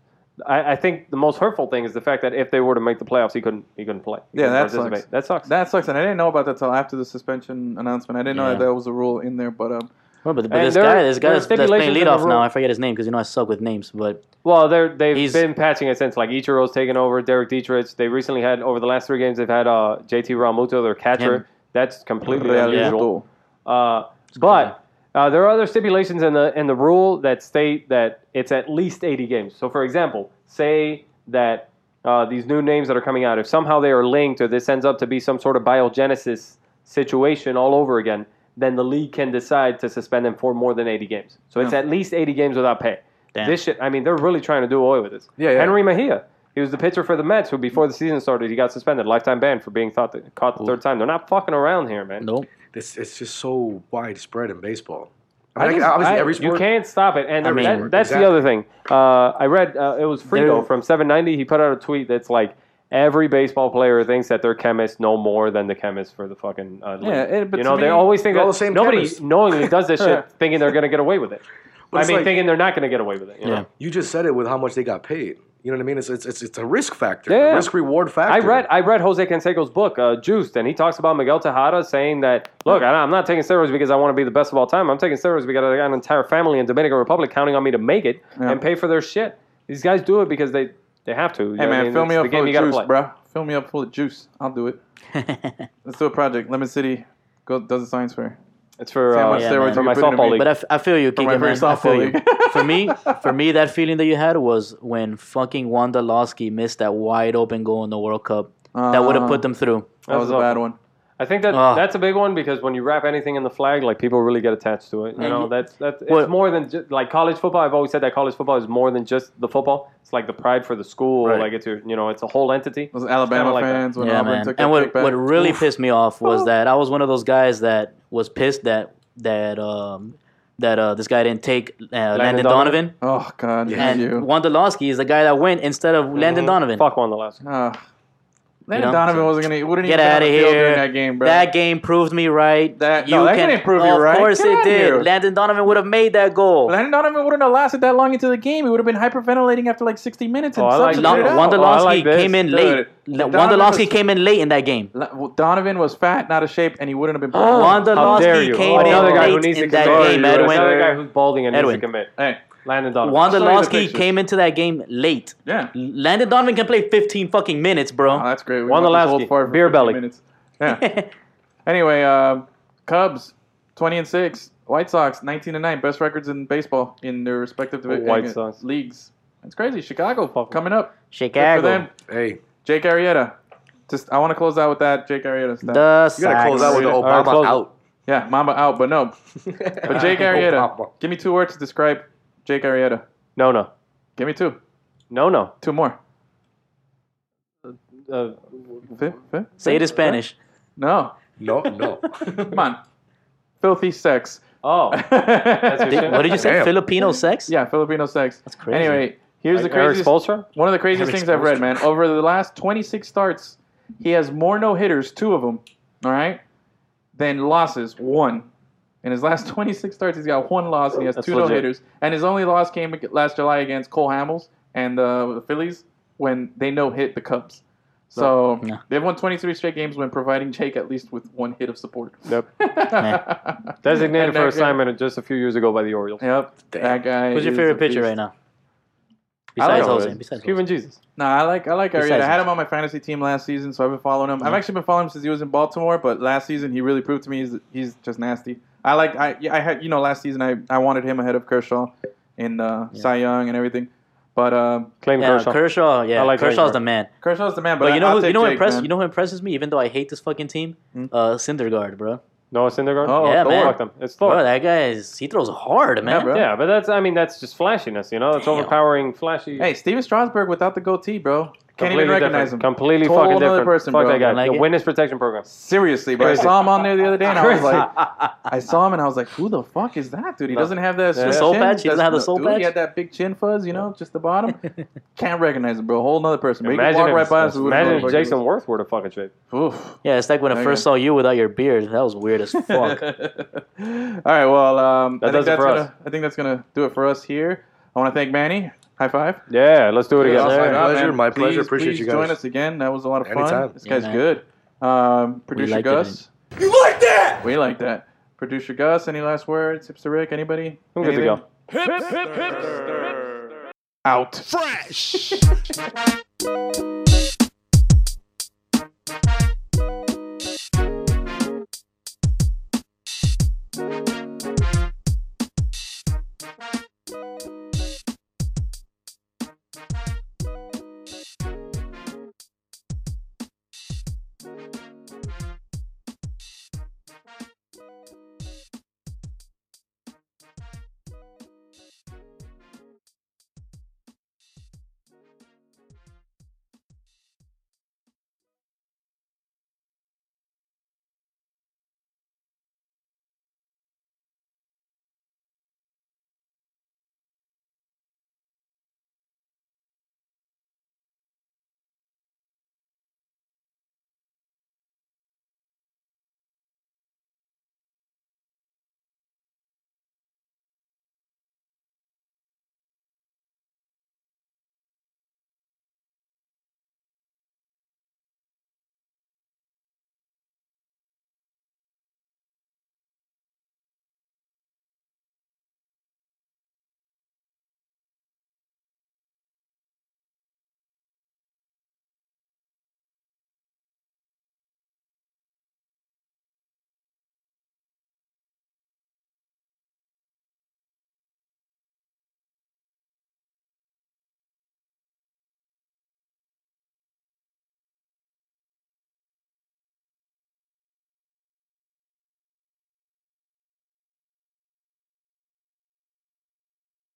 I, I think the most hurtful thing is the fact that if they were to make the playoffs, he couldn't he couldn't play. He
Yeah,
couldn't
that
participate.
sucks.
That sucks.
That sucks, and I didn't know about that till after the suspension announcement. I didn't know
Yeah.
that that was a rule in there, but um,
Well, but, but
And
this
there-
guy, this guy
there are
that's, that's playing
stipulations in the
leadoff
rule.
now. I forget his name because you know I suck with names. But
well, they're, they've
He's-
been patching it since like Ichiro's taken over, Derek Dietrich. They recently had over the last three games they've had uh, JT Realmuto, their catcher.
Him.
That's completely
Real
yeah.
unusual.
Madrid.
Uh, but uh, there are other stipulations in the in the rule that state that it's at least 80 games. So, for example, say that uh, these new names that are coming out, if somehow they are linked or this ends up to be some sort of biogenesis situation all over again, then the league can decide to suspend them for more than 80 games. So it's
Yeah.
at least 80 games without pay.
Damn.
This shit, I mean, they're really trying to do away with this.
Yeah, yeah.
Henry Mejia. He was the pitcher for the Mets who, before the season started, he got suspended, lifetime ban for being thought that, caught the third time. They're not fucking around here, man.
nope.
It's, it's just so widespread in baseball. I
I
mean, I
just-
can- obviously,
I-
every sport.
You can't stop it, and
I mean,
that, that's
exactly.
the other thing. Uh, I read uh, it was Frito
There-
from 790. He put out a tweet that's like every baseball player thinks that their chemist know more than the chemist for the fucking uh, league.
Yeah, it- but
you
to
know they
me,
always think
they're
that
all the same
nobody
chemist.
knowingly does this shit thinking they're gonna get away with it.
But
I
it's
mean,
like-
thinking they're not gonna get away with it. You
Yeah.
know?
You just said it with how much they got paid. You know what I mean? It's it's it's, it's a risk factor,
Yeah, yeah.
risk reward factor.
I read I read Jose Canseco's book, uh, Juiced, and he talks about Miguel Tejada saying that, look, I- I'm not taking steroids because I want to be the best of all time. I'm taking steroids because I got an entire family in Dominican Republic counting on me to make it
Yeah.
and pay for their shit. These guys do it because they, they have to. You
Hey
know what I
man,
mean?
fill me
It's
up
the
full
game
of
you gotta
juice,
play.
bro. Fill me up full of juice. I'll do it. Let's do a project. Lemon City go does a science fair.
It's for,
See how
uh,
much
Yeah,
for
steroids
you
my
can put in a
softball
week.
league.
But uh, I, f- I feel you,
my
Keegan, man.
first
I
softball
feel you.
league.
for me, for me, that feeling that you had was when fucking Wanda Losky missed that wide open goal in the World Cup. that would
Uh,
have put them through.
That was a
awful.
bad one.
I think that
Ugh.
that's a big one because when you wrap anything in the flag, like people really get attached to it. You
And
know,
you-
that's that's it's
What-
more than just, like college football. I've always said that college football is more than just the football. It's like the pride for the school.
Right.
Like it's your, you know, it's a whole entity.
Those Alabama
like that.
fans when
yeah,
Auburn
man.
took
And
that
what
kickback.
what really
Oof.
pissed me off was that I was one of those guys that was pissed that that um that uh this guy didn't take uh, Landon,
Donovan.
Donovan.
Oh God,
Yeah.
And
and you. Mm-hmm.
Wondolowski is the guy that went instead of Landon Donovan.
Fuck one the last.
Ah. Landon
know?
Donovan wasn't gonna. Wouldn't
Get
even
out of here.
During that game, bro.
That game proved me right.
That- no, that didn't prove you
of
right.
Of course
Get out
it
of
did.
here.
Landon Donovan would have made that goal.
Landon Donovan wouldn't have lasted that long into the game. He would have been hyperventilating after like 60 minutes. And
Oh, I like
substituted
Lon-
out.
Wanda- Oh, I
Wondolowski
like this.
came in
Dude,
late.
Donovan
Wondolowski
was-
cla- came in late in that game.
La- well, Donovan was fat, not a shape, and he wouldn't have been.
Wanda
How dare
Losky
you.
came
Another
in
guy who
late
needs to
in that
commit.
game,
Another
Another
Edwin.
guy who's balding and
Edwin.
needs to commit.
Hey,
Landon Donovan.
Wanda
I'll show you the
Losky
pictures.
came into that game late.
yeah.
Landon Donovan can play 15 fucking minutes, bro.
Oh, that's great. We
One
want
the
this
last
whole
game.
part for
Beer
15
belly.
Minutes. Yeah. anyway, um, Cubs, 20 and 6. White Sox, 19 and 9. Best records in baseball in their respective divi-
White
uh,
Sox.
leagues. It's crazy. Chicago coming up. Good for
Chicago.
them.
Hey,
Jake Arrieta. Just I want to close out with that Jake Arrieta stuff.
The
you gotta close out with the
All right,
Obama
close it.
out.
Yeah, Mamba out, but no. But Jake Arrieta.
Obama.
Give me two words to describe Jake Arrieta.
No, no,
Give me two.
no, no.
Two more.
Uh,
Fi- fi-
Say it in Spanish.
No.
No, no.
Come on. Filthy sex.
oh,
yeah,
your
Did- what did you say?
Damn.
Filipino sex?
Filipino sex. That's
crazy.
Anyway, here's the
like Eric
craziest.
Spoelstra?
One of the craziest
Eric's
things I've read, man. Over the last 26 starts, he has more no hitters, two of them, all right, than losses, one. In his last 26 starts, he's got one loss and he has
That's
two
legit.
no hitters. And his only loss came ag- last July against Cole Hamels and uh, the Phillies when they no hit the Cubs. So
No.
they've won 23 straight games when providing Jake at least with one hit of support.
Yep.
yep.
Designated
And
for
that-
assignment just a few years ago by the Orioles.
That guy.
Who's your
is a
favorite pitcher
beast.
right now?
I like
Besides Jose.
Jose.
Besides Jose.
Cuban Jesus.
No, I like I like
Besides
Arietta. I had
him.
him on my fantasy team last season, so I've been following him. I've
Mm-hmm.
actually been following him since he was in Baltimore, but last season he really proved to me he's he's just nasty. I like I yeah, I had you know last season I, I wanted him ahead of Kershaw and uh, Cy Young and everything, but um,
Clayton
Yeah,
Kershaw.
Kershaw. yeah,
I like
Kershaw's
Kershaw.
the man.
Kershaw's the man. But,
But you
I,
know
I'll
who you
take
know who
Jake,
impress,
man. Hmm?
you know who impresses me, even though I hate this fucking team? Uh Syndergaard, bro.
Noah Syndergaard.
Oh,
Yeah,
Fuck
man.
them. It's
Bro,
Thor.
that guy is he throws hard, man.
bro.
Yeah, but that's I mean that's just flashiness, you know. It's
Damn.
overpowering, flashy.
Hey, Steven Strasburg without the goatee, bro. Can't
completely
even recognize
different.
him.
Completely
Total
fucking
another
different.
person,
Fuck
bro.
that guy.
Don't like
the
it?
witness protection program.
Seriously, bro. I
Crazy.
saw him on there the other day, and I was like, I saw him, and I was like, who the fuck is that, dude? He
No.
doesn't have that
The
sweet
soul
chin.
patch? He doesn't have the
no,
soul
dude,
patch?
He had that big chin fuzz, you know, just the bottom. Can't recognize him, bro. Whole another person. But he could
Imagine
walk
if,
right by us. we wouldn't
imagine
know
if
who the
Jason Worth were the fucking shit.
fuck
Yeah, it's like when I
There
first
you
saw you without your beard. That was weird as fuck.
he is. Oof. All right, well, um,
That
I, think
does it
that's
for
gonna,
us.
I think that's going to do it for us here. I want to thank Manny. High five.
Yeah, let's do it
Yeah,
again.
awesome.
My
Yeah,
pleasure,
man.
my pleasure.
Please,
Appreciate
please
you guys.
Join us again. That was a lot of fun.
Anytime.
This guy's
Yeah, man.
good. Um, producer
liked it,
Gus. You like that? We like that. Producer Gus. Any last words? Hipster Rick. Anybody?
I'm good to
Anything?
go.
Out.